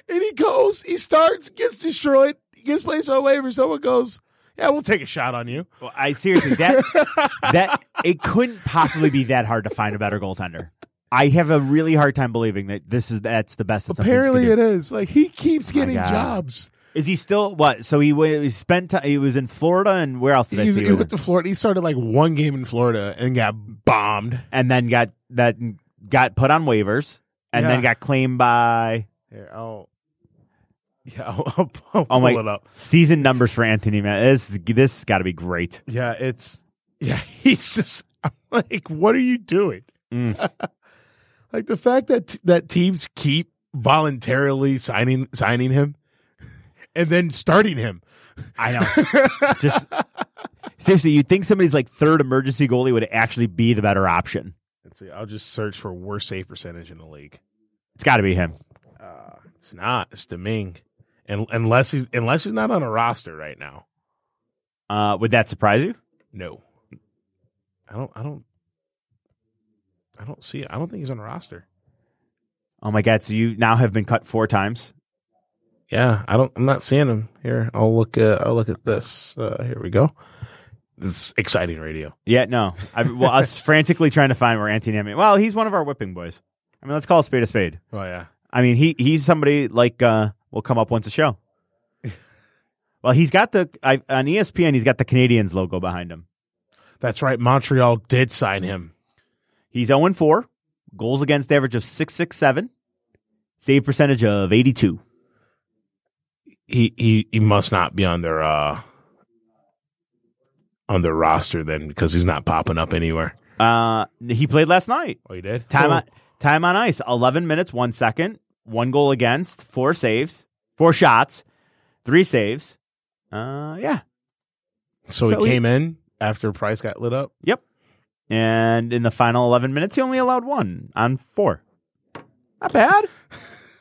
Speaker 4: and he goes, he starts, gets destroyed, he gets placed on waiver. Someone goes, "Yeah, we'll take a shot on you."
Speaker 5: Well, I seriously that that it couldn't possibly be that hard to find a better goaltender. I have a really hard time believing that this is that's the best. That
Speaker 4: Apparently, it is like he keeps getting
Speaker 5: God.
Speaker 4: jobs.
Speaker 5: is. Is he still what? So he, wa- he spent time, he was in Florida and where else did
Speaker 4: He's,
Speaker 5: I see
Speaker 4: he
Speaker 5: him?
Speaker 4: went to Florida. He started like one game in Florida and got bombed.
Speaker 5: and then got that got put on waivers and then
Speaker 4: Yeah.
Speaker 5: got claimed by
Speaker 4: Here, I'll, yeah, (laughs) I'll, I'll, I'll
Speaker 5: oh
Speaker 4: pull
Speaker 5: my
Speaker 4: it up.
Speaker 5: season numbers for Anthony. Man, this this got to be great.
Speaker 4: Yeah, it's yeah. (laughs) He's just I'm like, what are you doing?
Speaker 5: Mm.
Speaker 4: (laughs) like the fact that that teams (laughs) keep voluntarily signing signing him and then starting him.
Speaker 5: I know. Just seriously, you'd think somebody's like third emergency goalie would actually be the better option.
Speaker 4: Let's see. I'll just search for worst save percentage in the league.
Speaker 5: It's got to be him.
Speaker 4: Uh, it's not. It's Deming, and unless he's unless he's not on a roster right now.
Speaker 5: Uh, would that surprise you?
Speaker 4: No, I don't. I don't. I don't see it. I don't think he's on a roster.
Speaker 5: Oh my god! So you now have been cut four times.
Speaker 4: Yeah, I don't. I'm not seeing him here. I'll look. Uh, I'll look at this. Uh, here we go. This is exciting radio.
Speaker 5: Yeah, no. I, well, I was frantically trying to find where Anthony. Hamilton- Well, he's one of our whipping boys. I mean, let's call a spade a spade.
Speaker 4: Oh yeah.
Speaker 5: I mean, he he's somebody like uh, will come up once a show. well, he's got the I, on E ESPN. He's got the Canadians logo behind him.
Speaker 4: That's right. Montreal did sign him.
Speaker 5: He's 0 4, goals against average of 667, save percentage of 82.
Speaker 4: He he he must not be on their uh on their roster then because he's not popping up anywhere.
Speaker 5: Uh, he played last night.
Speaker 4: Oh, he did.
Speaker 5: Time
Speaker 4: Oh,
Speaker 5: on time on ice, 11 minutes, 1 second, 1 goal against, 4 saves, 4 shots, 3 saves. Uh, yeah.
Speaker 4: So,
Speaker 5: so
Speaker 4: he
Speaker 5: he-
Speaker 4: came in after Price got lit up.
Speaker 5: Yep. And in the final 11 minutes, he only allowed 1 on 4. Not bad.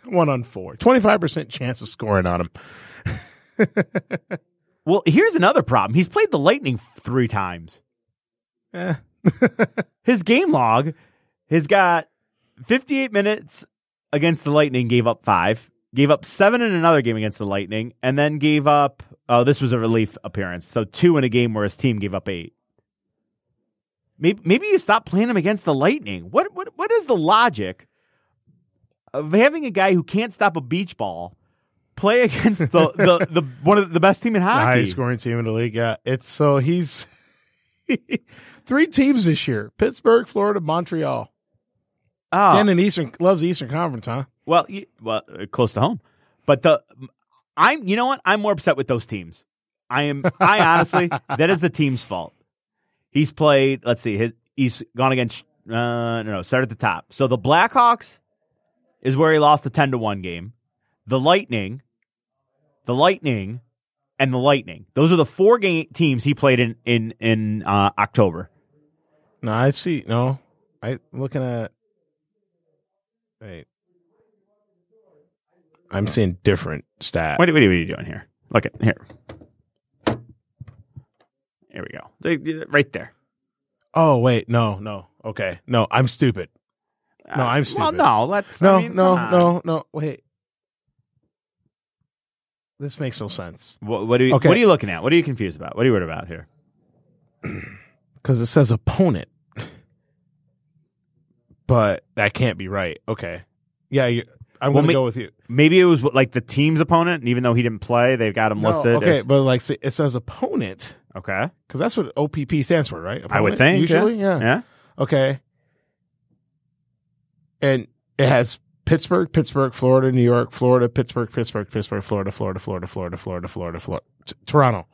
Speaker 4: One on four. Twenty five percent chance of scoring on him.
Speaker 5: Well, here's another problem. He's played the Lightning 3 times.
Speaker 4: Eh. (laughs)
Speaker 5: his game log has got 58 minutes against the Lightning, gave up five, gave up seven in another game against the Lightning, and then gave up. Oh, this was a relief appearance. So two in a game where his team gave up eight. Maybe maybe you stop playing him against the Lightning. What what what is the logic of having a guy who can't stop a beach ball play (laughs) against the the, the one of the best team in
Speaker 4: The
Speaker 5: hockey?
Speaker 4: highest scoring team in the league. Yeah, it's so he's (laughs) three teams this year: Pittsburgh, Florida, Montreal.
Speaker 5: Oh.
Speaker 4: Dan in Eastern loves the Eastern Conference, huh?
Speaker 5: Well, you, well, uh, close to home, but the I'm. You know what? I'm more upset with those teams. I am. I honestly, that is the team's fault. He's played. Let's see. His, he's gone against. Uh, no, no. Start at the top. So the Blackhawks is where he lost the ten to one game. The Lightning, the Lightning, and the Lightning. Those are the four game teams he played in in in uh, October.
Speaker 4: No, I see. No, I looking at. Wait, I'm seeing different stat.
Speaker 5: What, what are you doing here? Look at here. There we go. They- Right there.
Speaker 4: Oh wait, no, no. Okay, no, I'm stupid. No, I'm
Speaker 5: Uh, Well,
Speaker 4: stupid.
Speaker 5: no, let's.
Speaker 4: No,
Speaker 5: I mean,
Speaker 4: no,
Speaker 5: come on.
Speaker 4: no, no. Wait, this makes no sense
Speaker 5: What, what, are you,
Speaker 4: Okay.
Speaker 5: what are you looking at? What are you confused about? What are you worried about here?
Speaker 4: because it says opponent, but that can't be right. Okay, yeah, you I'm
Speaker 5: Well,
Speaker 4: gonna
Speaker 5: ma-
Speaker 4: go with you.
Speaker 5: Maybe it was like the team's opponent, and even though he didn't play, they've got him
Speaker 4: No,
Speaker 5: listed.
Speaker 4: okay,
Speaker 5: as-
Speaker 4: but like see, it says opponent
Speaker 5: okay.
Speaker 4: because that's what OPP stands for, right?
Speaker 5: I would
Speaker 4: Opponent,
Speaker 5: think yeah.
Speaker 4: usually, yeah.
Speaker 5: yeah.
Speaker 4: Okay. And it has Pittsburgh, Pittsburgh, Florida, New York, Florida, Pittsburgh, Pittsburgh, Pittsburgh, Florida, Florida, Florida, Florida, Florida, Florida, Florida, T- Toronto.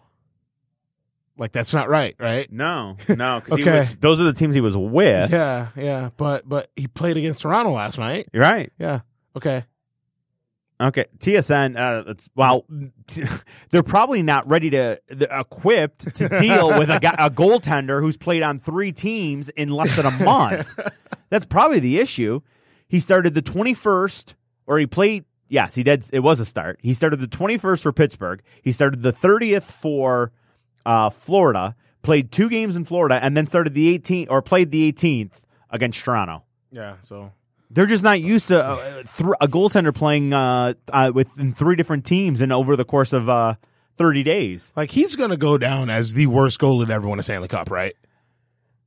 Speaker 4: Like that's not right, right?
Speaker 5: No, no. 'cause he
Speaker 4: Okay.
Speaker 5: was- those are the teams he was with.
Speaker 4: Yeah, yeah. But but he played against Toronto last night.
Speaker 5: You're right.
Speaker 4: Yeah. Okay.
Speaker 5: Okay, TSN. Uh, it's, wow, (laughs) they're probably not ready to they're equipped to deal with a, guy, a goaltender who's played on three teams in less than a month. That's probably the issue. He started the twenty first, or he played. Yes, he did. It was a start. He started the twenty first for Pittsburgh. He started the thirtieth for uh, Florida. Played two games in Florida, and then started the eighteenth or played the eighteenth against Toronto.
Speaker 4: Yeah. So
Speaker 5: They're just not used to uh, th- a goaltender playing uh, uh, within three different teams and over the course of uh, 30 days.
Speaker 4: like he's gonna go down as the worst goalie to ever win a Stanley Cup, right?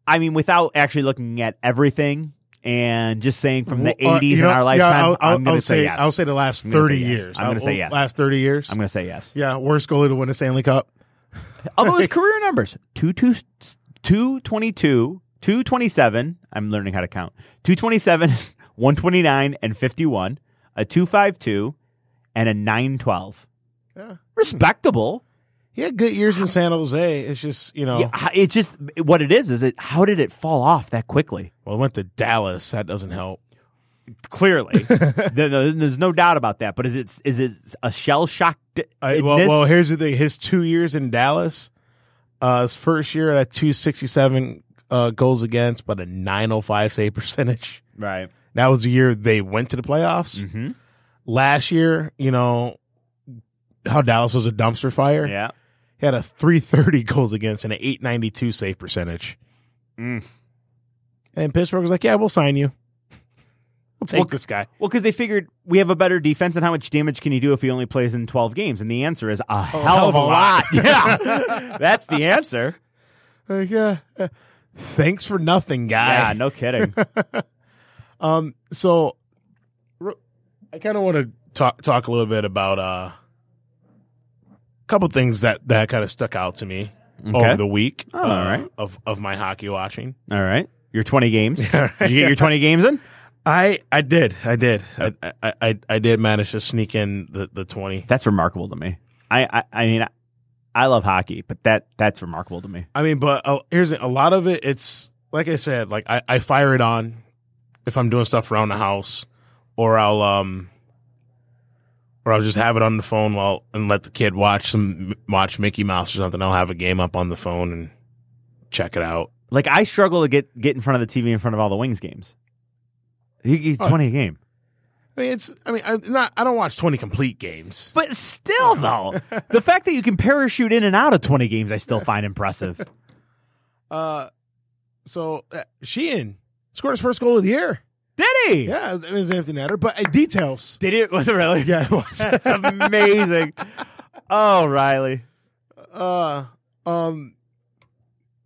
Speaker 5: I mean, without actually looking at everything and just saying from the
Speaker 4: Well, uh,
Speaker 5: 80s
Speaker 4: you
Speaker 5: in
Speaker 4: know,
Speaker 5: our
Speaker 4: Yeah,
Speaker 5: lifetime,
Speaker 4: I'll, I'll,
Speaker 5: am going
Speaker 4: I'll
Speaker 5: to say,
Speaker 4: say
Speaker 5: yes.
Speaker 4: I'll say the last
Speaker 5: I'm gonna say
Speaker 4: thirty
Speaker 5: yes.
Speaker 4: years.
Speaker 5: I'm gonna say
Speaker 4: I'll-
Speaker 5: yes.
Speaker 4: Last thirty years.
Speaker 5: I'm going to say yes.
Speaker 4: yeah, worst goalie to win a Stanley Cup.
Speaker 5: Although
Speaker 4: (laughs)
Speaker 5: his career numbers, 2 two- 222, 227, I'm learning how to count, (laughs) 227, 129, and 51, a 252, and a 912.
Speaker 4: Yeah.
Speaker 5: Respectable.
Speaker 4: He had good years in San Jose. It's just you know,
Speaker 5: Yeah, h- it just what it is is it how did it fall off that quickly?
Speaker 4: well, went to Dallas. That doesn't help.
Speaker 5: (laughs) Clearly, There- there- there's no doubt about that. But is it is it a shell shock?
Speaker 4: I, well, well, here's the thing: his two years in Dallas, uh, his first year at two sixty seven uh, goals against, but a nine oh five save percentage.
Speaker 5: right.
Speaker 4: That was the year they went to the playoffs.
Speaker 5: Mm-hmm.
Speaker 4: Last year, you know how Dallas was a dumpster fire.
Speaker 5: Yeah.
Speaker 4: He had a three thirty goals against and an eight ninety two save percentage.
Speaker 5: Mm.
Speaker 4: And Pittsburgh was like, "Yeah, we'll sign you. We'll take
Speaker 5: Well,
Speaker 4: this guy."
Speaker 5: Well, because they figured we have a better defense, and how much damage can he do if he only plays in 12 games? And the answer is a Oh, hell, of a lot. (laughs) yeah, that's the answer.
Speaker 4: Like, yeah. uh, Thanks for nothing, guy.
Speaker 5: Yeah, no (laughs) kidding.
Speaker 4: Um, so r- I kind of want to talk talk a little bit about uh, a couple things that that kind of stuck out to me over the week.
Speaker 5: Oh,
Speaker 4: uh,
Speaker 5: all right.
Speaker 4: of of my hockey watching.
Speaker 5: All right, your 20 (laughs) games. Did you get your 20 games in?
Speaker 4: I I did I did I I I, I did manage to sneak in the the twenty.
Speaker 5: That's remarkable to me. I I, I mean, I, I love hockey, but that that's remarkable to me.
Speaker 4: I mean, but uh, here's the- a lot of it. It's like I said, like I, I fire it on if I'm doing stuff around the house, or I'll um, or I'll just have it on the phone while and let the kid watch some watch Mickey Mouse or something. I'll have a game up on the phone and check it out.
Speaker 5: Like I struggle to get get in front of the TV in front of all the Wings games. You get
Speaker 4: Oh.
Speaker 5: 20 a game,
Speaker 4: I mean, it's I mean, I not I don't watch twenty complete games.
Speaker 5: but still though, (laughs) the fact that you can parachute in and out of 20 games, I still find (laughs) impressive.
Speaker 4: Uh, so uh, Sheehan scored his first goal of the year.
Speaker 5: Did he?
Speaker 4: Yeah, it was an empty netter, but uh, details.
Speaker 5: Did it? Was it really?
Speaker 4: (laughs) Yeah, it was. (laughs)
Speaker 5: (laughs) That's amazing. Oh, Riley.
Speaker 4: Uh, um,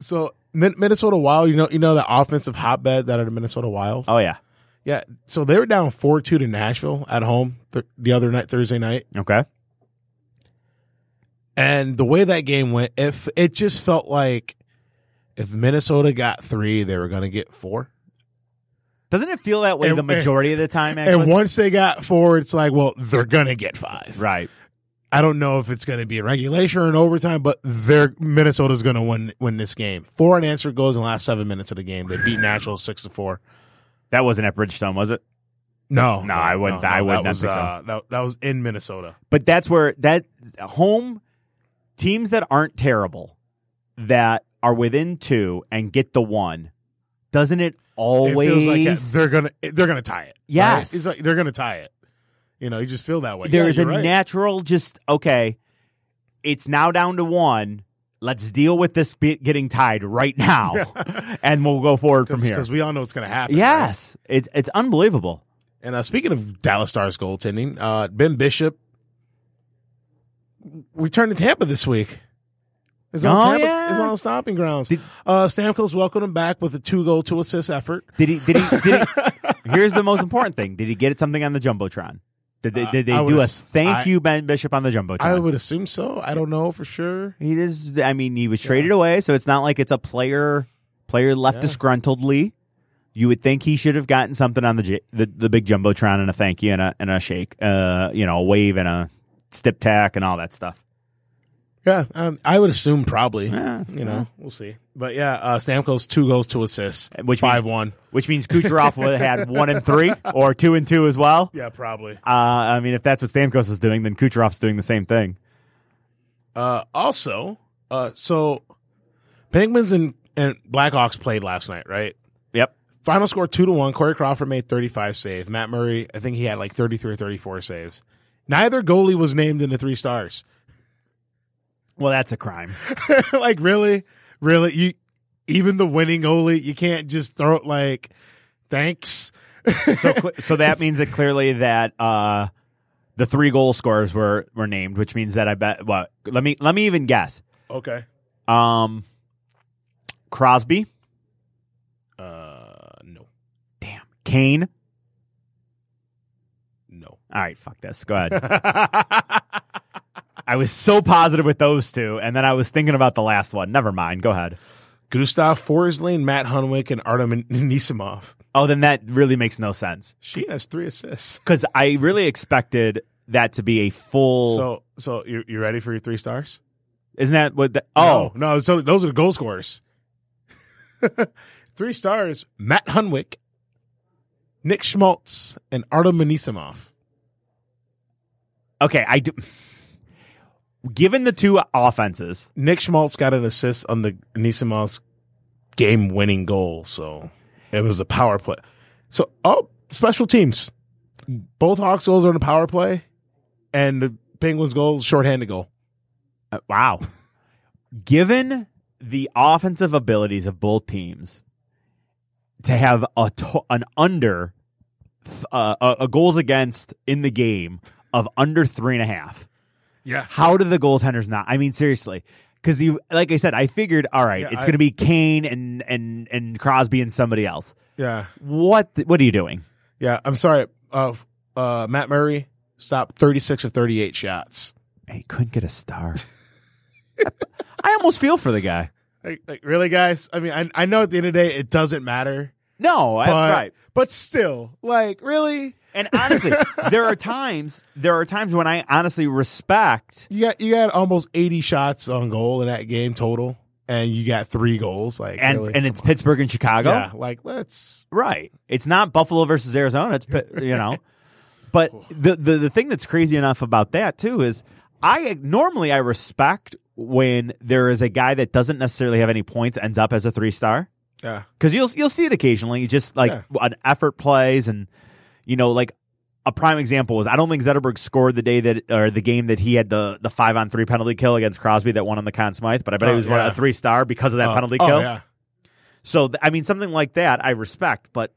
Speaker 4: so Min- Minnesota Wild, you know, you know that offensive hotbed that are the Minnesota Wild.
Speaker 5: Oh yeah.
Speaker 4: Yeah, so they were down four two to Nashville at home th- the other night, Thursday night,
Speaker 5: Okay.
Speaker 4: and the way that game went, if it just felt like if Minnesota got three, they were gonna get four,
Speaker 5: Doesn't it feel that way
Speaker 4: And-
Speaker 5: the majority of the time? Actually,
Speaker 4: and once they got four, it's like, well, they're gonna get five.
Speaker 5: right.
Speaker 4: I don't know if it's gonna be in regulation or in overtime, but they're Minnesota's gonna win win this game. Four unanswered goals in the last seven minutes of the game. They beat Nashville six to four.
Speaker 5: That wasn't at Bridgestone, was it?
Speaker 4: No,
Speaker 5: No, I wouldn't- I would
Speaker 4: that
Speaker 5: not
Speaker 4: was,
Speaker 5: think so.
Speaker 4: uh, that, that was in Minnesota.
Speaker 5: But that's where that home teams that aren't terrible that are within two and get the one. Doesn't
Speaker 4: It
Speaker 5: it always?
Speaker 4: feels like that they're gonna they're gonna tie it.
Speaker 5: Yes.
Speaker 4: right? it's like they're gonna tie it. You know, you just feel that way.
Speaker 5: There
Speaker 4: Yeah,
Speaker 5: is
Speaker 4: you're
Speaker 5: a
Speaker 4: right.
Speaker 5: natural just okay it's now down to one let's deal with this bit getting tied right now (laughs) and we'll go forward from here
Speaker 4: because we all know it's gonna happen. right?
Speaker 5: yes it's it's unbelievable
Speaker 4: And uh, speaking of Dallas Stars goaltending, uh, Ben Bishop returned to Tampa this week. His own
Speaker 5: Oh,
Speaker 4: Tampa,
Speaker 5: yeah.
Speaker 4: his own stomping grounds.
Speaker 5: Did-
Speaker 4: uh, Stamkos welcomed him back with a two goal, two assist effort.
Speaker 5: did he did he, did
Speaker 4: (laughs)
Speaker 5: he here's the most important thing did he get something on the jumbotron did they,
Speaker 4: Uh,
Speaker 5: did they
Speaker 4: I would
Speaker 5: do a
Speaker 4: ass-
Speaker 5: thank
Speaker 4: I-
Speaker 5: you ben bishop on the jumbotron
Speaker 4: I would assume so. I don't know for sure.
Speaker 5: he is i mean he was traded away so it's not like it's a player player left
Speaker 4: Yeah.
Speaker 5: disgruntledly you would think he should have gotten something on the j- the, the big jumbotron and a thank you and a and a shake, uh, you know, a wave and a stip tack and all that stuff.
Speaker 4: Yeah, um, I would assume probably.
Speaker 5: Yeah,
Speaker 4: you know, we'll see. But yeah, uh, Stamkos two goals, two assists,
Speaker 5: Uh, Which means-
Speaker 4: five one.
Speaker 5: Which means Kucherov would
Speaker 4: (laughs)
Speaker 5: have had one and three or two and two as well.
Speaker 4: Yeah, probably.
Speaker 5: Uh, I mean, if that's what Stamkos is doing, then Kucherov's doing the same thing.
Speaker 4: Uh, also, uh, so Penguins and and Blackhawks played last night, right?
Speaker 5: Yep.
Speaker 4: Final score two to one. Corey Crawford made thirty five saves. Matt Murray, I think he had like thirty three or thirty four saves. Neither goalie was named in the three stars. (laughs)
Speaker 5: Well, that's a crime.
Speaker 4: like really, really, you even the winning goalie, you can't just throw it like thanks. (laughs)
Speaker 5: So, cl- so that means that clearly that uh, the three goal scorers were were named, which means that I bet. What? Let me let me even guess.
Speaker 4: Okay.
Speaker 5: Um, Crosby,
Speaker 4: Uh, no,
Speaker 5: damn Kane.
Speaker 4: no.
Speaker 5: All right, fuck this. Go
Speaker 4: (laughs)
Speaker 5: ahead. I was so positive with those two, and then I was thinking about the last one. Never mind. Go ahead.
Speaker 4: Gustav Forsling, Matt Hunwick, and Artem Nisimov.
Speaker 5: Oh, then that really makes no sense
Speaker 4: She has three assists.
Speaker 5: because I really expected that to be a full.
Speaker 4: So, so you you ready for your three stars?
Speaker 5: isn't that what? The, oh,
Speaker 4: no, no, so those are the goal (laughs) scorers. three stars: Matt Hunwick, Nick Schmaltz and Artem Anisimov.
Speaker 5: Okay, I do. Given the two offenses,
Speaker 4: Nick Schmaltz got an assist on the Anisimov's game winning goal, so it was a power play. So oh special teams. Both Hawks goals are in a power play and the Penguins goal is shorthanded goal.
Speaker 5: uh, wow. Given the offensive abilities of both teams, to have a to- an under th- uh, a, a goals against in the game of under three and a half.
Speaker 1: Yeah.
Speaker 5: How do the goaltenders not? I mean, seriously, because you, like I said, I figured, all right,
Speaker 4: Yeah,
Speaker 5: it's
Speaker 4: I-
Speaker 5: going to be Kane and and and Crosby and somebody else.
Speaker 4: Yeah.
Speaker 5: What th- what are you doing?
Speaker 4: Yeah. I'm sorry. Uh uh Matt Murray stopped thirty six of thirty eight shots.
Speaker 5: He couldn't get a star. (laughs) I almost feel for the guy.
Speaker 4: Like, like really guys? I mean I I know at the end of the day it doesn't matter.
Speaker 5: No, that's
Speaker 4: but
Speaker 5: right.
Speaker 4: but still, like really?
Speaker 5: And
Speaker 4: (laughs)
Speaker 5: honestly, there are times there are times when I honestly respect.
Speaker 4: You got you got almost eighty shots on goal in that game total, and you got three goals. Like
Speaker 5: And
Speaker 4: really?
Speaker 5: and it's Pittsburgh and Chicago,
Speaker 4: yeah, like let's
Speaker 5: right? It's not Buffalo versus Arizona. It's Pit- you know, but the, the the thing that's crazy enough about that too is I normally I respect when there is a guy that doesn't necessarily have any points ends up as a three star.
Speaker 4: yeah
Speaker 5: because you'll you'll see it occasionally. Just like
Speaker 4: Yeah.
Speaker 5: an effort plays, and you know, like a prime example was I don't think Zetterberg scored the day that or the game that he had the the five on three penalty kill against Crosby that won on the Conn Smythe, but I bet
Speaker 4: Oh,
Speaker 5: he was one,
Speaker 4: yeah.
Speaker 5: a three star because of that
Speaker 4: Uh,
Speaker 5: penalty
Speaker 4: oh,
Speaker 5: kill.
Speaker 4: yeah.
Speaker 5: So th- I mean, something like that I respect, but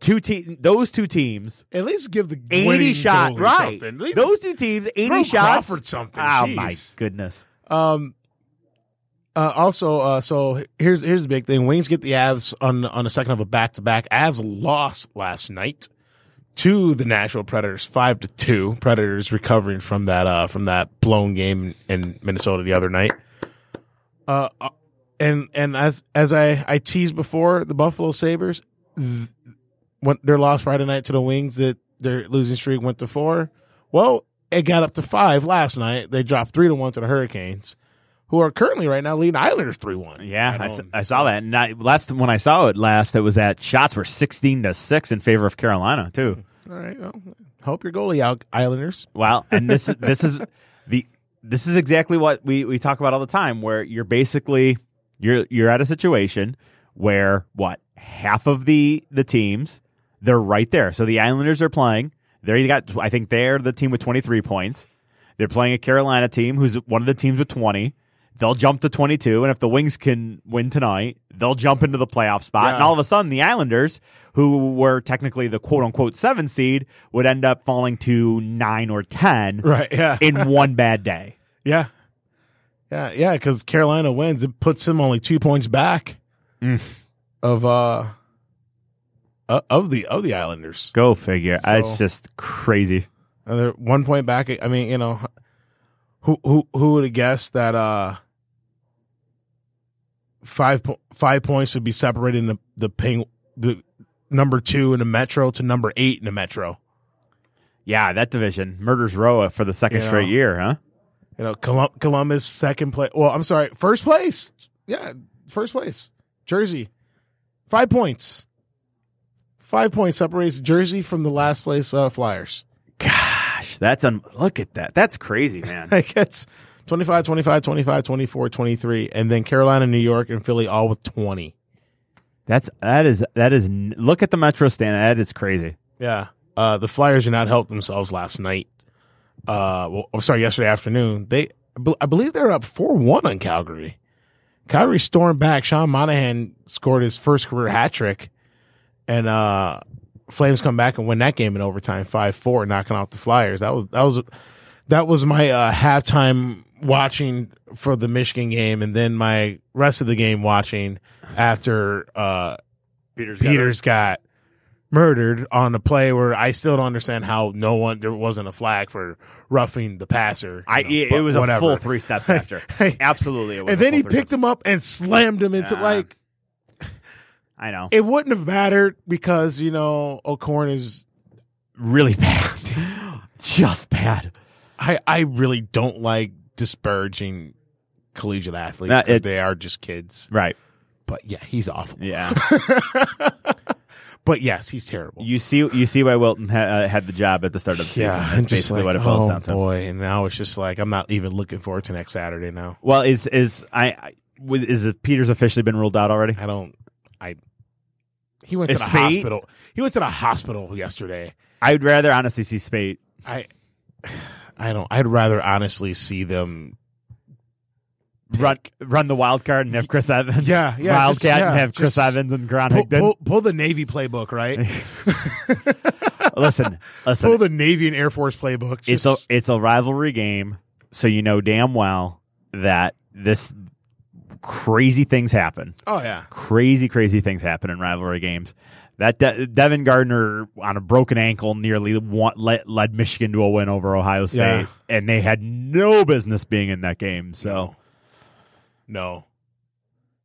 Speaker 5: two te- those two teams.
Speaker 4: At least give the
Speaker 5: Eighty
Speaker 4: winning
Speaker 5: shot,
Speaker 4: goalie
Speaker 5: right?
Speaker 4: something. At least-
Speaker 5: Those two teams, eighty
Speaker 4: Throw
Speaker 5: shots.
Speaker 4: Crawford something,
Speaker 5: Oh
Speaker 4: jeez.
Speaker 5: my goodness!
Speaker 4: Um. Uh, also, uh, so here's here's the big thing. Wings get the Avs on on the second of a back to back. Avs lost last night to the Nashville Predators, five to two. Predators recovering from that uh from that blown game in Minnesota the other night. Uh, uh, and and as as I I teased before, the Buffalo Sabers, th- when their loss Friday night to the Wings, that their losing streak went to four. Well, it got up to five last night. They dropped three to one to the Hurricanes, who are currently right now leading Islanders three one.
Speaker 5: Yeah, I, s- I saw that. And I, last when I saw it last, it was that shots were sixteen to six in favor of Carolina too.
Speaker 4: All right, well, help your goalie out, Islanders.
Speaker 5: Well, and this this is the this is exactly what we we talk about all the time, where you're basically you're you're at a situation where what half of the the teams they're right there. So the Islanders are playing. They got I think they're the team with 23 points. They're playing a Carolina team who's one of the teams with 20. They'll jump to 22, and if the Wings can win tonight, they'll jump into the playoff spot. And
Speaker 4: Yeah.
Speaker 5: all of a sudden, the Islanders, who were technically the quote unquote seven seed, would end up falling to nine or 10
Speaker 4: Right? Yeah.
Speaker 5: in
Speaker 4: (laughs)
Speaker 5: one bad day.
Speaker 4: yeah. Yeah. Yeah. Because Carolina wins, it puts them only two points back
Speaker 5: Mm.
Speaker 4: of uh o- of the of the Islanders.
Speaker 5: Go figure.
Speaker 4: So-
Speaker 5: It's just crazy.
Speaker 4: And they're one point back. I mean, you know, who who who would have guessed that uh five po- five points would be separating the the ping the number two in the Metro to number eight in the Metro.
Speaker 5: Yeah, that division murders Roa for the second
Speaker 4: Yeah.
Speaker 5: straight year, huh?
Speaker 4: You know, Colum- Columbus second place. Well, I'm sorry, first place. Yeah, first place. Jersey, five points. Five points separates Jersey from the last place uh, Flyers. (laughs)
Speaker 5: Gosh, that's un- look at that. That's
Speaker 4: (laughs)
Speaker 5: crazy, man.
Speaker 4: I guess 25, 25, 25, 24, 23, and then Carolina, New York, and Philly all with 20.
Speaker 5: that's that is that is n- look at the Metro stand. That is crazy.
Speaker 4: Yeah. Uh, the Flyers did not help themselves last night. Uh, well, I'm sorry, yesterday afternoon. They, I bel- I believe they were up 4 1 on Calgary. Calgary stormed back. Sean Monahan scored his first career hat trick, and uh, Flames come back and win that game in overtime, five four, knocking out the Flyers. That was that was that was my uh, halftime watching for the Michigan game, and then my rest of the game watching after uh,
Speaker 5: Peters,
Speaker 4: Peters got murdered on a play where I still don't understand how no one there wasn't a flag for roughing the passer.
Speaker 5: I
Speaker 4: you know,
Speaker 5: it,
Speaker 4: but
Speaker 5: it was a
Speaker 4: whatever.
Speaker 5: full
Speaker 4: (laughs)
Speaker 5: three steps after. Absolutely, it was.
Speaker 4: and
Speaker 5: a
Speaker 4: then
Speaker 5: full
Speaker 4: he
Speaker 5: three
Speaker 4: picked
Speaker 5: steps.
Speaker 4: him up and slammed him into
Speaker 5: Yeah.
Speaker 4: like
Speaker 5: I know,
Speaker 4: it wouldn't have mattered because you know O'Corn is.
Speaker 5: really bad, (laughs) just bad.
Speaker 4: I I really don't like disparaging collegiate athletes
Speaker 5: Nah,
Speaker 4: because
Speaker 5: it-
Speaker 4: they are just kids.
Speaker 5: Right?
Speaker 4: But yeah, he's awful.
Speaker 5: Yeah.
Speaker 4: But yes, he's terrible.
Speaker 5: You see, you see why Wilton ha- uh, had the job at the start of the season.
Speaker 4: yeah,
Speaker 5: That's
Speaker 4: I'm just
Speaker 5: basically
Speaker 4: like,
Speaker 5: what it boils
Speaker 4: oh
Speaker 5: down to.
Speaker 4: boy, and now it's just like I'm not even looking forward to next Saturday now.
Speaker 5: Well, is is I, I with- is it Peters officially been ruled out already?
Speaker 4: I don't. I. He went to
Speaker 5: Is
Speaker 4: the
Speaker 5: Spade-
Speaker 4: hospital. He went to the hospital yesterday.
Speaker 5: I would rather honestly see Spate.
Speaker 4: I. (sighs) I don't. I'd rather honestly see them.
Speaker 5: Run, run the wild card and have Chris Evans.
Speaker 4: Yeah, yeah,
Speaker 5: Wildcat
Speaker 4: just- yeah,
Speaker 5: and have Chris
Speaker 4: just
Speaker 5: Evans and Gron
Speaker 4: Pull,
Speaker 5: Higdon.
Speaker 4: pull, pull the Navy playbook,
Speaker 5: (laughs)
Speaker 4: right? (laughs)
Speaker 5: listen, listen.
Speaker 4: pull the Navy and Air Force playbook.
Speaker 5: it's
Speaker 4: Just,
Speaker 5: a it's a rivalry game, so you know damn well that this crazy things happen.
Speaker 4: oh yeah,
Speaker 5: Crazy, crazy things happen in rivalry games. That De- Devin Gardner on a broken ankle nearly wa- led, led Michigan to a win over Ohio State,
Speaker 4: Yeah.
Speaker 5: and they had no business being in that game. So.
Speaker 4: no.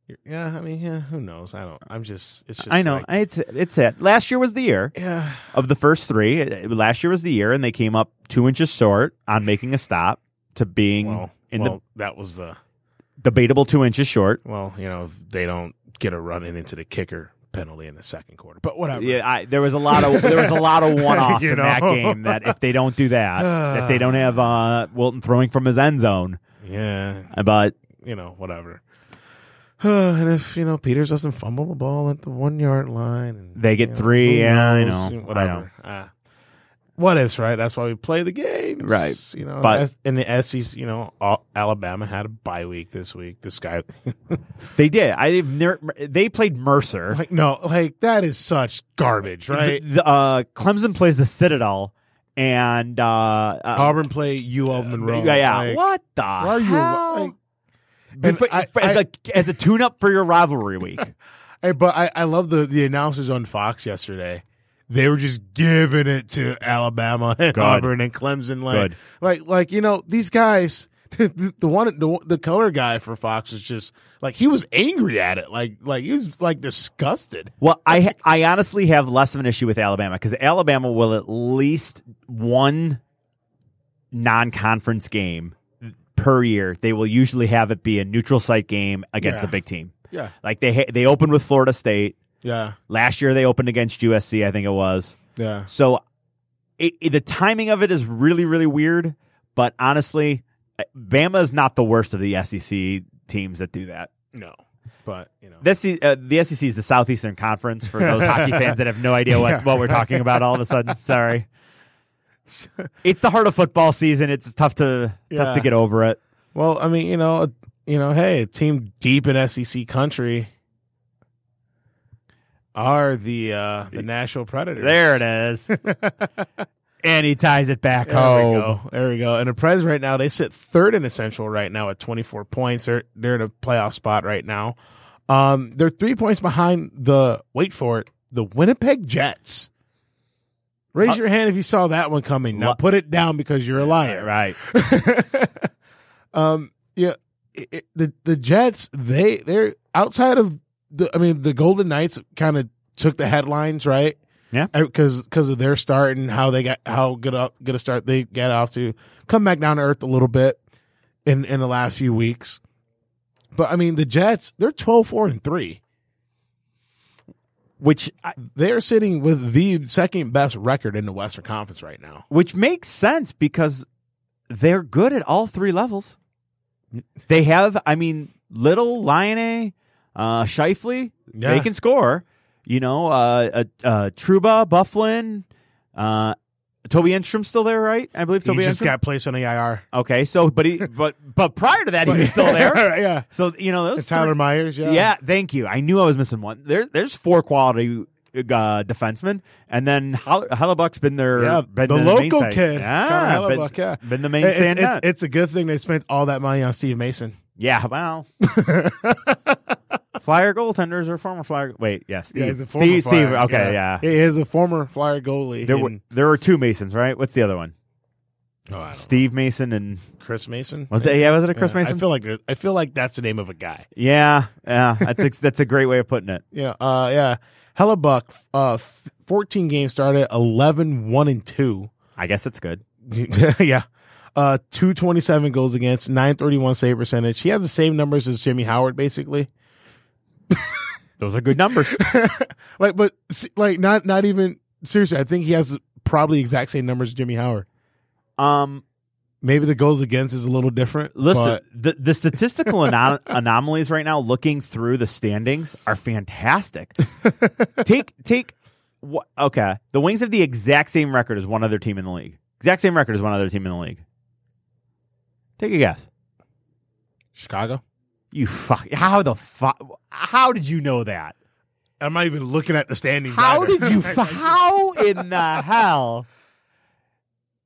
Speaker 4: You're- Yeah, I mean, yeah. Who knows? I don't. I'm just. It's just.
Speaker 5: I know
Speaker 4: like-
Speaker 5: it's it's it. Last year was the year
Speaker 4: yeah.
Speaker 5: of the first three. Uh, Last year was the year, and they came up two inches short on making a stop to being
Speaker 4: Well,
Speaker 5: in
Speaker 4: well, that was the.
Speaker 5: the debatable two inches short.
Speaker 4: Well, you know, if they don't get a run in into the kicker penalty in the second quarter, but whatever.
Speaker 5: Yeah, I, there was a lot of there was a
Speaker 4: (laughs)
Speaker 5: lot of one offs
Speaker 4: You
Speaker 5: in that
Speaker 4: know?
Speaker 5: game. That if they don't do
Speaker 4: (sighs)
Speaker 5: that, if they don't have uh, Wilton throwing from his end zone,
Speaker 4: yeah.
Speaker 5: but
Speaker 4: you know, whatever. (sighs) and if you know Peters doesn't fumble the ball at the one yard line, and,
Speaker 5: They get
Speaker 4: you
Speaker 5: three,
Speaker 4: who
Speaker 5: yeah, I
Speaker 4: knows,
Speaker 5: know,
Speaker 4: you
Speaker 5: I
Speaker 4: whatever. Ah. what ifs, right? That's why we play the games,
Speaker 5: Right.
Speaker 4: You know,
Speaker 5: But-
Speaker 4: but and the SEC, you know, all, Alabama had a bye week this week. This guy,
Speaker 5: they did. I they're- they played Mercer.
Speaker 4: (laughs) like, no, like that is such
Speaker 5: (laughs)
Speaker 4: garbage, right?
Speaker 5: The- the, uh, Clemson plays the Citadel, and uh, uh,
Speaker 4: Auburn play UL Monroe.
Speaker 5: Yeah, yeah.
Speaker 4: like,
Speaker 5: what the
Speaker 4: why are you?
Speaker 5: hell?
Speaker 4: Like, and
Speaker 5: Befo-
Speaker 4: I-
Speaker 5: as
Speaker 4: I-
Speaker 5: a as a tune up for your
Speaker 4: (laughs)
Speaker 5: rivalry week.
Speaker 4: Hey, but I, I love the the announcers on Fox yesterday. They were just giving it to Alabama (laughs) and
Speaker 5: Good.
Speaker 4: Auburn and Clemson. Like,
Speaker 5: Good.
Speaker 4: like, like you know, these guys. (laughs) The, the one, the, the color guy for Fox was just like he was angry at it. Like, like he was like disgusted.
Speaker 5: Well, I I honestly have less of an issue with Alabama because Alabama will at least one non conference game per year. They will usually have it be a neutral site game against
Speaker 4: Yeah.
Speaker 5: the big team.
Speaker 4: Yeah,
Speaker 5: Like they ha- they opened with Florida State
Speaker 4: yeah,
Speaker 5: last year. They opened against USC, I think it was.
Speaker 4: yeah.
Speaker 5: So it, it- the timing of it is really, really weird. But honestly, Bama is not the worst of the SEC teams that do that.
Speaker 4: No, but you know,
Speaker 5: This, is- uh, the SEC is the Southeastern Conference for those hockey fans that have no idea what,
Speaker 4: Yeah.
Speaker 5: what we're talking about all of a sudden. Sorry. It's the heart of football season. It's tough to tough
Speaker 4: Yeah.
Speaker 5: to get over it.
Speaker 4: well, I mean, you know, you know, hey, a team deep in SEC country are the uh the National Predators.
Speaker 5: There it
Speaker 4: (laughs)
Speaker 5: is. and he ties it back
Speaker 4: There
Speaker 5: home.
Speaker 4: we go. There we go. And the Preds right now, they sit third in the Central right now at 24 points. They're they're in a playoff spot right now. Um, they're three points behind the wait for it, the Winnipeg Jets. Raise your hand if you saw that one coming. Now
Speaker 5: Lo-
Speaker 4: put it down because you're a liar.
Speaker 5: Right.
Speaker 4: (laughs) um, yeah, it, it- the the Jets they they're outside of the. I mean, the Golden Knights kind of took the headlines, right?
Speaker 5: Yeah.
Speaker 4: because because of their start and how they got how good up good a start they got off to. Come back down to earth a little bit in in the last few weeks, but I mean the Jets they're 12, 4, and three.
Speaker 5: Which I,
Speaker 4: They're sitting with the second best record in the Western Conference right now.
Speaker 5: which makes sense because they're good at all three levels. They have, I mean, Little, Lion uh, Shifley,
Speaker 4: Yeah.
Speaker 5: they can score. You know, uh, uh, uh, Truba, Bufflin, uh, Toby Enstrom's still there, right? I believe Toby
Speaker 4: he just
Speaker 5: Enstrom.
Speaker 4: got placed on the IR.
Speaker 5: okay, so but he, but but prior to that, he was
Speaker 4: (laughs)
Speaker 5: still there.
Speaker 4: yeah.
Speaker 5: So you know those
Speaker 4: And Tyler
Speaker 5: three-
Speaker 4: Myers, yeah.
Speaker 5: yeah, thank you. I knew I was missing one. There, there's four quality uh, defensemen, and then Hall- Hellebuck's been their
Speaker 4: Yeah,
Speaker 5: been
Speaker 4: the
Speaker 5: their main
Speaker 4: local
Speaker 5: site.
Speaker 4: kid,
Speaker 5: yeah,
Speaker 4: Connor
Speaker 5: been-
Speaker 4: Hellebuck, yeah.
Speaker 5: been the main
Speaker 4: It's,
Speaker 5: stand.
Speaker 4: it's-
Speaker 5: net.
Speaker 4: it's a good thing they spent all that money on Steve Mason.
Speaker 5: yeah,
Speaker 4: (laughs)
Speaker 5: well, Flyer goaltenders or former Flyer. Wait, yes, Steve,
Speaker 4: Yeah, he's a former
Speaker 5: Steve,
Speaker 4: Flyer.
Speaker 5: Steve, okay, yeah.
Speaker 4: He is a former Flyer goalie.
Speaker 5: There were
Speaker 4: and-
Speaker 5: there were two Masons, right? What's the other one?
Speaker 4: Oh, I don't know.
Speaker 5: Steve Mason and
Speaker 4: Chris Mason.
Speaker 5: was it? Yeah, was it a Chris
Speaker 4: Yeah,
Speaker 5: Mason?
Speaker 4: I feel like there- I feel like that's the name of a guy.
Speaker 5: yeah, yeah. That's ex- that's a (laughs) great way of putting it.
Speaker 4: Yeah, uh, yeah. Hellebuck, uh, f- fourteen games started, 11, 1 and two.
Speaker 5: I guess that's good.
Speaker 4: (laughs) yeah. Uh, 227 goals against, 931 save percentage. He has the same numbers as Jimmy Howard, basically.
Speaker 5: Those are good numbers.
Speaker 4: (laughs) Like, but se- like not not even seriously. I think he has probably exact same numbers as Jimmy Howard.
Speaker 5: um,
Speaker 4: Maybe the goals against is a little different.
Speaker 5: listen,
Speaker 4: but
Speaker 5: the, the statistical anom- anomalies right now, looking through the standings, are fantastic. take take what? Okay, the Wings have the exact same record as one other team in the league. Exact same record as one other team in the league. Take a guess.
Speaker 4: Chicago.
Speaker 5: You fuck. How the fuck? How did you know that?
Speaker 4: I'm not even looking at the standings.
Speaker 5: How
Speaker 4: either. (laughs)
Speaker 5: did you? f- how in the hell?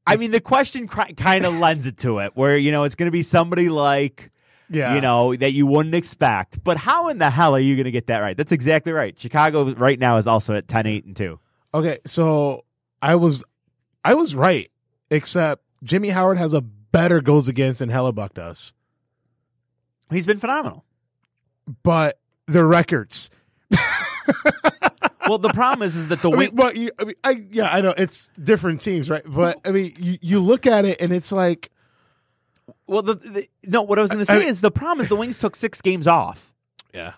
Speaker 5: I mean, the question cri- kind of lends it to it, where you know it's going to be somebody like
Speaker 4: yeah,
Speaker 5: you know that you wouldn't expect. But how in the hell are you going to get that right? That's exactly right. Chicago right now is also at 10, 8, and two.
Speaker 4: Okay, so I was, I was right, except Jimmy Howard has a better goals against than Hellebuck does,
Speaker 5: He's been phenomenal.
Speaker 4: but their records.
Speaker 5: Well, the problem is, is that the
Speaker 4: (laughs) I mean,
Speaker 5: wing.
Speaker 4: but you, I mean, I yeah, I know it's different teams, right? But I mean, you, you look at it and it's like,
Speaker 5: Well, the, the no. What I was going to
Speaker 4: I-
Speaker 5: say is the problem is the Wings took six games off.
Speaker 4: yeah,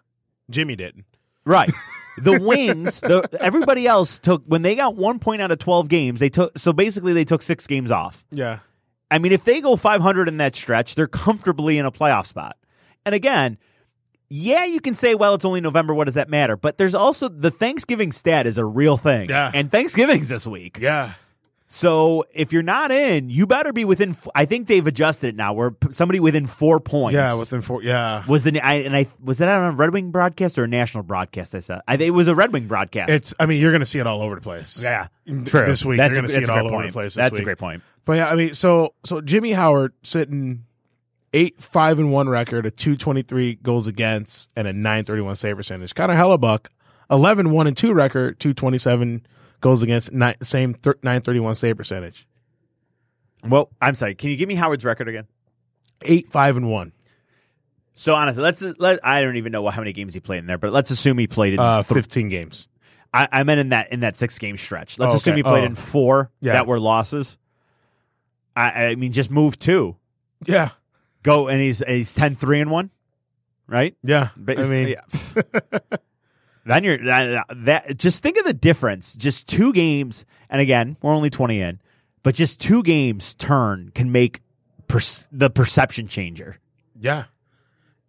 Speaker 4: Jimmy didn't.
Speaker 5: Right. (laughs) The Wings, the, everybody else took when they got one point out of twelve games. They took so basically they took six games off.
Speaker 4: Yeah,
Speaker 5: I mean, if they go 500 in that stretch, they're comfortably in a playoff spot. And again, yeah, you can say, well, it's only November. What does that matter? But there's also the Thanksgiving stat is a real thing.
Speaker 4: Yeah.
Speaker 5: And Thanksgiving's this week.
Speaker 4: yeah,
Speaker 5: So if you're not in, you better be within. f- I think they've adjusted it now where p- somebody within four points.
Speaker 4: yeah. Within four, yeah,
Speaker 5: was the I, and I was that on a Red Wing broadcast or a national broadcast? I said I, it was a Red Wing broadcast.
Speaker 4: it's. I mean, you're gonna see it all over the place.
Speaker 5: yeah,
Speaker 4: Th-
Speaker 5: true.
Speaker 4: This week,
Speaker 5: that's
Speaker 4: you're
Speaker 5: a,
Speaker 4: gonna see it
Speaker 5: that's a great
Speaker 4: all over
Speaker 5: point.
Speaker 4: the place. This
Speaker 5: That's
Speaker 4: week.
Speaker 5: a great point.
Speaker 4: But yeah, I mean, so so Jimmy Howard sitting eight five and one record, a two twenty three goals against, and a nine thirty one save percentage. Connor Hellebuck, 11 1 and two record, two twenty seven goals against, nine, same thir- nine thirty one save percentage.
Speaker 5: Well, I'm sorry. Can you give me Howard's record again?
Speaker 4: Eight five and one,
Speaker 5: So honestly, let's let I don't even know how many games he played in there, but let's assume he played in.
Speaker 4: uh,
Speaker 5: th-
Speaker 4: fifteen games.
Speaker 5: I, I meant in that in that six game stretch. Let's
Speaker 4: Oh,
Speaker 5: assume
Speaker 4: okay.
Speaker 5: he played
Speaker 4: Oh.
Speaker 5: in four
Speaker 4: Yeah.
Speaker 5: that were losses. I, I mean, just move two,
Speaker 4: Yeah,
Speaker 5: go, and he's he's 10, 3 and one, right?
Speaker 4: yeah.
Speaker 5: But
Speaker 4: I
Speaker 5: it's-
Speaker 4: mean, (laughs)
Speaker 5: yeah. then you're that, that. Just think of the difference. Just two games, and again, we're only twenty in, but just two games turn can make per, the perception changer.
Speaker 4: Yeah.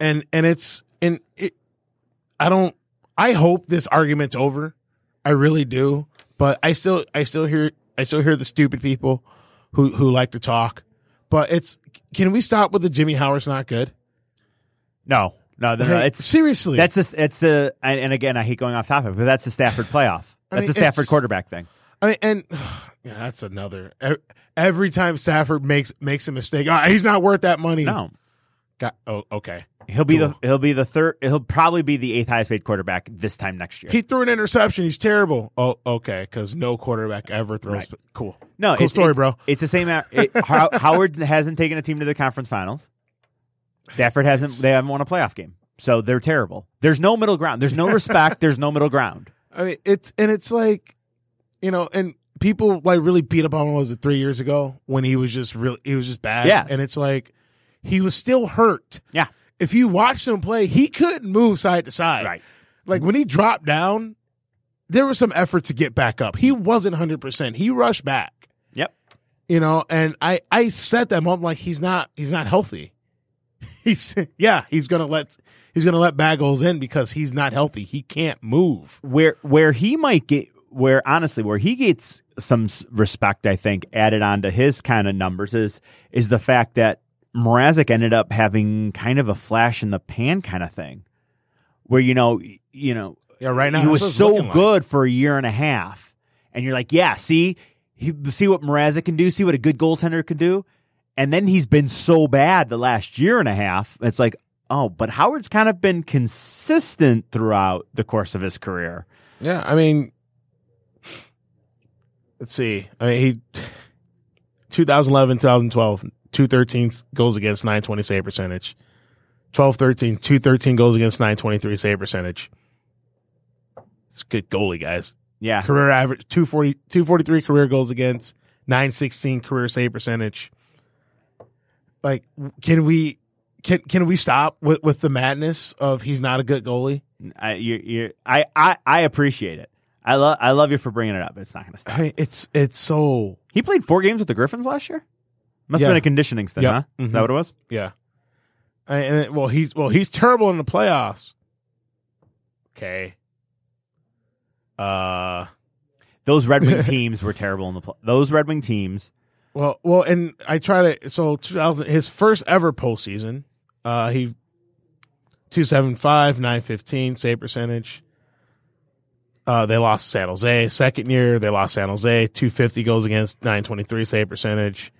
Speaker 4: And and it's and it I don't I hope this argument's over. I really do. But I still I still hear I still hear the stupid people who who like to talk. But it's can we stop with the Jimmy Howard's not good?
Speaker 5: No, no, no, no
Speaker 4: Like,
Speaker 5: it's
Speaker 4: seriously.
Speaker 5: That's the that's the and, and again I hate going off topic, but that's the Stafford playoff. That's
Speaker 4: I mean,
Speaker 5: the Stafford
Speaker 4: it's-
Speaker 5: quarterback thing.
Speaker 4: I mean and (sighs) yeah, that's another ev- every time Stafford makes makes a mistake, "Ah, he's not worth that money.
Speaker 5: No,
Speaker 4: Got- oh, okay.
Speaker 5: he'll be the
Speaker 4: Cool.
Speaker 5: he'll be the third. He'll probably be the eighth highest paid quarterback this time next year.
Speaker 4: He threw an interception. He's terrible. Oh, okay. Because no quarterback ever throws. Cool.
Speaker 5: no,
Speaker 4: cool
Speaker 5: it's,
Speaker 4: story,
Speaker 5: it's-
Speaker 4: bro.
Speaker 5: It's the same. a- It,
Speaker 4: (laughs)
Speaker 5: How- Howard hasn't taken a team to the conference finals. Stafford hasn't. They haven't won a playoff game, so they're terrible. There's no middle ground. There's no respect. There's no middle ground.
Speaker 4: I mean, it's and it's like, you know, and people like really beat up on him. what Was it three years ago when he was just really he was just bad?
Speaker 5: Yes.
Speaker 4: and it's like he was still hurt.
Speaker 5: Yeah.
Speaker 4: If you watched him play, he couldn't move side to side.
Speaker 5: Right.
Speaker 4: Like when he dropped down, there was some effort to get back up. He wasn't hundred percent. He rushed back.
Speaker 5: Yep.
Speaker 4: You know, and I I set them up like he's not he's not healthy. (laughs) He's yeah he's gonna let he's gonna let bad goals in because he's not healthy. He can't move.
Speaker 5: where where he might get where honestly where he gets some s- respect I think added onto his kind of numbers is is the fact that Mrazek ended up having kind of a flash in the pan kind of thing where you know y- you know
Speaker 4: Yeah, right now
Speaker 5: he
Speaker 4: that's what
Speaker 5: was
Speaker 4: it's
Speaker 5: so
Speaker 4: looking like.
Speaker 5: good for a year and a half and you're like yeah see he, see what Mrazek can do see what a good goaltender can do and then he's been so bad the last year and a half it's like oh but Howard's kind of been consistent throughout the course of his career
Speaker 4: Yeah, I mean, let's see. I mean, he 2011, 2012, 213 goals against 920 save percentage. 12 13, 213 goals against 923 save percentage. It's a good goalie, guys.
Speaker 5: yeah
Speaker 4: Career average 240, 243 career goals against 916 career save percentage. Like, can we can can we stop with, with the madness of he's not a good goalie?
Speaker 5: I, you, you, I, I, I appreciate it. I love, I love you for bringing it up. It's not going to stop.
Speaker 4: I mean, it's it's so
Speaker 5: He played four games with the Griffins last year. Must have
Speaker 4: Yeah.
Speaker 5: been a conditioning stint,
Speaker 4: Yep.
Speaker 5: huh? Is
Speaker 4: Mhm.
Speaker 5: that what it was?
Speaker 4: yeah. I, and it- well, he's well, he's terrible in the playoffs. Okay. Uh,
Speaker 5: Those
Speaker 4: (laughs)
Speaker 5: Red Wing teams were terrible in the pl- those Red Wing teams.
Speaker 4: well, well, and I try to so 2000 his first ever postseason. Uh, he 275, 915 save percentage. Uh, they lost San Jose second year. They lost San Jose 250 goes against 923 save percentage.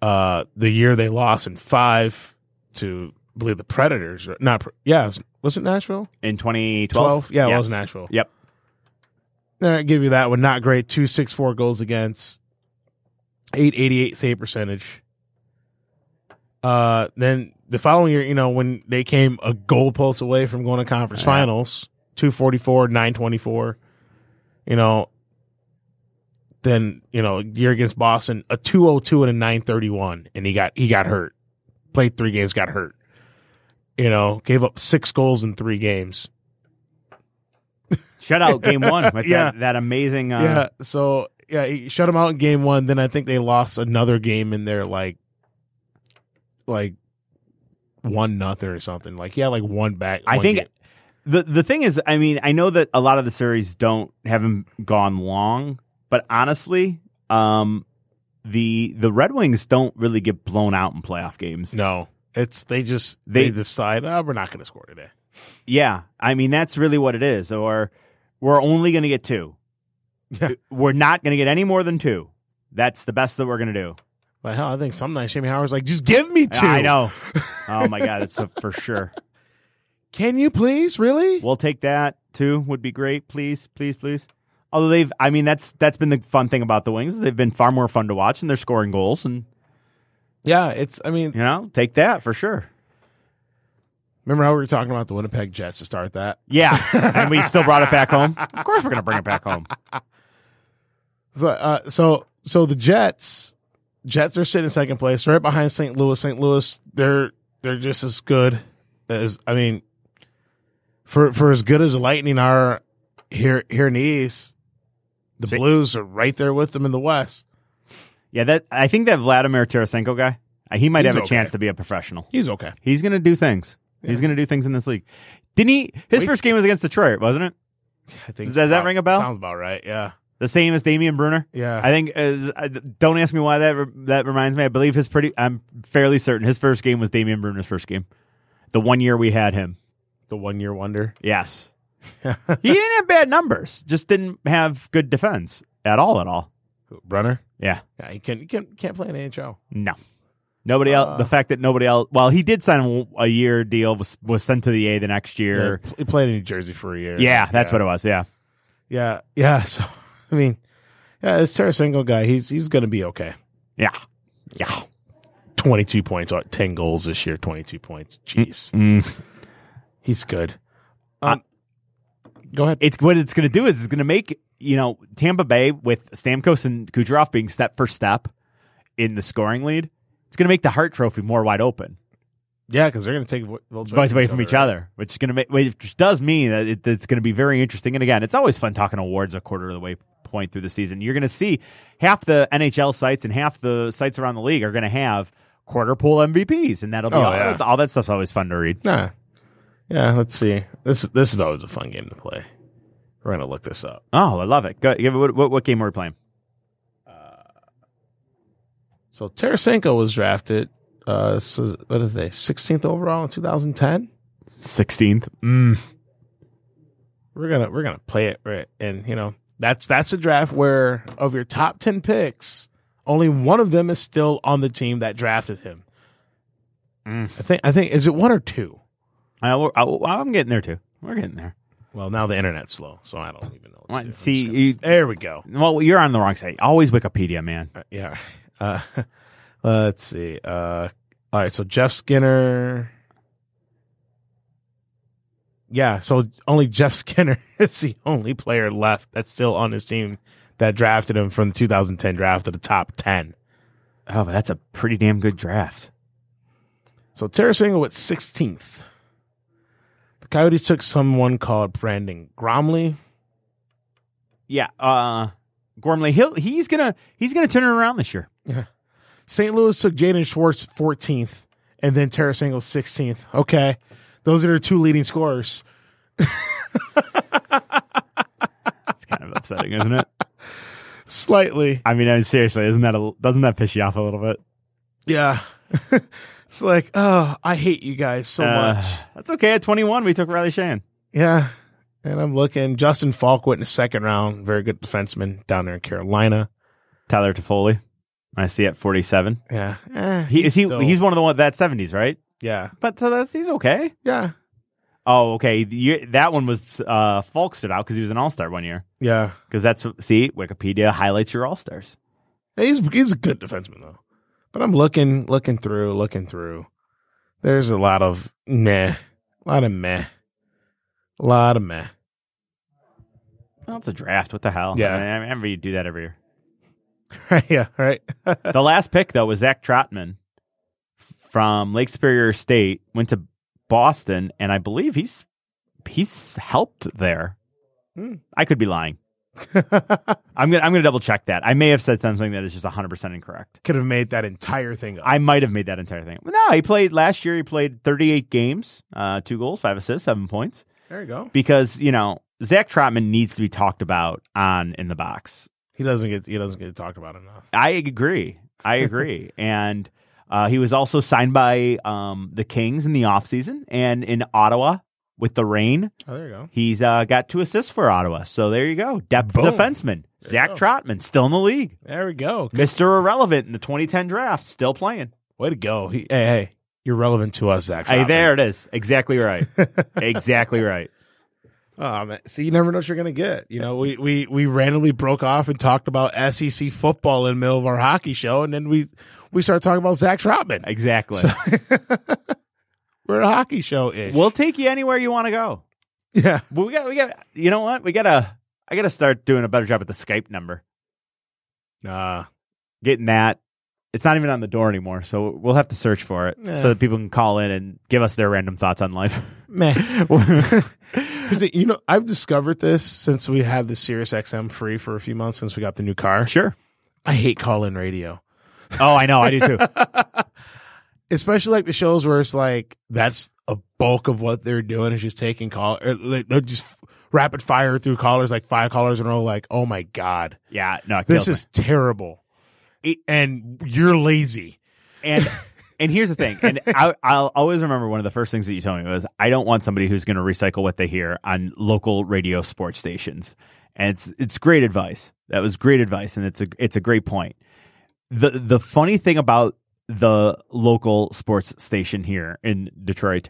Speaker 4: Uh, the year they lost in five to I believe the Predators, or- not Pre- yeah, it was, was it Nashville?
Speaker 5: in 2012.
Speaker 4: 12? Yeah, it was Nashville.
Speaker 5: Yep.
Speaker 4: All right, Eh, give you that one. Not great. Two six four goals against, eight eighty eight save percentage. Uh, then the following year, you know, when they came a goal pulse away from going to conference
Speaker 5: Yeah.
Speaker 4: finals, two forty four nine twenty four. You know, then you know year against Boston, a two oh two and a nine thirty one, and he got he got hurt. Played three games, got hurt. You know, gave up six goals in three games.
Speaker 5: Shutout
Speaker 4: (laughs)
Speaker 5: game one with
Speaker 4: Yeah.
Speaker 5: that, that amazing. Uh,
Speaker 4: yeah. So yeah, he shut them out in game one. Then I think they lost another game in there, like, like one nothing or something. Like he had like one back.
Speaker 5: I
Speaker 4: one
Speaker 5: think
Speaker 4: game.
Speaker 5: the the thing is, I mean, I know that a lot of the series don't haven't gone long, but honestly, um, the the Red Wings don't really get blown out in playoff games.
Speaker 4: no, it's they just they,
Speaker 5: They-
Speaker 4: decide oh, we're not going to score today.
Speaker 5: Yeah, I mean that's really what it is. Or we're only going to get two.
Speaker 4: Yeah.
Speaker 5: We're not going to get any more than two. That's the best that we're going to do.
Speaker 4: But hell, I think sometimes Jimmy Howard's like, just give me two.
Speaker 5: I (laughs) know. Oh my god, it's a, for sure.
Speaker 4: Can you please? Really?
Speaker 5: We'll take that too. Would be great, please, please, please. Although they've, I mean, that's that's been the fun thing about the Wings. They've been far more fun to watch, and they're scoring goals, and
Speaker 4: yeah. It's. I mean,
Speaker 5: you know, take that for sure.
Speaker 4: remember how we were talking about the Winnipeg Jets to start that?
Speaker 5: Yeah, and we still brought it back home. Of course, we're gonna bring it back home.
Speaker 4: But uh, so so the Jets, Jets are sitting second place, right behind St. Louis. St. Louis, they're they're just as good as I mean, for for as good as the Lightning are here here in the East, the
Speaker 5: Sa-
Speaker 4: Blues are right there with them in the West.
Speaker 5: Yeah, that I think that Vladimir Tarasenko guy, uh, he might
Speaker 4: He's
Speaker 5: have a
Speaker 4: okay.
Speaker 5: chance to be a professional.
Speaker 4: He's okay.
Speaker 5: He's gonna do things. He's gonna do things in this league. Didn't he? His
Speaker 4: Wait.
Speaker 5: first game was against Detroit, wasn't it?
Speaker 4: I think.
Speaker 5: Does that
Speaker 4: about-
Speaker 5: ring a bell?
Speaker 4: Sounds about right. Yeah.
Speaker 5: The same as Damian Bruner.
Speaker 4: Yeah.
Speaker 5: I think. Is, I, don't ask me why that re- that reminds me. I believe his pretty. I'm fairly certain his first game was Damian Bruner's first game. The one year we had him.
Speaker 4: the one year wonder. (laughs)
Speaker 5: Yes. he didn't have bad numbers. Just didn't have good defense at all. At all.
Speaker 4: Brunner.
Speaker 5: Yeah.
Speaker 4: Yeah, he can, he can can't play in the NHL.
Speaker 5: No. Nobody
Speaker 4: Uh,
Speaker 5: else. The fact that nobody else. Well, he did sign a- a year deal. Was was sent to the A the next year.
Speaker 4: Yeah, he played in New Jersey for a year.
Speaker 5: Yeah, that's what it was. Yeah.
Speaker 4: Yeah, yeah. (laughs) So I mean, yeah, this Tarasenko guy, he's he's gonna be okay.
Speaker 5: Yeah. Yeah.
Speaker 4: Twenty two points, uh, ten goals this year, twenty two points. Jeez,
Speaker 5: Mm.
Speaker 4: he's good. Um, go ahead.
Speaker 5: It's what it's going to do is it's going to make you know Tampa Bay with Stamkos and Kucherov being step for step in the scoring lead. It's going to make the Hart Trophy more wide open,
Speaker 4: yeah, because they're gonna take vo- votes
Speaker 5: both away from each other, which is going to make which does mean that it, it's going to be very interesting. And again, it's always fun talking awards a quarter of the way point through the season. You're going to see half the NHL sites and half the sites around the league are going to have quarter pool MVPs, and that'll be
Speaker 4: Oh,
Speaker 5: all,
Speaker 4: yeah.
Speaker 5: that's- all that stuff's always fun to read.
Speaker 4: Nah. Yeah, let's see. This this is always a fun game to play. We're gonna look this up.
Speaker 5: Oh, I love it. Go, give it- what, what, what game were we playing?
Speaker 4: So Tarasenko was drafted. Uh, this is, what is they? Sixteenth overall in two thousand ten.
Speaker 5: Sixteenth. Mm.
Speaker 4: we're gonna we're gonna play it right and you know that's that's a draft where of your top 10 picks only one of them is still on the team that drafted him
Speaker 5: Mm.
Speaker 4: i think i think is it one or two
Speaker 5: I, am getting there too. We're getting there.
Speaker 4: well now the internet's slow so i don't even know what to
Speaker 5: Right,
Speaker 4: do. I'm
Speaker 5: see,
Speaker 4: just gonna-
Speaker 5: you-
Speaker 4: there we go
Speaker 5: Well, you're on the wrong side. Always Wikipedia, man.
Speaker 4: Uh, yeah uh, (laughs) let's see uh, all right so jeff skinner yeah so only jeff (laughs) skinner is the only player left that's still on his team that drafted him from the 2010 draft to the top 10
Speaker 5: Oh, but that's a pretty damn good draft.
Speaker 4: so Tarasenko at 16th The Coyotes took someone called Brandon Gromley.
Speaker 5: Yeah, uh, Gormley. He'll, he's gonna he's gonna turn it around this year.
Speaker 4: St. Louis took Jaden Schwartz 14th and then Terrace Engel 16th. Okay. Those are their two leading scorers.
Speaker 5: It's kind of upsetting,
Speaker 4: (laughs)
Speaker 5: isn't it?
Speaker 4: Slightly.
Speaker 5: I mean, I mean, seriously, isn't that a, doesn't that piss you off a little bit
Speaker 4: Yeah. (laughs) it's like, oh, I hate you guys so
Speaker 5: Uh,
Speaker 4: much.
Speaker 5: That's okay. At twenty one, we took Riley Shan.
Speaker 4: Yeah. And I'm looking. Justin Falk went in the second round. Very good defenseman down there in Carolina.
Speaker 5: Tyler Toffoli. I see at forty seven.
Speaker 4: Yeah. Eh,
Speaker 5: He is he
Speaker 4: still-
Speaker 5: he's one of the one that seventies, right?
Speaker 4: yeah.
Speaker 5: But so that's he's okay.
Speaker 4: Yeah.
Speaker 5: Oh, okay. You, that one was uh, Falk stood out because he was an All Star one year.
Speaker 4: Yeah.
Speaker 5: Because that's see Wikipedia highlights your All Stars.
Speaker 4: He's he's a good defenseman though. But I'm looking looking through, looking through. There's a lot of meh. A lot of meh. A lot of meh. (laughs)
Speaker 5: Well, it's a draft. What the hell?
Speaker 4: Yeah.
Speaker 5: I mean, I remember you do that every year.
Speaker 4: Right, yeah, right.
Speaker 5: the last pick though was Zach Trotman from Lake Superior State. Went to Boston, and I believe he's he's helped there. I could be lying. I'm gonna I'm gonna double check that. I may have said something that is just 100 percent incorrect.
Speaker 4: Could have made that entire thing up.
Speaker 5: I might have made that entire thing. No, he played last year. He played 38 games, uh, two goals, five assists, seven points.
Speaker 4: there you go.
Speaker 5: Because you know Zach Trotman needs to be talked about on in the box.
Speaker 4: He doesn't get he doesn't get talked about enough.
Speaker 5: I agree.
Speaker 4: (laughs)
Speaker 5: I agree. and uh, he was also signed by um, the Kings in the offseason and in Ottawa with the rain.
Speaker 4: Oh, there you go.
Speaker 5: He's uh, got two assists for Ottawa. So there you go. Depth
Speaker 4: Boom.
Speaker 5: defenseman. Zach Trotman, still in the league.
Speaker 4: There we go.
Speaker 5: Mr. Irrelevant in the 2010 draft, still playing.
Speaker 4: Way to go. He, hey, hey, you're relevant to us, Zach.
Speaker 5: Hey,
Speaker 4: Trotman.
Speaker 5: there it is.
Speaker 4: (laughs)
Speaker 5: Exactly right. exactly right.
Speaker 4: Oh, man. See, you never know what you're gonna get. You know, we we we randomly broke off and talked about SEC football in the middle of our hockey show, and then we we started talking about Zach Trotman.
Speaker 5: Exactly.
Speaker 4: So- We're a hockey show ish.
Speaker 5: we'll take you anywhere you want to go.
Speaker 4: (laughs) yeah.
Speaker 5: But we got, we got, you know what? We got to, I got to start doing a better job at the Skype number.
Speaker 4: Uh,
Speaker 5: getting that. It's not even on the door anymore, so we'll have to search for it
Speaker 4: Yeah.
Speaker 5: so that people can call in and give us their random thoughts
Speaker 4: (laughs)
Speaker 5: on life. (laughs)
Speaker 4: man.
Speaker 5: sure.
Speaker 4: you know, I've discovered this since we had the Sirius XM free for a few months since we got the new car. I hate call in radio,
Speaker 5: Oh, I know. I do too.
Speaker 4: especially like the shows where it's like that's a bulk of what they're doing is just taking call or like, they'll just rapid fire through callers like five callers in a row. Like, oh my god,
Speaker 5: Yeah. No. It
Speaker 4: this
Speaker 5: kills
Speaker 4: is terrible, E,
Speaker 5: It-
Speaker 4: and you're lazy.
Speaker 5: me. and and here's the thing. And I, I'll always remember one of the first things that you told me was I don't want somebody who's going to recycle what they hear on local radio sports stations. And it's it's great advice. That was great advice, and it's a it's a great point. the the funny thing about the local sports station here in Detroit,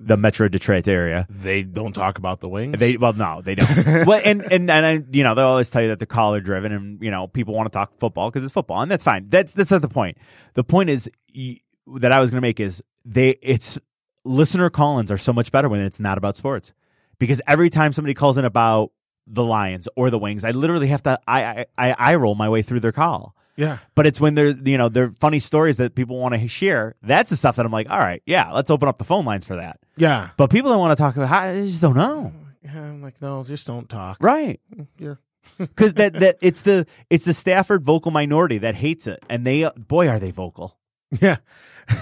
Speaker 5: the Metro Detroit area,
Speaker 4: They don't talk about the wings.
Speaker 5: they well no they don't. well and and and I, you know they will always tell you that they're collar driven and you know people want to talk football because it's football and that's fine. That's that's not the point. The point is y- that I was going to make is they it's listener call-ins are so much better when it's not about sports because every time somebody calls in about the Lions or the Wings, I literally have to I I I, I roll my way through their call
Speaker 4: yeah.
Speaker 5: but it's when they're you know they're funny stories that people want to share that's the stuff that i'm like all right yeah let's open up the phone lines for that
Speaker 4: Yeah.
Speaker 5: but people that want to talk about how i just don't know
Speaker 4: Yeah, I'm like, no, just don't talk.
Speaker 5: right
Speaker 4: (laughs) You're-
Speaker 5: because that that it's the it's the stafford vocal minority that hates it and they boy are they vocal
Speaker 4: Yeah.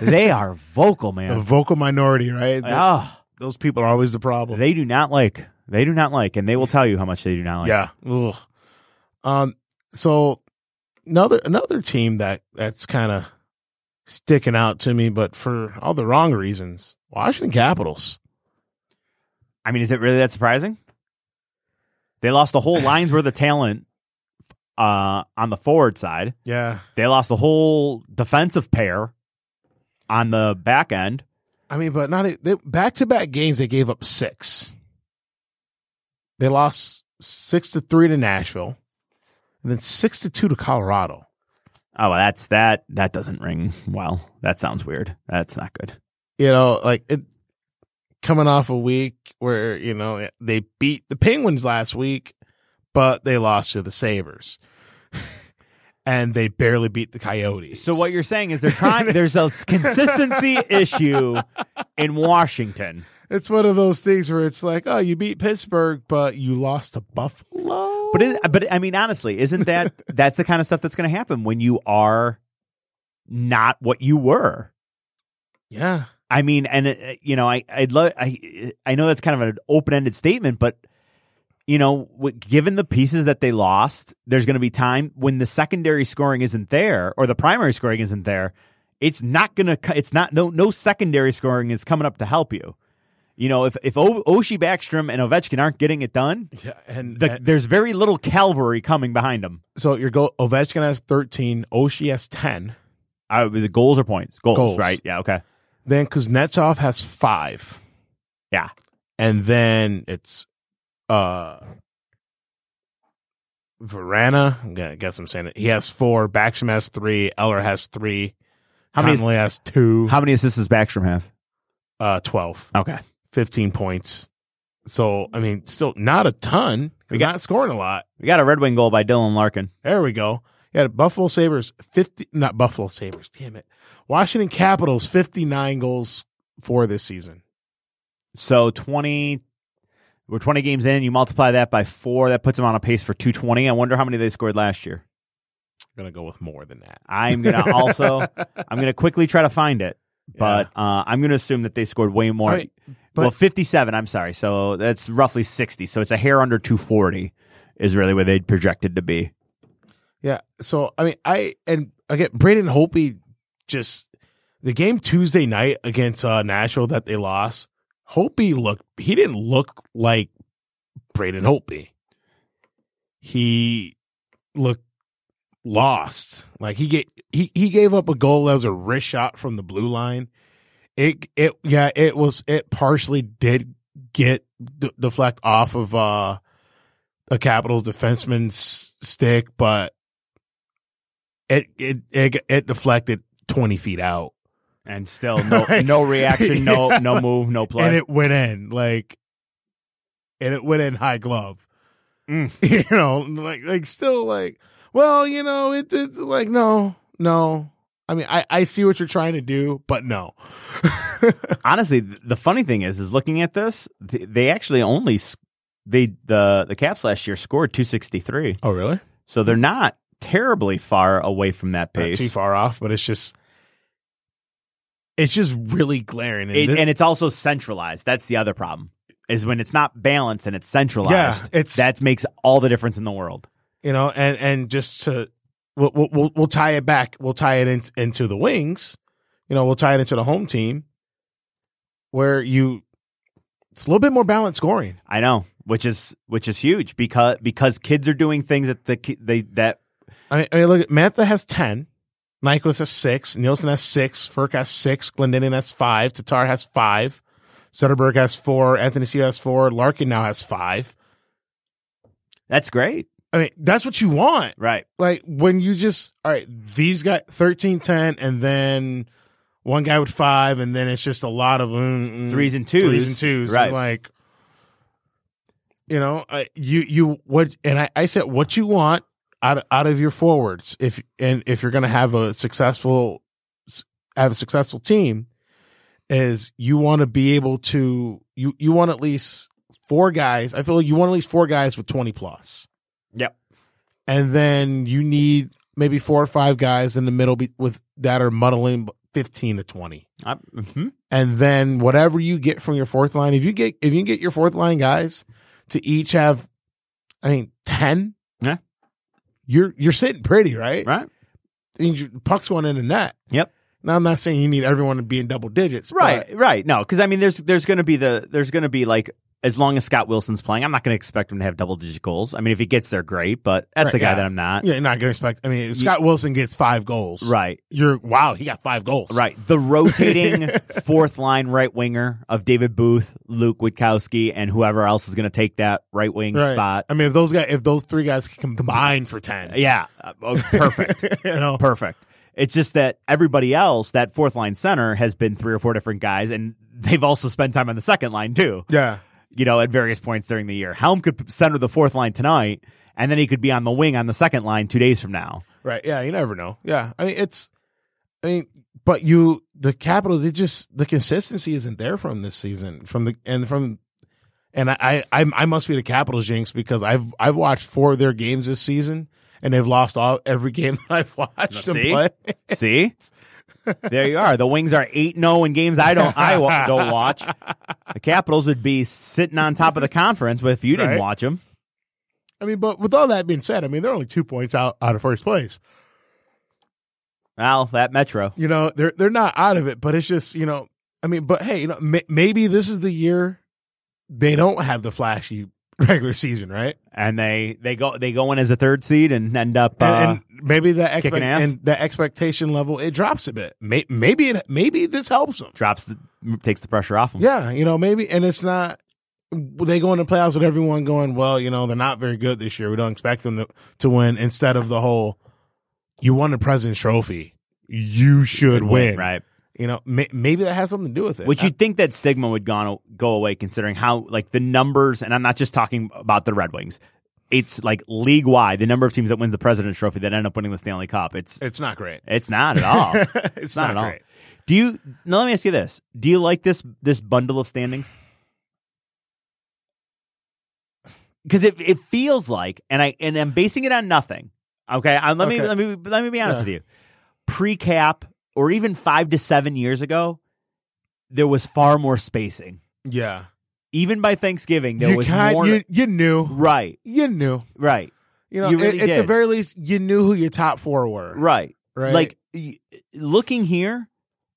Speaker 5: they are
Speaker 4: (laughs)
Speaker 5: vocal
Speaker 4: The
Speaker 5: man
Speaker 4: vocal minority, right? Th-
Speaker 5: Ah,
Speaker 4: Those people are always the problem.
Speaker 5: they do not like they do not like and they will tell you how much they do not like
Speaker 4: yeah. Ugh. Um. So another another team that that's kind of sticking out to me, but for all the wrong reasons. Washington Capitals.
Speaker 5: i mean is it really that surprising they lost a whole line's worth of talent uh on the forward side
Speaker 4: Yeah.
Speaker 5: They lost a whole defensive pair on the back end.
Speaker 4: I mean, but not back to back games. They gave up six. They lost six to three to Nashville, and then six to two to Colorado.
Speaker 5: Oh, well, that's that. That doesn't ring well. That sounds weird. That's not good.
Speaker 4: you know, like it coming off a week where, you know, they beat the Penguins last week, but they lost to the Sabres. (laughs) and they barely beat the Coyotes.
Speaker 5: So what you're saying is they're trying. there's a consistency issue in Washington
Speaker 4: It's one of those things where it's like, oh, you beat Pittsburgh, but you lost to Buffalo.
Speaker 5: But it, but I mean, honestly, isn't that that's the kind of stuff that's going to happen when you are not what you were?
Speaker 4: yeah,
Speaker 5: I mean, and uh, you know, I I'd love I I know that's kind of an open ended statement, but you know, w- given the pieces that they lost, there's going to be time when the secondary scoring isn't there or the primary scoring isn't there. It's not gonna. co- It's not no no secondary scoring is coming up to help you. You know, if if o- Oshie Backstrom and Ovechkin aren't getting it done,
Speaker 4: yeah, and
Speaker 5: the, there's very little cavalry coming behind them.
Speaker 4: so your goal Ovechkin has thirteen, Oshie has ten,
Speaker 5: I, Uh, the goals or points? Goals,
Speaker 4: Goals.
Speaker 5: right? Yeah, okay.
Speaker 4: then Kuznetsov has five,
Speaker 5: Yeah.
Speaker 4: and then it's uh Verana. I'm gonna guess I'm saying it. He has four. Backstrom has three. Eller has three.
Speaker 5: How many-
Speaker 4: Conley has two?
Speaker 5: How many assists does Backstrom have?
Speaker 4: uh, twelve.
Speaker 5: Okay.
Speaker 4: 15 points. So, I mean, still not a ton. We got scoring a lot.
Speaker 5: We got a Red Wing goal by Dylan Larkin.
Speaker 4: There we go. Yeah, the Buffalo Sabres, 50, not Buffalo Sabres, damn it. Washington Capitals, 59 goals for this season.
Speaker 5: So twenty, we're twenty games in. You multiply that by four, that puts them on a pace for two twenty. I wonder how many they scored last year.
Speaker 4: I'm going to go with more than that.
Speaker 5: I'm gonna
Speaker 4: (laughs)
Speaker 5: also, I'm gonna quickly try to find it, but uh, I'm gonna assume that they scored way more.
Speaker 4: All right, but-
Speaker 5: well, fifty-seven. I'm sorry. So that's roughly sixty. So it's a hair under two forty is really where they projected to be.
Speaker 4: Yeah. So, I mean, I, and again, Braden Holpe just, the game Tuesday night against uh, Nashville that they lost, Holpe looked, he didn't look like Braden Holtby. He looked lost. Like he get he, he gave up a goal that was a wrist shot from the blue line. It it yeah, it was it partially did get d- deflect off of uh a Capitals defenseman's stick, but it it it, it deflected twenty feet out.
Speaker 5: And still,
Speaker 4: (laughs)
Speaker 5: no, no reaction, no, no move, no play.
Speaker 4: and it went in like and it went in high glove
Speaker 5: Mm.
Speaker 4: (laughs) you know like like still like well you know it did like no no i mean i i see what you're trying to do but no (laughs)
Speaker 5: honestly, th- the funny thing is, is looking at this, th- they actually only s- they the the Caps last year scored 263,
Speaker 4: oh really
Speaker 5: so they're not terribly far away from that
Speaker 4: not
Speaker 5: pace.
Speaker 4: too far off but it's just it's just really glaring and
Speaker 5: It-
Speaker 4: thi-
Speaker 5: and it's also centralized. That's the other problem is when it's not balanced and it's centralized.
Speaker 4: Yeah, it's-
Speaker 5: that makes all the difference in the world.
Speaker 4: you know, and and just to we'll we'll we'll, we'll tie it back, we'll tie it in, into the wings, you know, we'll tie it into the home team, where you it's a little bit more balanced scoring.
Speaker 5: I know, which is which is huge because because kids are doing things that the ki- they that
Speaker 4: I mean, I mean, look, Mantha has ten, Nyquist has six, Nielsen has six, Furk has six, Glendinning has five, Tatar has five, Soderberg has four, Anthony C has four, Larkin now has five.
Speaker 5: that's great,
Speaker 4: I mean, that's what you want.
Speaker 5: right?
Speaker 4: like when you just all right these guys 13 10 and then one guy with five and then it's just a lot of mm, mm,
Speaker 5: Threes and twos.
Speaker 4: threes and twos
Speaker 5: Right.
Speaker 4: And, like you know I you you what and I, I said what you want out of, out of your forwards if and if you're going to have a successful have a successful team is you want to be able to you you want at least four guys I feel like you want at least four guys with 20 plus
Speaker 5: Yep.
Speaker 4: and then you need maybe four or five guys in the middle be- with that are muddling 15 to 20
Speaker 5: I, mhm.
Speaker 4: and then whatever you get from your fourth line if you get if you can get your fourth line guys to each have i mean 10
Speaker 5: Yeah.
Speaker 4: you're you're sitting pretty right,
Speaker 5: Right.
Speaker 4: And you, pucks one in the net
Speaker 5: Yep.
Speaker 4: now i'm not saying you need everyone to be in double digits
Speaker 5: Right,
Speaker 4: but
Speaker 5: right. No, because I mean, there's there's going to be the there's going to be like as long as Scott Wilson's playing, I'm not going to expect him to have double digit goals. I mean, if he gets there, great, but that's
Speaker 4: Right,
Speaker 5: the guy
Speaker 4: yeah.
Speaker 5: that I'm not.
Speaker 4: yeah, you're not gonna expect. I mean, if Scott Wilson gets five goals.
Speaker 5: Right,
Speaker 4: You're wow. He got five goals.
Speaker 5: right.
Speaker 4: (laughs)
Speaker 5: The rotating fourth line right winger of David Booth, Luke Witkowski, and whoever else is going to take that right wing
Speaker 4: Right.
Speaker 5: spot.
Speaker 4: I mean, if those guys, if those three guys can combine for ten,
Speaker 5: Yeah, uh, oh, perfect,
Speaker 4: (laughs) you know,
Speaker 5: perfect. It's just that everybody else, that fourth line center, has been three or four different guys, and they've also spent time on the second line too.
Speaker 4: yeah.
Speaker 5: you know, at various points during the year. Helm could center the fourth line tonight, and then he could be on the wing on the second line two days from now.
Speaker 4: Right. Yeah. You never know. Yeah. I mean, it's I mean, but you the Capitals, it just the consistency isn't there from this season. From the and from and I I I must be the Capitals jinx because I've I've watched four of their games this season and they've lost all every (laughs) game that I've watched
Speaker 5: Now,
Speaker 4: them
Speaker 5: see?
Speaker 4: play. (laughs)
Speaker 5: See, there you are. The Wings are eight 0 in games I don't I wa- don't watch. The Capitals would be sitting on top of the conference if you didn't
Speaker 4: Right.
Speaker 5: watch them.
Speaker 4: I mean, but with all that being said, I mean they're only two points out out of first place.
Speaker 5: Well, that Metro.
Speaker 4: You know, they're they're not out of it, but it's just you know, I mean, but hey, you know, ma- maybe this is the year they don't have the flashy (laughs) regular season, right?
Speaker 5: and they they go they go in as a third seed and end up uh,
Speaker 4: and, and maybe the
Speaker 5: kicking
Speaker 4: expect-
Speaker 5: ass?
Speaker 4: and the expectation level it drops a bit. May- Maybe it, maybe this helps them.
Speaker 5: drops the, takes the pressure off them.
Speaker 4: Yeah, you know, maybe, and it's not. They go into playoffs with everyone going, well, you know, they're not very good this year. We don't expect them to, to win. Instead of the whole, you won the President's Trophy, you should win,
Speaker 5: right?
Speaker 4: You know, may, maybe that has something to do with it.
Speaker 5: Would you think that stigma would gone go away considering how like the numbers and I'm not just talking about the Red Wings. It's like league wide the number of teams that win the President's Trophy that end up winning the Stanley Cup. It's
Speaker 4: It's not
Speaker 5: (laughs)
Speaker 4: great.
Speaker 5: it's not at all.
Speaker 4: (laughs) it's not,
Speaker 5: at all.
Speaker 4: great.
Speaker 5: Do you now let me ask you this. Do you like this this bundle of standings? Because it it feels like and I and I'm basing it on nothing. Okay. I, let me
Speaker 4: Okay.
Speaker 5: let me let me be honest
Speaker 4: Yeah.
Speaker 5: with you. Pre cap or even five to seven years ago, there was far more spacing.
Speaker 4: Yeah,
Speaker 5: Even by Thanksgiving, there
Speaker 4: you
Speaker 5: was
Speaker 4: kind
Speaker 5: more
Speaker 4: you you knew
Speaker 5: Right,
Speaker 4: you knew
Speaker 5: right,
Speaker 4: you know
Speaker 5: You really
Speaker 4: at, at the
Speaker 5: did.
Speaker 4: very least you knew who your top four were.
Speaker 5: right.
Speaker 4: right?
Speaker 5: Like y- looking here,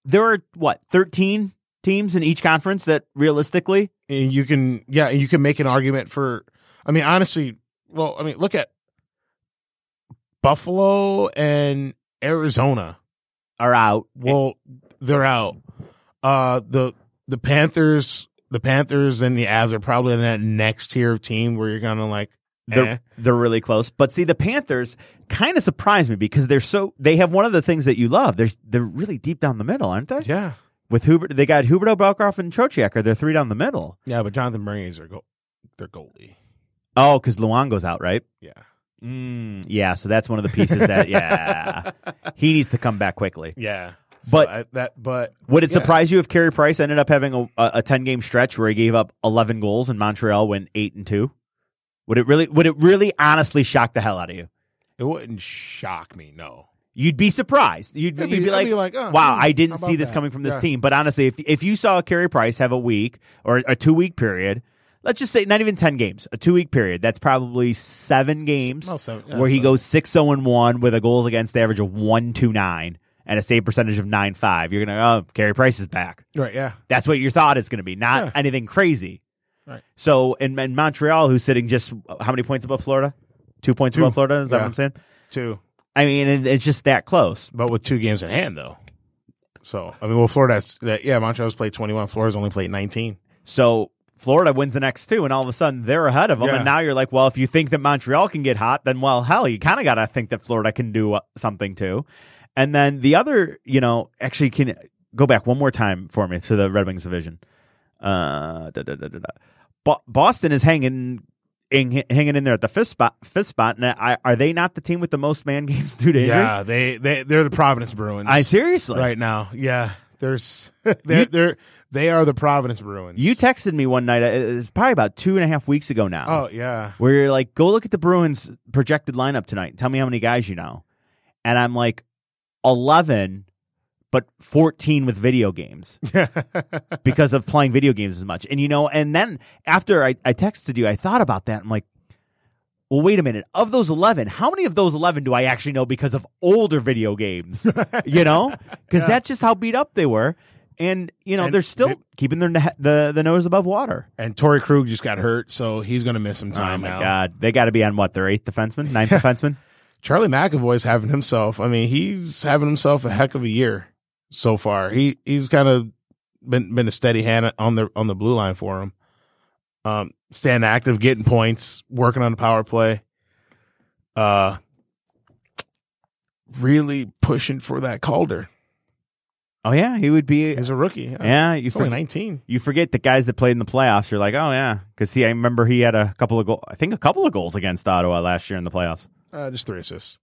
Speaker 5: there are what, thirteen teams in each conference that realistically
Speaker 4: and you can yeah and you can make an argument for i mean honestly well i mean look at buffalo and arizona
Speaker 5: are out.
Speaker 4: well they're out uh the the panthers the panthers and the avs are probably in that next tier of team where you're gonna like
Speaker 5: They're
Speaker 4: eh.
Speaker 5: they're really close. But see, the Panthers kind of surprise me because they're so they have one of the things that you love. They're they're really deep down the middle, aren't they?
Speaker 4: yeah
Speaker 5: With Hubert, they got Huberto, Belkoff, and Trocheck are their three down the middle.
Speaker 4: yeah but jonathan Bernier's their goal their goalie
Speaker 5: Oh, because Luongo's out, right?
Speaker 4: yeah
Speaker 5: Mm, yeah, so that's one of the pieces
Speaker 4: (laughs)
Speaker 5: that yeah he needs to come back quickly.
Speaker 4: yeah So
Speaker 5: But-
Speaker 4: I- that but
Speaker 5: Would it
Speaker 4: Yeah.
Speaker 5: surprise you if Carey Price ended up having a, a, a ten game stretch where he gave up eleven goals and Montreal went eight and two? Would it really? Would it really? Honestly, shock the hell out of you?
Speaker 4: it wouldn't shock me no
Speaker 5: You'd be surprised. You'd,
Speaker 4: It'd
Speaker 5: you'd
Speaker 4: be-
Speaker 5: be
Speaker 4: I'd
Speaker 5: like,
Speaker 4: be like, oh,
Speaker 5: wow,
Speaker 4: hmm,
Speaker 5: I
Speaker 4: how
Speaker 5: didn't see
Speaker 4: about
Speaker 5: this
Speaker 4: that?
Speaker 5: coming from this
Speaker 4: Yeah.
Speaker 5: team. But honestly, if if you saw Carey Price have a week or a two week period, let's just say not even ten games, a two week period, that's probably seven games
Speaker 4: no, seven- yeah,
Speaker 5: where he
Speaker 4: seven.
Speaker 5: goes six zero and one with a goals against average of one two nine and a save percentage of nine five. You're gonna oh, Carey Price is back.
Speaker 4: right yeah
Speaker 5: That's what your thought is gonna be, not
Speaker 4: Yeah.
Speaker 5: anything crazy.
Speaker 4: Right.
Speaker 5: So in, in Montreal, who's sitting just how many points above Florida? Two points above Florida. Is that
Speaker 4: Yeah.
Speaker 5: what I'm saying?
Speaker 4: two
Speaker 5: I mean, it, it's just that close.
Speaker 4: but with two games in hand though. So I mean, well, Florida's that yeah, Montreal's played twenty one. Florida's only played nineteen.
Speaker 5: So Florida wins the next two, and all of a sudden they're ahead of them.
Speaker 4: Yeah.
Speaker 5: And now you're like, well, if you think that Montreal can get hot, then well, hell, you kind of got to think that Florida can do uh, something too. And then the other, you know, actually, can go back one more time for me to the Red Wings division. Uh, da, da, da, da, da. Bo- Boston is hanging. In, hanging in there at the fifth spot, fifth spot, and I, are they not the team with the most man (laughs) games due to injury?
Speaker 4: Yeah, they they they're the Providence Bruins.
Speaker 5: I seriously,
Speaker 4: right now. Yeah, there's (laughs) they're they're they are the Providence Bruins.
Speaker 5: You texted me one night. uh, It's probably about two and a half weeks ago now.
Speaker 4: oh yeah,
Speaker 5: where you're like, go look at the Bruins projected lineup tonight. Tell me how many guys you know. And I'm like, 11, but 14 with video games because of playing video games as much. And you know, and then after I, I texted you, I thought about that. I'm like, well, wait a minute. Of those 11, how many of those 11 do I actually know because of older video games? you know, because that's just how beat up they were. And, you know,
Speaker 4: And
Speaker 5: they're still
Speaker 4: they-
Speaker 5: keeping their ne- the, the nose above water.
Speaker 4: and Torrey Krug just got hurt, so he's gonna miss some
Speaker 5: Oh
Speaker 4: time.
Speaker 5: my
Speaker 4: now.
Speaker 5: god, they got to be on what their eighth defenseman, ninth defenseman.
Speaker 4: Charlie McAvoy's having himself. I mean, he's having himself a heck of a year so far. He he's kind of been been a steady hand on the on the blue line for him. Um, staying active, getting points, working on the power play. Uh, really pushing for that Calder.
Speaker 5: Oh yeah, he would be.
Speaker 4: He's a rookie. Yeah,
Speaker 5: Yeah, you
Speaker 4: he's only
Speaker 5: for,
Speaker 4: nineteen.
Speaker 5: you forget the guys that played in the playoffs. You're like, oh yeah, because he. I remember he had a couple of goal. I think a couple of goals against Ottawa last year in the playoffs.
Speaker 4: Uh, just three assists.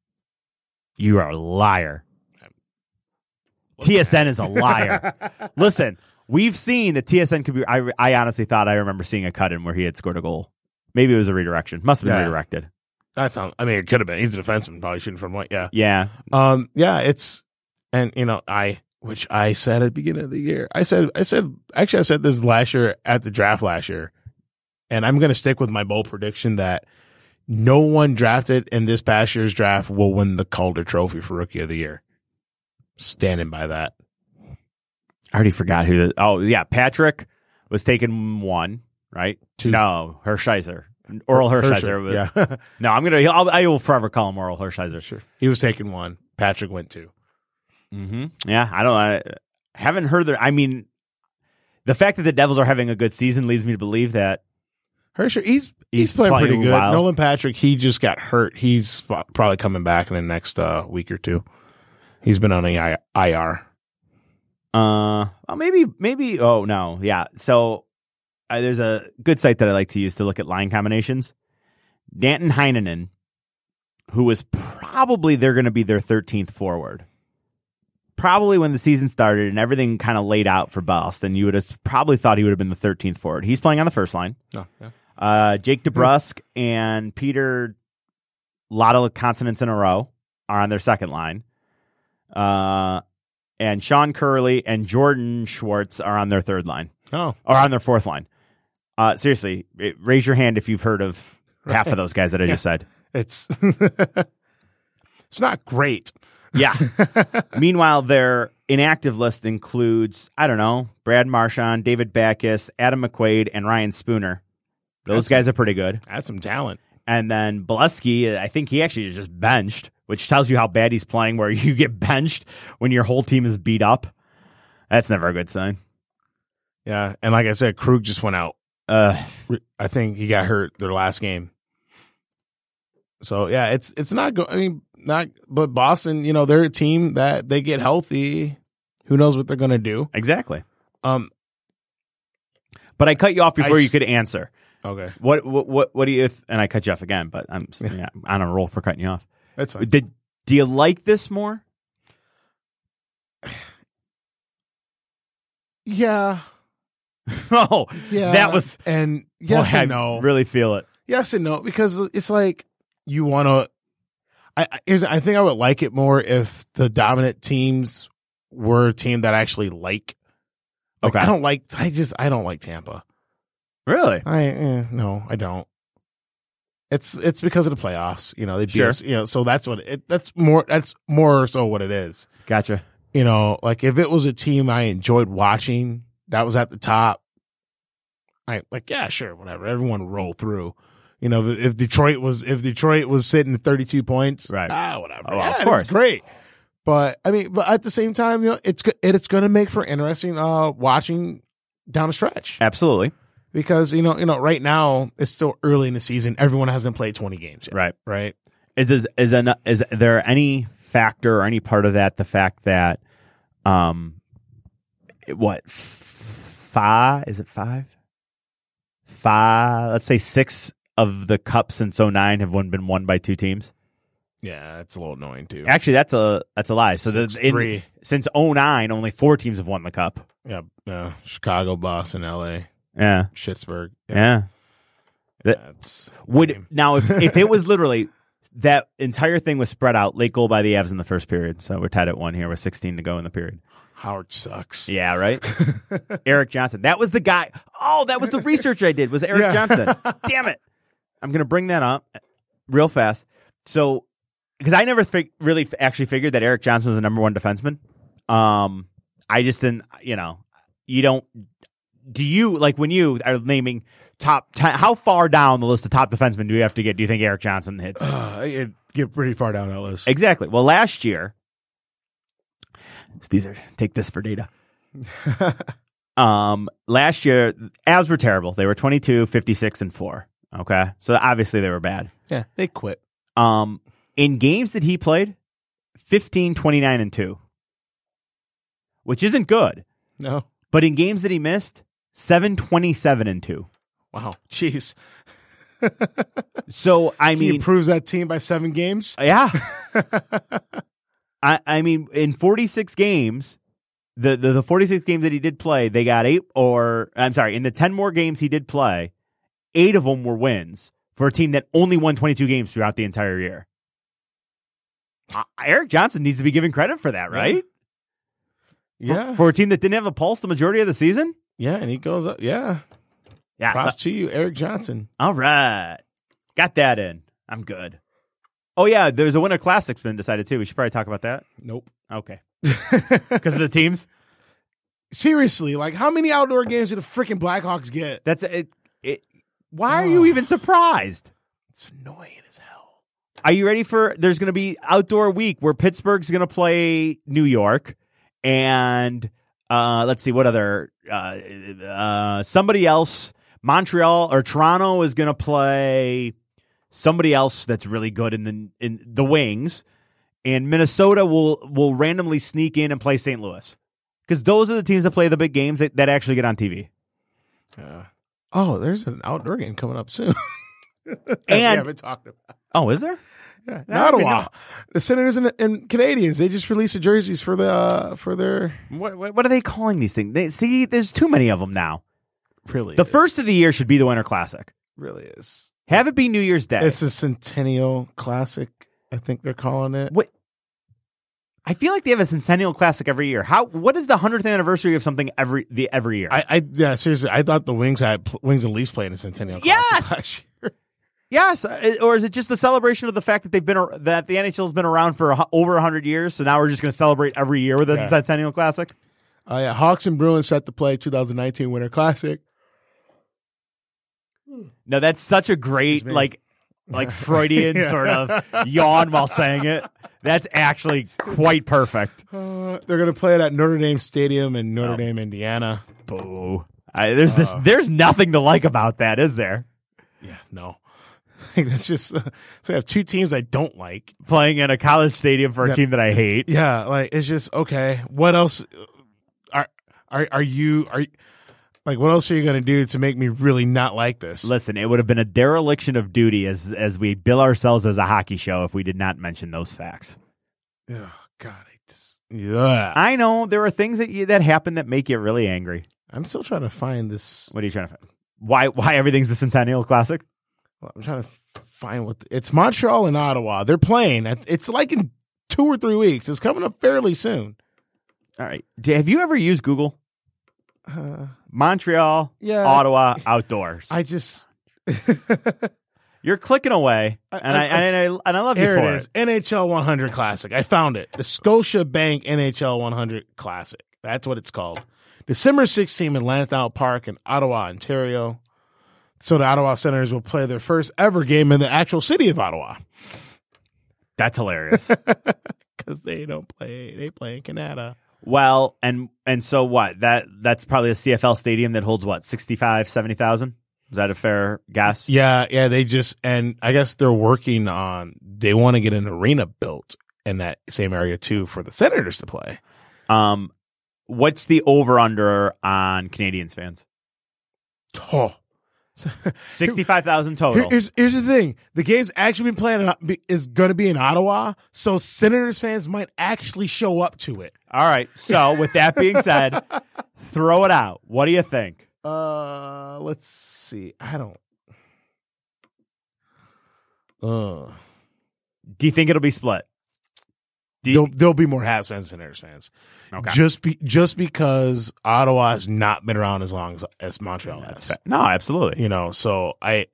Speaker 5: You are a liar.
Speaker 4: (laughs)
Speaker 5: TSN is a liar. Listen, we've seen the TSN could be. I, I honestly thought I remember seeing a cut in where he had scored a goal. Maybe it was a redirection. Must have been
Speaker 4: Yeah.
Speaker 5: redirected.
Speaker 4: That's not, I mean, it could have been. He's a defenseman, probably shooting from what? Yeah.
Speaker 5: Yeah.
Speaker 4: Um, yeah, it's and you know, I which I said at the beginning of the year. I said I said actually I said this last year at the draft last year, and I'm gonna stick with my bold prediction that no one drafted in this past year's draft will win the Calder trophy for rookie of the year. Standing by that.
Speaker 5: I already forgot who. The, oh, yeah. Patrick was taken one, right?
Speaker 4: Two. Oh,
Speaker 5: No, Hershiser. Oral Hershiser. was-
Speaker 4: Yeah. (laughs)
Speaker 5: No, I'm gonna. I'll, I will forever call him Oral Hershiser. Sure.
Speaker 4: he was taking one. Patrick went two.
Speaker 5: hmm Yeah. I don't. I haven't heard that. I mean, the fact that the Devils are having a good season leads me to believe that.
Speaker 4: Hersher, he's he's,
Speaker 5: He's
Speaker 4: playing,
Speaker 5: playing
Speaker 4: pretty good.
Speaker 5: well.
Speaker 4: Nolan Patrick, he just got hurt. He's sp- probably coming back in the next uh, week or two. He's been on the I- IR.
Speaker 5: Uh, well, maybe, maybe. Oh no, yeah. So uh, there's a good site that I like to use to look at line combinations. Danton Heinonen, who is probably they're going to be their 13th forward. Probably when the season started and everything kind of laid out for Boston, you would have probably thought he would have been the 13th forward. He's playing on the first line.
Speaker 4: No, Oh, yeah.
Speaker 5: Uh, Jake DeBrusque and Peter, a lot of consonants in a row, are on their second line. Uh, and Sean Curley and Jordan Schwartz are on their third line
Speaker 4: Oh,
Speaker 5: or on their fourth line. Uh, seriously, ra- raise your hand if you've heard of half of those guys that I just said.
Speaker 4: it's (laughs) it's not great.
Speaker 5: Yeah. Meanwhile, their inactive list includes I don't know Brad Marchand, David Backus, Adam McQuaid, and Ryan Spooner.
Speaker 4: That's-
Speaker 5: Those guys are pretty good.
Speaker 4: Add some talent.
Speaker 5: And then Bolesky, I think he actually is just benched, which tells you how bad he's playing, where (laughs) you get benched when your whole team is beat up. That's never a good sign.
Speaker 4: Yeah, and like I said, Krug just went out.
Speaker 5: Uh,
Speaker 4: I think he got hurt their last game. So yeah, it's it's not go I mean, not. But Boston, you know, they're a team that they get healthy. Who knows what they're gonna do?
Speaker 5: exactly.
Speaker 4: Um.
Speaker 5: But I cut you off before
Speaker 4: I
Speaker 5: you
Speaker 4: s-
Speaker 5: could answer.
Speaker 4: Okay,
Speaker 5: What, what, what, what do you, th- and I cut you off again, but I'm s-
Speaker 4: Yeah.
Speaker 5: yeah, I'm on a roll for cutting you off.
Speaker 4: that's fine.
Speaker 5: Did, do you like this more? (laughs)
Speaker 4: Yeah.
Speaker 5: oh,
Speaker 4: Yeah.
Speaker 5: that was,
Speaker 4: and yes
Speaker 5: boy,
Speaker 4: and no.
Speaker 5: I really feel it.
Speaker 4: yes and no because it's like you want to I I- here's I think I would like it more if the dominant teams were a team that I actually like. Like,
Speaker 5: Okay.
Speaker 4: I don't like I just I don't like Tampa.
Speaker 5: Really?
Speaker 4: I eh, no, I don't. It's it's because of the playoffs, you know, they beat
Speaker 5: Sure.
Speaker 4: us, you know, so that's what it that's more that's more so what it is.
Speaker 5: Gotcha.
Speaker 4: You know, like if it was a team I enjoyed watching that was at the top, I like yeah, sure, whatever. Everyone
Speaker 5: Mm.
Speaker 4: roll through. You know, if if Detroit was if Detroit was sitting at thirty two points,
Speaker 5: Right.
Speaker 4: Ah, whatever.
Speaker 5: Oh, well,
Speaker 4: yeah,
Speaker 5: of
Speaker 4: it's
Speaker 5: course.
Speaker 4: great. But I mean, but at the same time, you know, it's go- it, it's going to make for interesting uh watching down the stretch
Speaker 5: Absolutely.
Speaker 4: because you know you know right now it's still early in the season. Everyone hasn't played twenty games yet,
Speaker 5: Right.
Speaker 4: Right?
Speaker 5: Is is is, an, is there any factor or any part of that the fact that um it- what five is it five five let's say six of the cups since 09 have one been won by two teams
Speaker 4: Yeah, it's a little annoying too.
Speaker 5: actually that's a that's a lie so
Speaker 4: Six,
Speaker 5: the, in, oh
Speaker 4: three. Uh, (laughs)
Speaker 5: (laughs) Oh, Um, Um,
Speaker 4: (laughs)
Speaker 5: Um, the, the the 46 games that he did play, they got eight or I'm sorry, in the 10 more games he did play, eight of them were wins for a team that only won 22 games throughout the entire year. Uh, Eric Johnson needs to be given credit for that, right? For-
Speaker 4: Yeah.
Speaker 5: For, a team that didn't have a pulse the majority of the season?
Speaker 4: yeah. And he goes up. Yeah.
Speaker 5: Yeah. so-
Speaker 4: Props to you, Eric Johnson.
Speaker 5: all right. Got that in. I'm good. Oh yeah, there's a winter classic's been decided too. We should probably talk about that.
Speaker 4: Nope.
Speaker 5: Okay. Because of the teams.
Speaker 4: (laughs) Seriously, like how many outdoor games do the freaking Blackhawks get?
Speaker 5: That's it, it why are you even surprised?
Speaker 4: It's annoying as hell.
Speaker 5: Are you ready for? There's going to be outdoor week where Pittsburgh's going to play New York, and uh, let's see what other uh, uh, somebody else. Montreal or Toronto is going to play somebody else that's really good in the in the wings, and Minnesota will will randomly sneak in and play St. Louis because those are the teams that play the big games that, that actually get on TV.
Speaker 4: Yeah. Oh, there's an outdoor game coming up soon. (laughs) That we
Speaker 5: And-
Speaker 4: haven't talked about.
Speaker 5: Oh, is there?
Speaker 4: Yeah,
Speaker 5: I
Speaker 4: not a
Speaker 5: didn't
Speaker 4: while. The Senators and, and Canadians they just released the jerseys for the uh, for their
Speaker 5: What, what what are they calling these things? They, see, there's too many of them now.
Speaker 4: really
Speaker 5: The
Speaker 4: is.
Speaker 5: first of the year should be the Winter Classic.
Speaker 4: really is.
Speaker 5: Have it be New Year's Day.
Speaker 4: It's a centennial classic. I think they're calling it.
Speaker 5: what I feel like they have a centennial classic every year. How what is the hundredth anniversary of something every the every year?
Speaker 4: I, I yeah seriously. I thought the Wings had Wings and Leafs playing a centennial.
Speaker 5: Yes!
Speaker 4: Classic (laughs) last year.
Speaker 5: yes, uh, or is it just the celebration of the fact that they've been ar- that the NHL has been around for a hu- over hundred years? So now we're just going to celebrate every year with a
Speaker 4: Yeah.
Speaker 5: centennial classic.
Speaker 4: Uh, yeah, Hawks and Bruins set to play 2019 Winter Classic.
Speaker 5: No, that's such a great
Speaker 4: Excuse me.
Speaker 5: like like
Speaker 4: (laughs)
Speaker 5: Freudian
Speaker 4: Yeah.
Speaker 5: sort of yawn while saying it. That's actually quite perfect.
Speaker 4: Uh, they're gonna play it at Notre Dame Stadium in Notre
Speaker 5: Oh.
Speaker 4: Dame, Indiana.
Speaker 5: Boo. I, there's this.
Speaker 4: Uh.
Speaker 5: There's nothing to like about that, is there?
Speaker 4: Yeah, no, (laughs) that's just (laughs) so. I have two teams I don't like.
Speaker 5: Playing in a college stadium for a
Speaker 4: Yeah.
Speaker 5: team that I hate.
Speaker 4: Yeah, like it's just okay. What else uh, are are are you are you- like what else are you gonna do to make me really not like this?
Speaker 5: Listen, it would have been a dereliction of duty as as we bill ourselves as a hockey show if we did not mention those facts.
Speaker 4: oh God, I just yeah.
Speaker 5: I know there are things that you, that happen that make you really angry.
Speaker 4: I'm still trying to find this.
Speaker 5: What are you trying to find? Why why everything's the Centennial Classic?
Speaker 4: well, I'm trying to find what the, it's Montreal and Ottawa. They're playing. I- It's like in two or three weeks. It's coming up fairly soon.
Speaker 5: All right, D- have you ever used Google
Speaker 4: Uh,
Speaker 5: Montreal,
Speaker 4: yeah,
Speaker 5: Ottawa outdoors?
Speaker 4: I just
Speaker 5: You're clicking away,
Speaker 4: I-
Speaker 5: and I,
Speaker 4: I- I-
Speaker 5: and I and I love you
Speaker 4: Here
Speaker 5: for
Speaker 4: it
Speaker 5: it.
Speaker 4: is. NHL 100 Classic. I found it. The Scotia Bank NHL 100 Classic. That's what it's called. December 16th in Lansdowne Park in Ottawa, Ontario. So the Ottawa Senators will play their first ever game in the actual city of Ottawa
Speaker 5: That's hilarious.
Speaker 4: because they don't play. They play in Canada.
Speaker 5: well, and and so what? That that's probably a CFL stadium that holds what 65, 70,000? Is that a fair guess?
Speaker 4: Yeah, yeah. They just and I guess they're working on. They want to get an arena built in that same area too for the Senators to play.
Speaker 5: Um, what's the over under on Canadians fans?
Speaker 4: Oh.
Speaker 5: Sixty five thousand
Speaker 4: Here-
Speaker 5: total.
Speaker 4: here's, here's the thing: the game's actually been playing in- be- is going to be in Ottawa, so Senators fans might actually show up to it.
Speaker 5: All right. So with that being
Speaker 4: (laughs)
Speaker 5: said, throw it out. What do you think?
Speaker 4: Uh, let's see. I don't. Uh,
Speaker 5: Do you think it'll be split? Do you-
Speaker 4: there'll, there'll be more Habs fans than Senators fans.
Speaker 5: Okay.
Speaker 4: Just be just because Ottawa has not been around as long as, as Montreal has.
Speaker 5: No, absolutely.
Speaker 4: You know, so I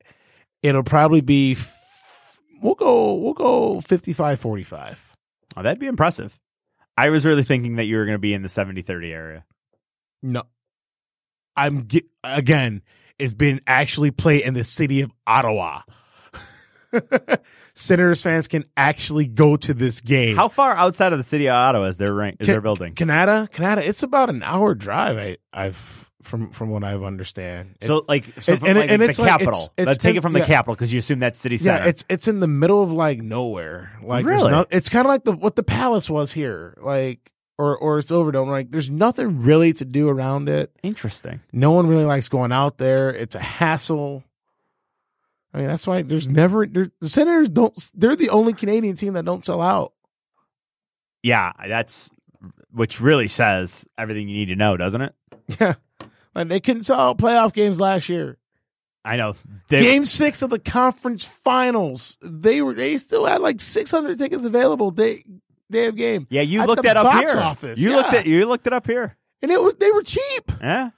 Speaker 4: it'll probably be f- we'll go we'll go 55-45.
Speaker 5: Oh, that'd be impressive. I was really thinking that you were going to be in the 70-30 area.
Speaker 4: No. I'm ge- again, it's been actually played in the city of Ottawa. (laughs) Senators fans can actually go to this game.
Speaker 5: How far outside of the city of Ottawa is their rank, is
Speaker 4: Can-
Speaker 5: their building?
Speaker 4: Canada, Canada, it's about an hour drive. I, I've from from what I've understand.
Speaker 5: so
Speaker 4: It's-
Speaker 5: like, so
Speaker 4: and-
Speaker 5: from,
Speaker 4: and-
Speaker 5: like,
Speaker 4: and
Speaker 5: the
Speaker 4: it's like-
Speaker 5: capital.
Speaker 4: it's- it's
Speaker 5: Let's take
Speaker 4: in-
Speaker 5: it from the
Speaker 4: yeah.
Speaker 5: capital because you assume that's city center.
Speaker 4: yeah, it's it's in the middle of like nowhere. Like there's
Speaker 5: Really?
Speaker 4: no- it's kind of like the what the Palace was here, like or or Silverdome. Like there's nothing really to do around it.
Speaker 5: interesting.
Speaker 4: No one really likes going out there. It's a hassle. I mean, that's why there's never there, the Senators don't. They're the only Canadian team that don't sell out.
Speaker 5: Yeah, that's which really says everything you need to know, doesn't it?
Speaker 4: Yeah. Like they couldn't sell out playoff games last year.
Speaker 5: I know. They,
Speaker 4: Game six of the conference finals. They were they still had like six hundred tickets available day day of game.
Speaker 5: yeah, you
Speaker 4: at
Speaker 5: looked
Speaker 4: the
Speaker 5: that up
Speaker 4: box
Speaker 5: here.
Speaker 4: office,
Speaker 5: You
Speaker 4: yeah.
Speaker 5: looked at you looked it up here.
Speaker 4: And it was they were cheap.
Speaker 5: Yeah.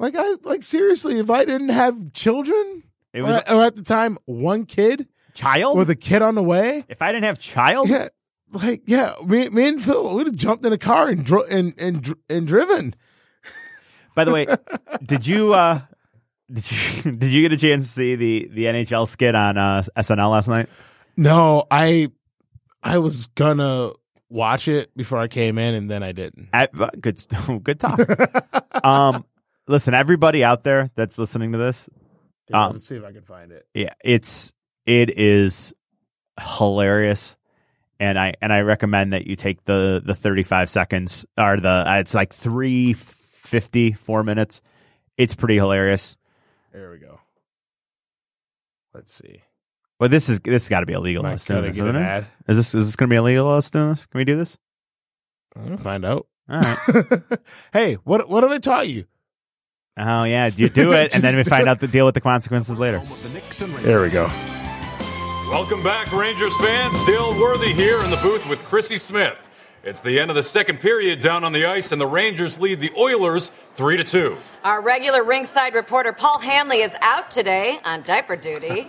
Speaker 4: Like I like seriously, if I didn't have children
Speaker 5: It
Speaker 4: or,
Speaker 5: was
Speaker 4: or at the time one kid
Speaker 5: child.
Speaker 4: with a kid on the way.
Speaker 5: if I didn't have child,
Speaker 4: Yeah. Like yeah, me, me and Phil would have jumped in a car and dro- and and dr- and driven. (laughs)
Speaker 5: By the way, did you uh did you (laughs) did you get a chance to see the the NHL skit on uh, SNL last night?
Speaker 4: No, I I was gonna watch it before I came in, and then I didn't.
Speaker 5: At, uh, good st- (laughs) good talk. um, listen, everybody out there that's listening to this, Um,
Speaker 4: Let's see if I can find it.
Speaker 5: yeah, it's it is hilarious, and I and I recommend that you take the the thirty five seconds or the uh, it's like three fifty four minutes. It's pretty hilarious.
Speaker 4: There we go. Let's see.
Speaker 5: But this is this has got to be illegal.
Speaker 4: Am I
Speaker 5: us doing
Speaker 4: gonna
Speaker 5: this,
Speaker 4: get
Speaker 5: isn't
Speaker 4: an
Speaker 5: it?
Speaker 4: ad?
Speaker 5: Is this is this going to be illegal? Us doing this? Can we do this?
Speaker 4: I'm gonna find out.
Speaker 5: All right.
Speaker 4: (laughs) hey, what what did I taught you?
Speaker 5: Oh yeah, you do it, and then we find out the deal with the consequences later.
Speaker 4: There we go.
Speaker 7: Welcome back, Rangers fans. Dale Worthy here in the booth with Chrissy Smith. It's the end of the second period down on the ice, and the Rangers lead the Oilers 3 to 2.
Speaker 8: Our regular ringside reporter Paul Hanley is out today on diaper duty.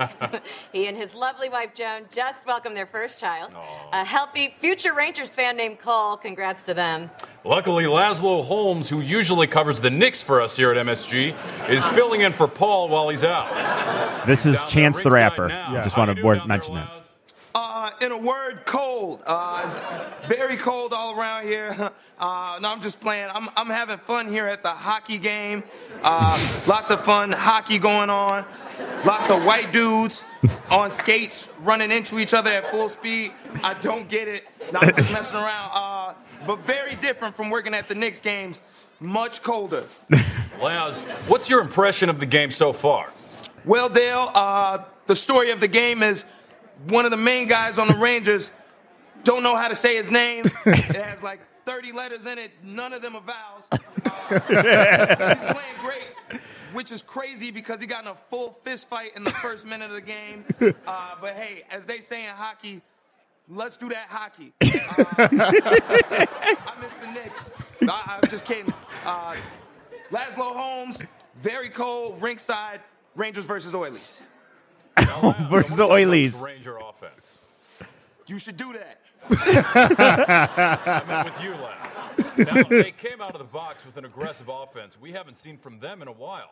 Speaker 8: he and his lovely wife Joan just welcomed their first child, a healthy future Rangers fan named Cole. Congrats to them.
Speaker 7: Luckily, Laszlo Holmes, who usually covers the Knicks for us here at MSG, is filling in for Paul while he's out.
Speaker 5: This is
Speaker 7: Down there
Speaker 5: Chance the
Speaker 7: ringside
Speaker 5: Rapper.
Speaker 7: now.
Speaker 5: I just
Speaker 7: How
Speaker 5: want
Speaker 7: you
Speaker 5: to
Speaker 7: doing
Speaker 5: word,
Speaker 7: down
Speaker 5: mention
Speaker 7: there,
Speaker 5: that.
Speaker 7: Laz?
Speaker 2: Uh, in a word, cold. Uh, it's very cold all around here. (laughs) Uh, no, I'm just playing. I'm, I'm having fun here at the hockey game. Uh, lots of fun hockey going on. Lots of white dudes on skates running into each other at full speed. I don't get it. No, I'm just messing around. Uh, but very different from working at the Knicks games. Much colder.
Speaker 7: Laz, what's your impression of the game so far?
Speaker 5: (laughs)
Speaker 2: Well, Dale, uh, the story of the game is one of the main guys on the Rangers don't know how to say his name. It has like 30 letters in it. None of them are vowels. Uh, he's playing great, which is crazy because he got in a full fist fight in the first minute of the game. Uh, but hey, as they say in hockey, let's do that hockey. Uh, I miss the Knicks. I, I'm just kidding. Uh, Laszlo Holmes, very cold, ringside, Rangers versus Oilers.
Speaker 7: Laz,
Speaker 5: versus
Speaker 7: I want you to
Speaker 5: Oilies.
Speaker 7: coach Ranger offense.
Speaker 2: You should do that.
Speaker 7: I'm with you, Laz. Now, they came out of the box with an aggressive offense we haven't seen from them in a while.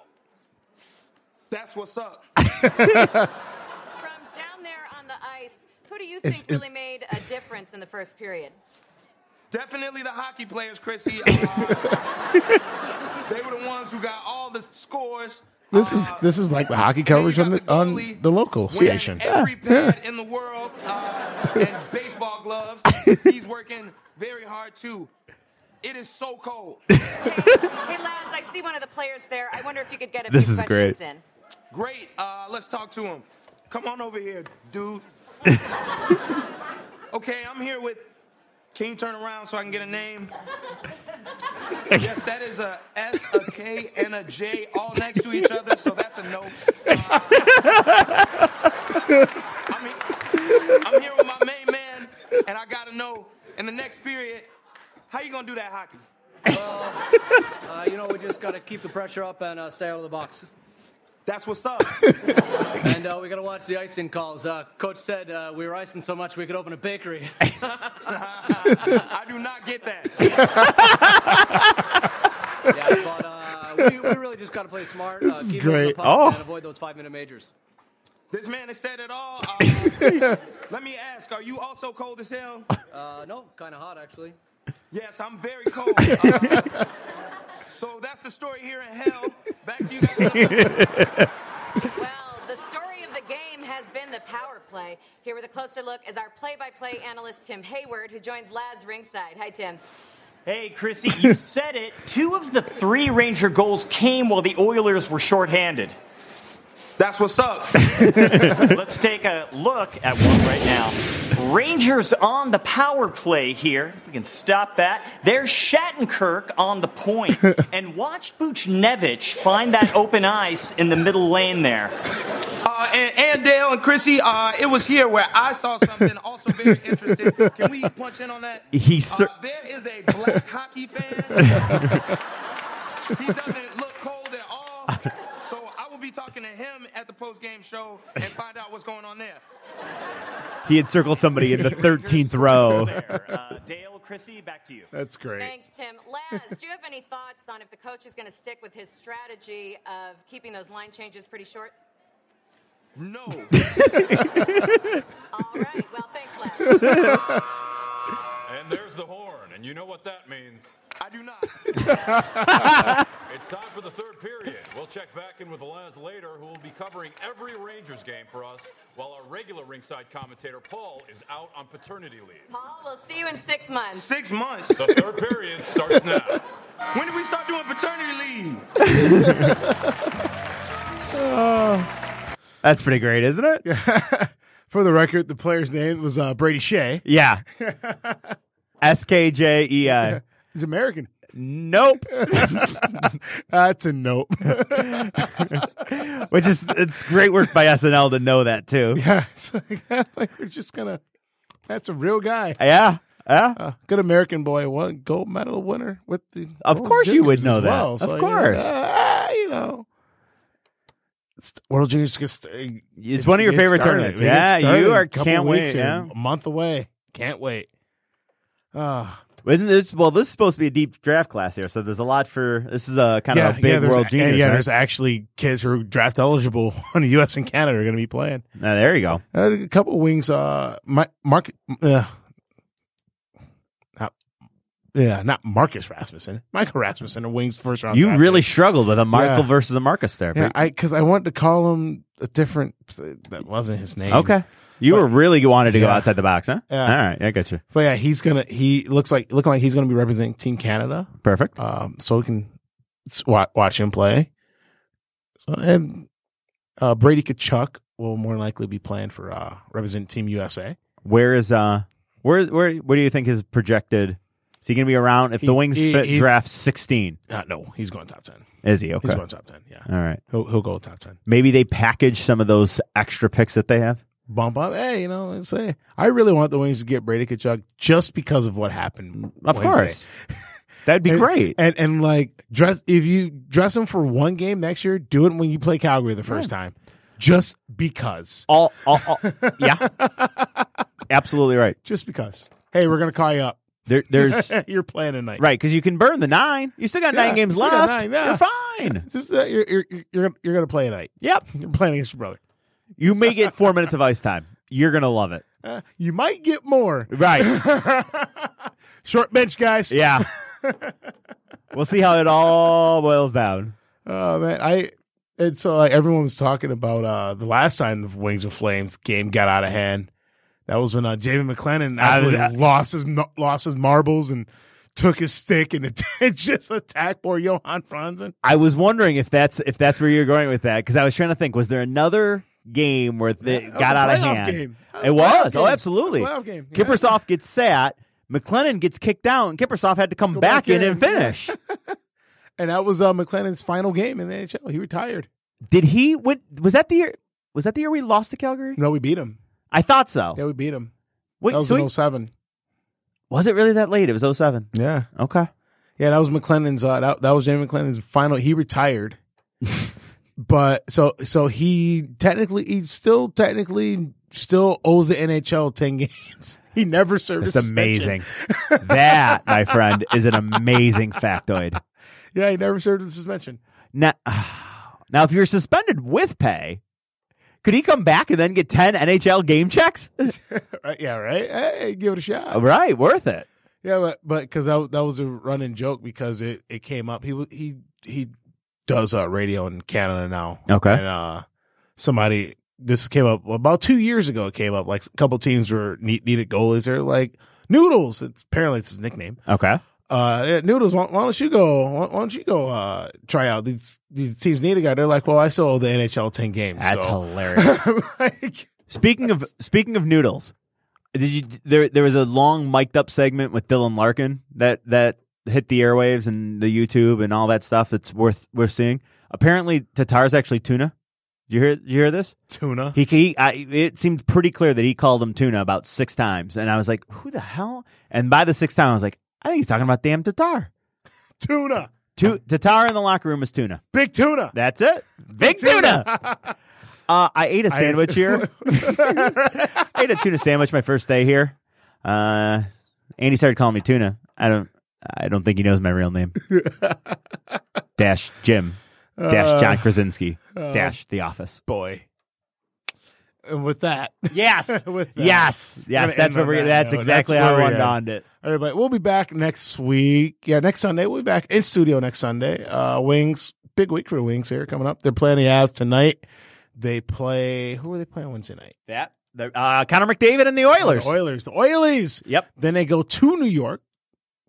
Speaker 2: That's
Speaker 4: (laughs)
Speaker 2: what's up.
Speaker 8: From down there on the ice, who do you think
Speaker 4: Is- is-
Speaker 8: really made a difference in the first period?
Speaker 2: Definitely the hockey players, Chrissy.
Speaker 4: (laughs)
Speaker 2: Uh, they were the ones who got all the scores.
Speaker 4: This is this is like the hockey
Speaker 2: Then you
Speaker 4: coverage
Speaker 2: got
Speaker 4: on the on
Speaker 2: goalie
Speaker 4: the local
Speaker 2: wearing
Speaker 4: station.
Speaker 2: Every
Speaker 4: Yeah.
Speaker 2: pad in the world
Speaker 4: (laughs)
Speaker 2: uh, and baseball gloves. He's working very hard too. It is so cold.
Speaker 8: Hey, Laz, I see one of the players there. I wonder if you could get a
Speaker 5: This
Speaker 8: few
Speaker 5: is
Speaker 8: questions
Speaker 5: great.
Speaker 8: in.
Speaker 2: Great. Uh, let's talk to him. Come on over here, dude. okay, I'm here with. Can you turn around so I can get a name? yes, that is a S, a K, and a J all next to each other, so that's a no. Uh, I'm, he- I'm here with my main man, and I gotta know in the next period how you gonna do that hockey.
Speaker 9: Uh, you know, we just got to keep the pressure up and uh, stay out of the box.
Speaker 2: That's what's up.
Speaker 9: And uh, we got to watch the icing calls. Uh, Coach said uh, we were icing so much we could open a bakery.
Speaker 2: I do not get that.
Speaker 9: yeah, but uh, we, we really just got to play smart. This uh,
Speaker 4: is
Speaker 9: keep it up to the
Speaker 4: great.
Speaker 9: puck
Speaker 5: Oh.
Speaker 9: And avoid those five minute majors.
Speaker 2: This man has said it all. Uh, let me ask, are you also cold as hell?
Speaker 9: Uh, no, kind of hot, actually.
Speaker 2: Yes, I'm very cold. Uh, so that's the story here in hell. Back to you guys.
Speaker 8: Well, the story of the game has been the power play. Here with a closer look is our play-by-play analyst Tim Hayward, who joins Laz ringside. Hi, Tim.
Speaker 10: Hey, Chrissy,
Speaker 5: (laughs)
Speaker 10: you said it. Two of the three Ranger goals came while the Oilers were shorthanded.
Speaker 2: That's what's up.
Speaker 10: Let's take a look at one right now. Rangers on the power play here. If we can stop that. There's Shattenkirk on the
Speaker 5: (laughs)
Speaker 10: point. And watch Buchnevich find that open ice in the middle lane there.
Speaker 2: Uh, and, and Dale and Chrissy, uh, it was here where I saw something also very interesting. Can we punch in on that?
Speaker 5: He cer-
Speaker 2: Uh, there is a black hockey fan. he doesn't look cold at all. So I will be talking to him at the post game show and find out what's going on there.
Speaker 5: He had circled
Speaker 10: (laughs)
Speaker 5: somebody in the 13th row.
Speaker 10: Uh, Dale, Chrissy, back to you.
Speaker 4: That's great.
Speaker 8: Thanks, Tim. Laz, do you have any thoughts on if the coach is going to stick with his strategy of keeping those line changes pretty short?
Speaker 2: No.
Speaker 8: All right. Well, thanks, Laz.
Speaker 7: And there's the horn, and you know what that means.
Speaker 2: I do not.
Speaker 7: It's time for the third period. We'll check back in with Laz later, who will be covering every Rangers game for us, while our regular ringside commentator Paul is out on paternity leave.
Speaker 8: Paul, we'll see you in six months.
Speaker 2: Six months.
Speaker 7: The third period starts now.
Speaker 2: When did we start doing paternity leave?
Speaker 5: That's pretty great, isn't it? Yeah.
Speaker 4: (laughs) For the record, the player's name was uh, Brady Shea. (laughs)
Speaker 5: SKJEI.
Speaker 4: He's American.
Speaker 5: E
Speaker 4: (laughs)
Speaker 5: Nope.
Speaker 4: That's a nope. (laughs)
Speaker 5: Which is it's great work by SNL to know that too.
Speaker 4: yeah, it's like, (laughs) like we're just gonna. That's a real guy.
Speaker 5: Yeah. Yeah.
Speaker 4: Uh, good American boy, one gold medal winner with the.
Speaker 5: Of
Speaker 4: World
Speaker 5: course you would
Speaker 4: Juniors
Speaker 5: know
Speaker 4: as
Speaker 5: that.
Speaker 4: well.
Speaker 5: Of
Speaker 4: So, you know,
Speaker 5: course.
Speaker 4: uh, you know. It's- World Juniors gets.
Speaker 5: It's one of your favorite tournaments. Yeah, you are can't wait. Yeah.
Speaker 4: A month away. Can't wait. Uh,
Speaker 5: Isn't this well? This is supposed to be a deep draft class here, so there's a lot for. This is a kind of a big
Speaker 4: there's-
Speaker 5: world
Speaker 4: and
Speaker 5: genius.
Speaker 4: Yeah,
Speaker 5: right?
Speaker 4: there's actually kids who are draft eligible (laughs) on the U.S. and Canada are going to be playing.
Speaker 5: Now, there you go.
Speaker 4: Uh, a couple wings. Uh, my, Mark. Uh, not, yeah, not Marcus Rasmussen. Michael Rasmussen, a wings first round.
Speaker 5: You
Speaker 4: draft
Speaker 5: really
Speaker 4: pick.
Speaker 5: struggled with a Michael
Speaker 4: Yeah.
Speaker 5: versus a Marcus there.
Speaker 4: Yeah,
Speaker 5: but-
Speaker 4: I because I wanted to call him a different. That wasn't his name.
Speaker 5: okay, you were really wanted to go
Speaker 4: Yeah.
Speaker 5: outside the box, huh?
Speaker 4: Yeah.
Speaker 5: All right, I got you.
Speaker 4: but yeah, he's gonna. He looks like looking like he's gonna be representing Team Canada.
Speaker 5: Perfect.
Speaker 4: Um, so we can s- wa- watch him play. So and uh, Brady Kachuk will more likely be playing for uh representing Team USA.
Speaker 5: Where is uh, where where where do you think his projected? Is he going to be around if the
Speaker 4: He's-
Speaker 5: Wings
Speaker 4: he-
Speaker 5: fit
Speaker 4: he's-
Speaker 5: draft sixteen?
Speaker 4: Uh, no, he's going top ten.
Speaker 5: Is he okay?
Speaker 4: He's going top ten. Yeah,
Speaker 5: All right.
Speaker 4: he'll he'll go top ten.
Speaker 5: Maybe they package some of those extra picks that they have.
Speaker 4: Bump up. Hey, you know, it's hey, I really want the Wings to get Brady Kachuk just because of what happened.
Speaker 5: Of
Speaker 4: Wednesday.
Speaker 5: course, (laughs) that'd be
Speaker 4: And-
Speaker 5: great.
Speaker 4: And and like dress if you dress him for one game next year, do it when you play Calgary the first time, just because.
Speaker 5: all, all, all yeah, absolutely right.
Speaker 4: Just because. Hey, we're gonna call you up.
Speaker 5: There,
Speaker 4: (laughs)
Speaker 5: there's
Speaker 4: You're playing tonight,
Speaker 5: Right, because you can burn the nine. You still got
Speaker 4: Yeah,
Speaker 5: nine games
Speaker 4: still got
Speaker 5: left.
Speaker 4: nine, yeah.
Speaker 5: You're fine.
Speaker 4: (laughs) Just uh, you're, you're you're you're gonna play tonight.
Speaker 5: Yep.
Speaker 4: (laughs) You're playing against your brother.
Speaker 5: You may get four minutes of ice time. You're gonna love it.
Speaker 4: Uh, you might get more. (laughs)
Speaker 5: Right.
Speaker 4: Short bench, guys. (laughs)
Speaker 5: Yeah. we'll see how it all boils down.
Speaker 4: Oh man, I and so like, everyone was talking about uh the last time the Wings of Flames game got out of hand. That was when uh, Jamie McLennan
Speaker 5: I was-
Speaker 4: absolutely lost his no- lost his marbles and took his stick and (laughs) it just attacked poor Johan Franzen.
Speaker 5: I was wondering if that's if that's where you're going with that because I was trying to think. Was there another game where
Speaker 4: That
Speaker 5: it
Speaker 4: was
Speaker 5: got
Speaker 4: a
Speaker 5: out of
Speaker 4: playoff
Speaker 5: hand?
Speaker 4: game. That was a
Speaker 5: It was.
Speaker 4: playoff
Speaker 5: Oh,
Speaker 4: game.
Speaker 5: absolutely.
Speaker 4: That was a playoff game. Yeah.
Speaker 5: Kippersoff gets sat. McLennan gets kicked out, and Kippersoff had to come back,
Speaker 4: back
Speaker 5: in,
Speaker 4: in.
Speaker 5: and finish.
Speaker 4: (laughs) And that was uh, McLennan's final game in the NHL. He retired.
Speaker 5: Did he? Went, was that the year? Was that the year we lost to Calgary?
Speaker 4: No, we beat him.
Speaker 5: I thought so.
Speaker 4: Yeah, we beat him.
Speaker 5: Wait,
Speaker 4: that was
Speaker 5: so he-
Speaker 4: in 07.
Speaker 5: was it really that late? It was 07.
Speaker 4: Yeah.
Speaker 5: Okay.
Speaker 4: Yeah, that was McLennan's. Uh, that, that was Jamie McLennan's final. He
Speaker 5: (laughs)
Speaker 4: retired, but so so he technically he still technically still owes the NHL ten games. (laughs) He never served.
Speaker 5: That's
Speaker 4: a suspension.
Speaker 5: amazing.
Speaker 4: (laughs)
Speaker 5: that, my friend, is an amazing factoid.
Speaker 4: Yeah, he never served the suspension.
Speaker 5: Now, (sighs) now, if you're suspended with pay, could he come back and then get 10 NHL game checks? (laughs)
Speaker 4: Right? Yeah. Right. Hey, give it a shot.
Speaker 5: right, worth it.
Speaker 4: Yeah, but but because that that was a running joke because it it came up. He wa- he he does uh, radio in Canada now.
Speaker 5: Okay.
Speaker 4: and uh, somebody this came up about two years ago. It came up like a couple teams were need, needed goalies. They're like noodles. It's apparently it's his nickname.
Speaker 5: Okay.
Speaker 4: uh, yeah, Noodles, why, why don't you go? Why, why don't you go uh, try out these these teams need a guy? They're like, well, I still owe the NHL ten games.
Speaker 5: That's
Speaker 4: so. (laughs)
Speaker 5: hilarious.
Speaker 4: I'm like,
Speaker 5: Speaking of speaking of noodles, did you there there was a long mic'd up segment with Dylan Larkin that that hit the airwaves and the YouTube and all that stuff that's worth worth seeing. Apparently Tatar's actually tuna. Did you hear did you hear this?
Speaker 4: tuna.
Speaker 5: He, he I, it seemed pretty clear that he called him tuna about six times and I was like, "Who the hell?" And by the sixth time I was like, "I think he's talking about damn Tatar."
Speaker 4: tuna.
Speaker 5: Tu- Tatar in the locker room is tuna.
Speaker 4: Big tuna.
Speaker 5: That's it. Big tuna. (laughs) Uh, I ate a sandwich (laughs) here. I ate a tuna sandwich my first day here. Uh, Andy started calling me tuna. I don't. I don't think he knows my real (laughs) name. Dash Jim. Dash John Krasinski. Dash The Office.
Speaker 4: Boy. And with that,
Speaker 5: Yes.
Speaker 4: (laughs) With that,
Speaker 5: yes. Yes.
Speaker 4: gonna
Speaker 5: That's
Speaker 4: end
Speaker 5: what
Speaker 4: on
Speaker 5: we're.
Speaker 4: that
Speaker 5: That's
Speaker 4: note.
Speaker 5: exactly
Speaker 4: That's
Speaker 5: how
Speaker 4: where
Speaker 5: I
Speaker 4: we
Speaker 5: wanted to
Speaker 4: end.
Speaker 5: end it.
Speaker 4: everybody, we'll be back next week. Yeah, next Sunday we'll be back in studio next Sunday. Uh, Wings, big week for Wings here coming up. They're playing the Avs tonight. They play. Who are they playing Wednesday night?
Speaker 5: That the, uh, Connor McDavid and the Oilers.
Speaker 4: The Oilers. The Oilies.
Speaker 5: Yep.
Speaker 4: Then they go to New York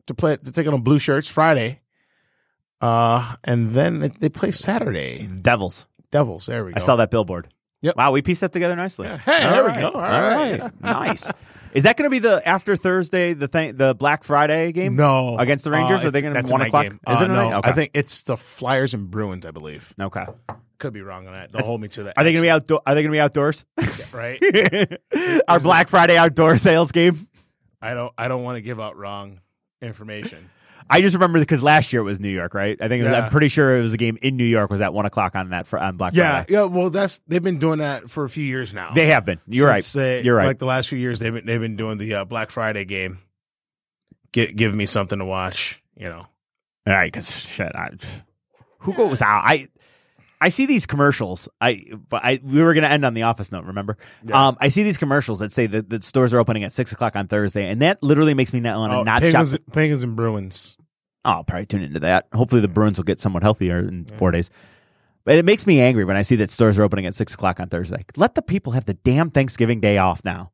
Speaker 4: to play to take on the Blue Shirts Friday. Uh, and then they- they play Saturday.
Speaker 5: Devils.
Speaker 4: Devils. There we go.
Speaker 5: I saw that billboard.
Speaker 4: Yep.
Speaker 5: Wow, we pieced that together nicely.
Speaker 4: Hey, there we go. All right. (laughs)
Speaker 5: nice. Is that going to be the after Thursday, the thing, the Black Friday game?
Speaker 4: No,
Speaker 5: against the Rangers.
Speaker 4: Uh,
Speaker 5: Are they
Speaker 4: it's-
Speaker 5: going
Speaker 4: that's
Speaker 5: to
Speaker 4: a
Speaker 5: one
Speaker 4: night
Speaker 5: o'clock?
Speaker 4: game.
Speaker 5: Is
Speaker 4: Uh,
Speaker 5: it a
Speaker 4: no,
Speaker 5: night? Okay.
Speaker 4: I think it's the Flyers and Bruins. I believe.
Speaker 5: Okay.
Speaker 4: Could be wrong on that. Don't hold me to that.
Speaker 5: Are they going to be outdoor? Are they going to
Speaker 4: (laughs)
Speaker 5: be outdoors?
Speaker 4: be right?
Speaker 5: (laughs) Our Black Friday outdoor sales game.
Speaker 4: I don't. I don't want to give out wrong
Speaker 5: (laughs)
Speaker 4: information.
Speaker 5: I just remember because last year it was New York, right? I think it was,
Speaker 4: Yeah.
Speaker 5: I'm pretty sure it was a game in New York. Was at one o'clock on that fr- on Black
Speaker 4: yeah,
Speaker 5: Friday?
Speaker 4: yeah. Well, that's they've been doing that for a few years now.
Speaker 5: They have been. You're
Speaker 4: Since
Speaker 5: right.
Speaker 4: they-
Speaker 5: You're right.
Speaker 4: Like the last few years, they've been they've been doing the uh, Black Friday game. Get give me something to watch. You know.
Speaker 5: All right, because shit, I, who goes out? I I see these commercials. I but I we were gonna end on the office note. Remember? Um, I see these commercials that say that, that stores are opening at six o'clock on Thursday, and that literally makes me not want to
Speaker 4: Oh,
Speaker 5: not shop. Oh,
Speaker 4: Penguins, Penguins and Bruins.
Speaker 5: I'll probably tune into that. Hopefully, the Bruins will get somewhat healthier in four days. But it makes me angry when I see that stores are opening at six o'clock on Thursday. Let the people have the damn Thanksgiving day off now.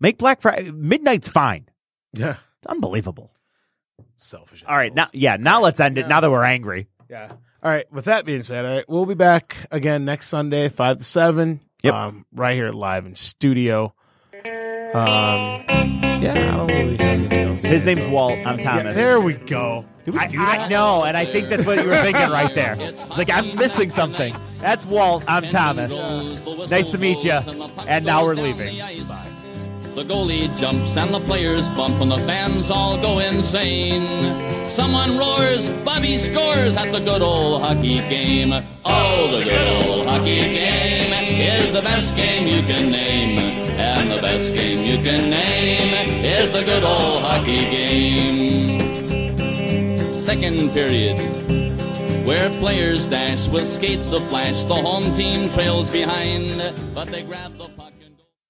Speaker 5: Make Black Friday midnight's fine.
Speaker 4: Yeah.
Speaker 5: It's unbelievable.
Speaker 4: Selfish.
Speaker 5: All right, now
Speaker 4: assholes.
Speaker 5: yeah, now let's end it. Now that we're angry.
Speaker 4: Yeah. All right. With that being said, all right, we'll be back again next Sunday, five to seven.
Speaker 5: Yep.
Speaker 4: Um, right here live in studio. Um, yeah, I don't really have anything else. to
Speaker 5: His
Speaker 4: say,
Speaker 5: name's
Speaker 4: so-
Speaker 5: Walt. I'm
Speaker 4: Yeah,
Speaker 5: Thomas.
Speaker 4: there we go. Did we
Speaker 5: I,
Speaker 4: do
Speaker 5: I
Speaker 4: that?
Speaker 5: know, and I think that's what you were thinking right there. It's like I'm missing something. That's Walt. I'm Thomas. Nice to meet you. And now we're leaving.
Speaker 6: The goalie jumps and the players bump and the fans all go insane. Someone roars, Bobby scores at the good old hockey game. Oh, the good old hockey game is the best game you can name. And the best game you can name is the good old hockey game. Second period where players dash with skates of flash. The home team trails behind, but they grab the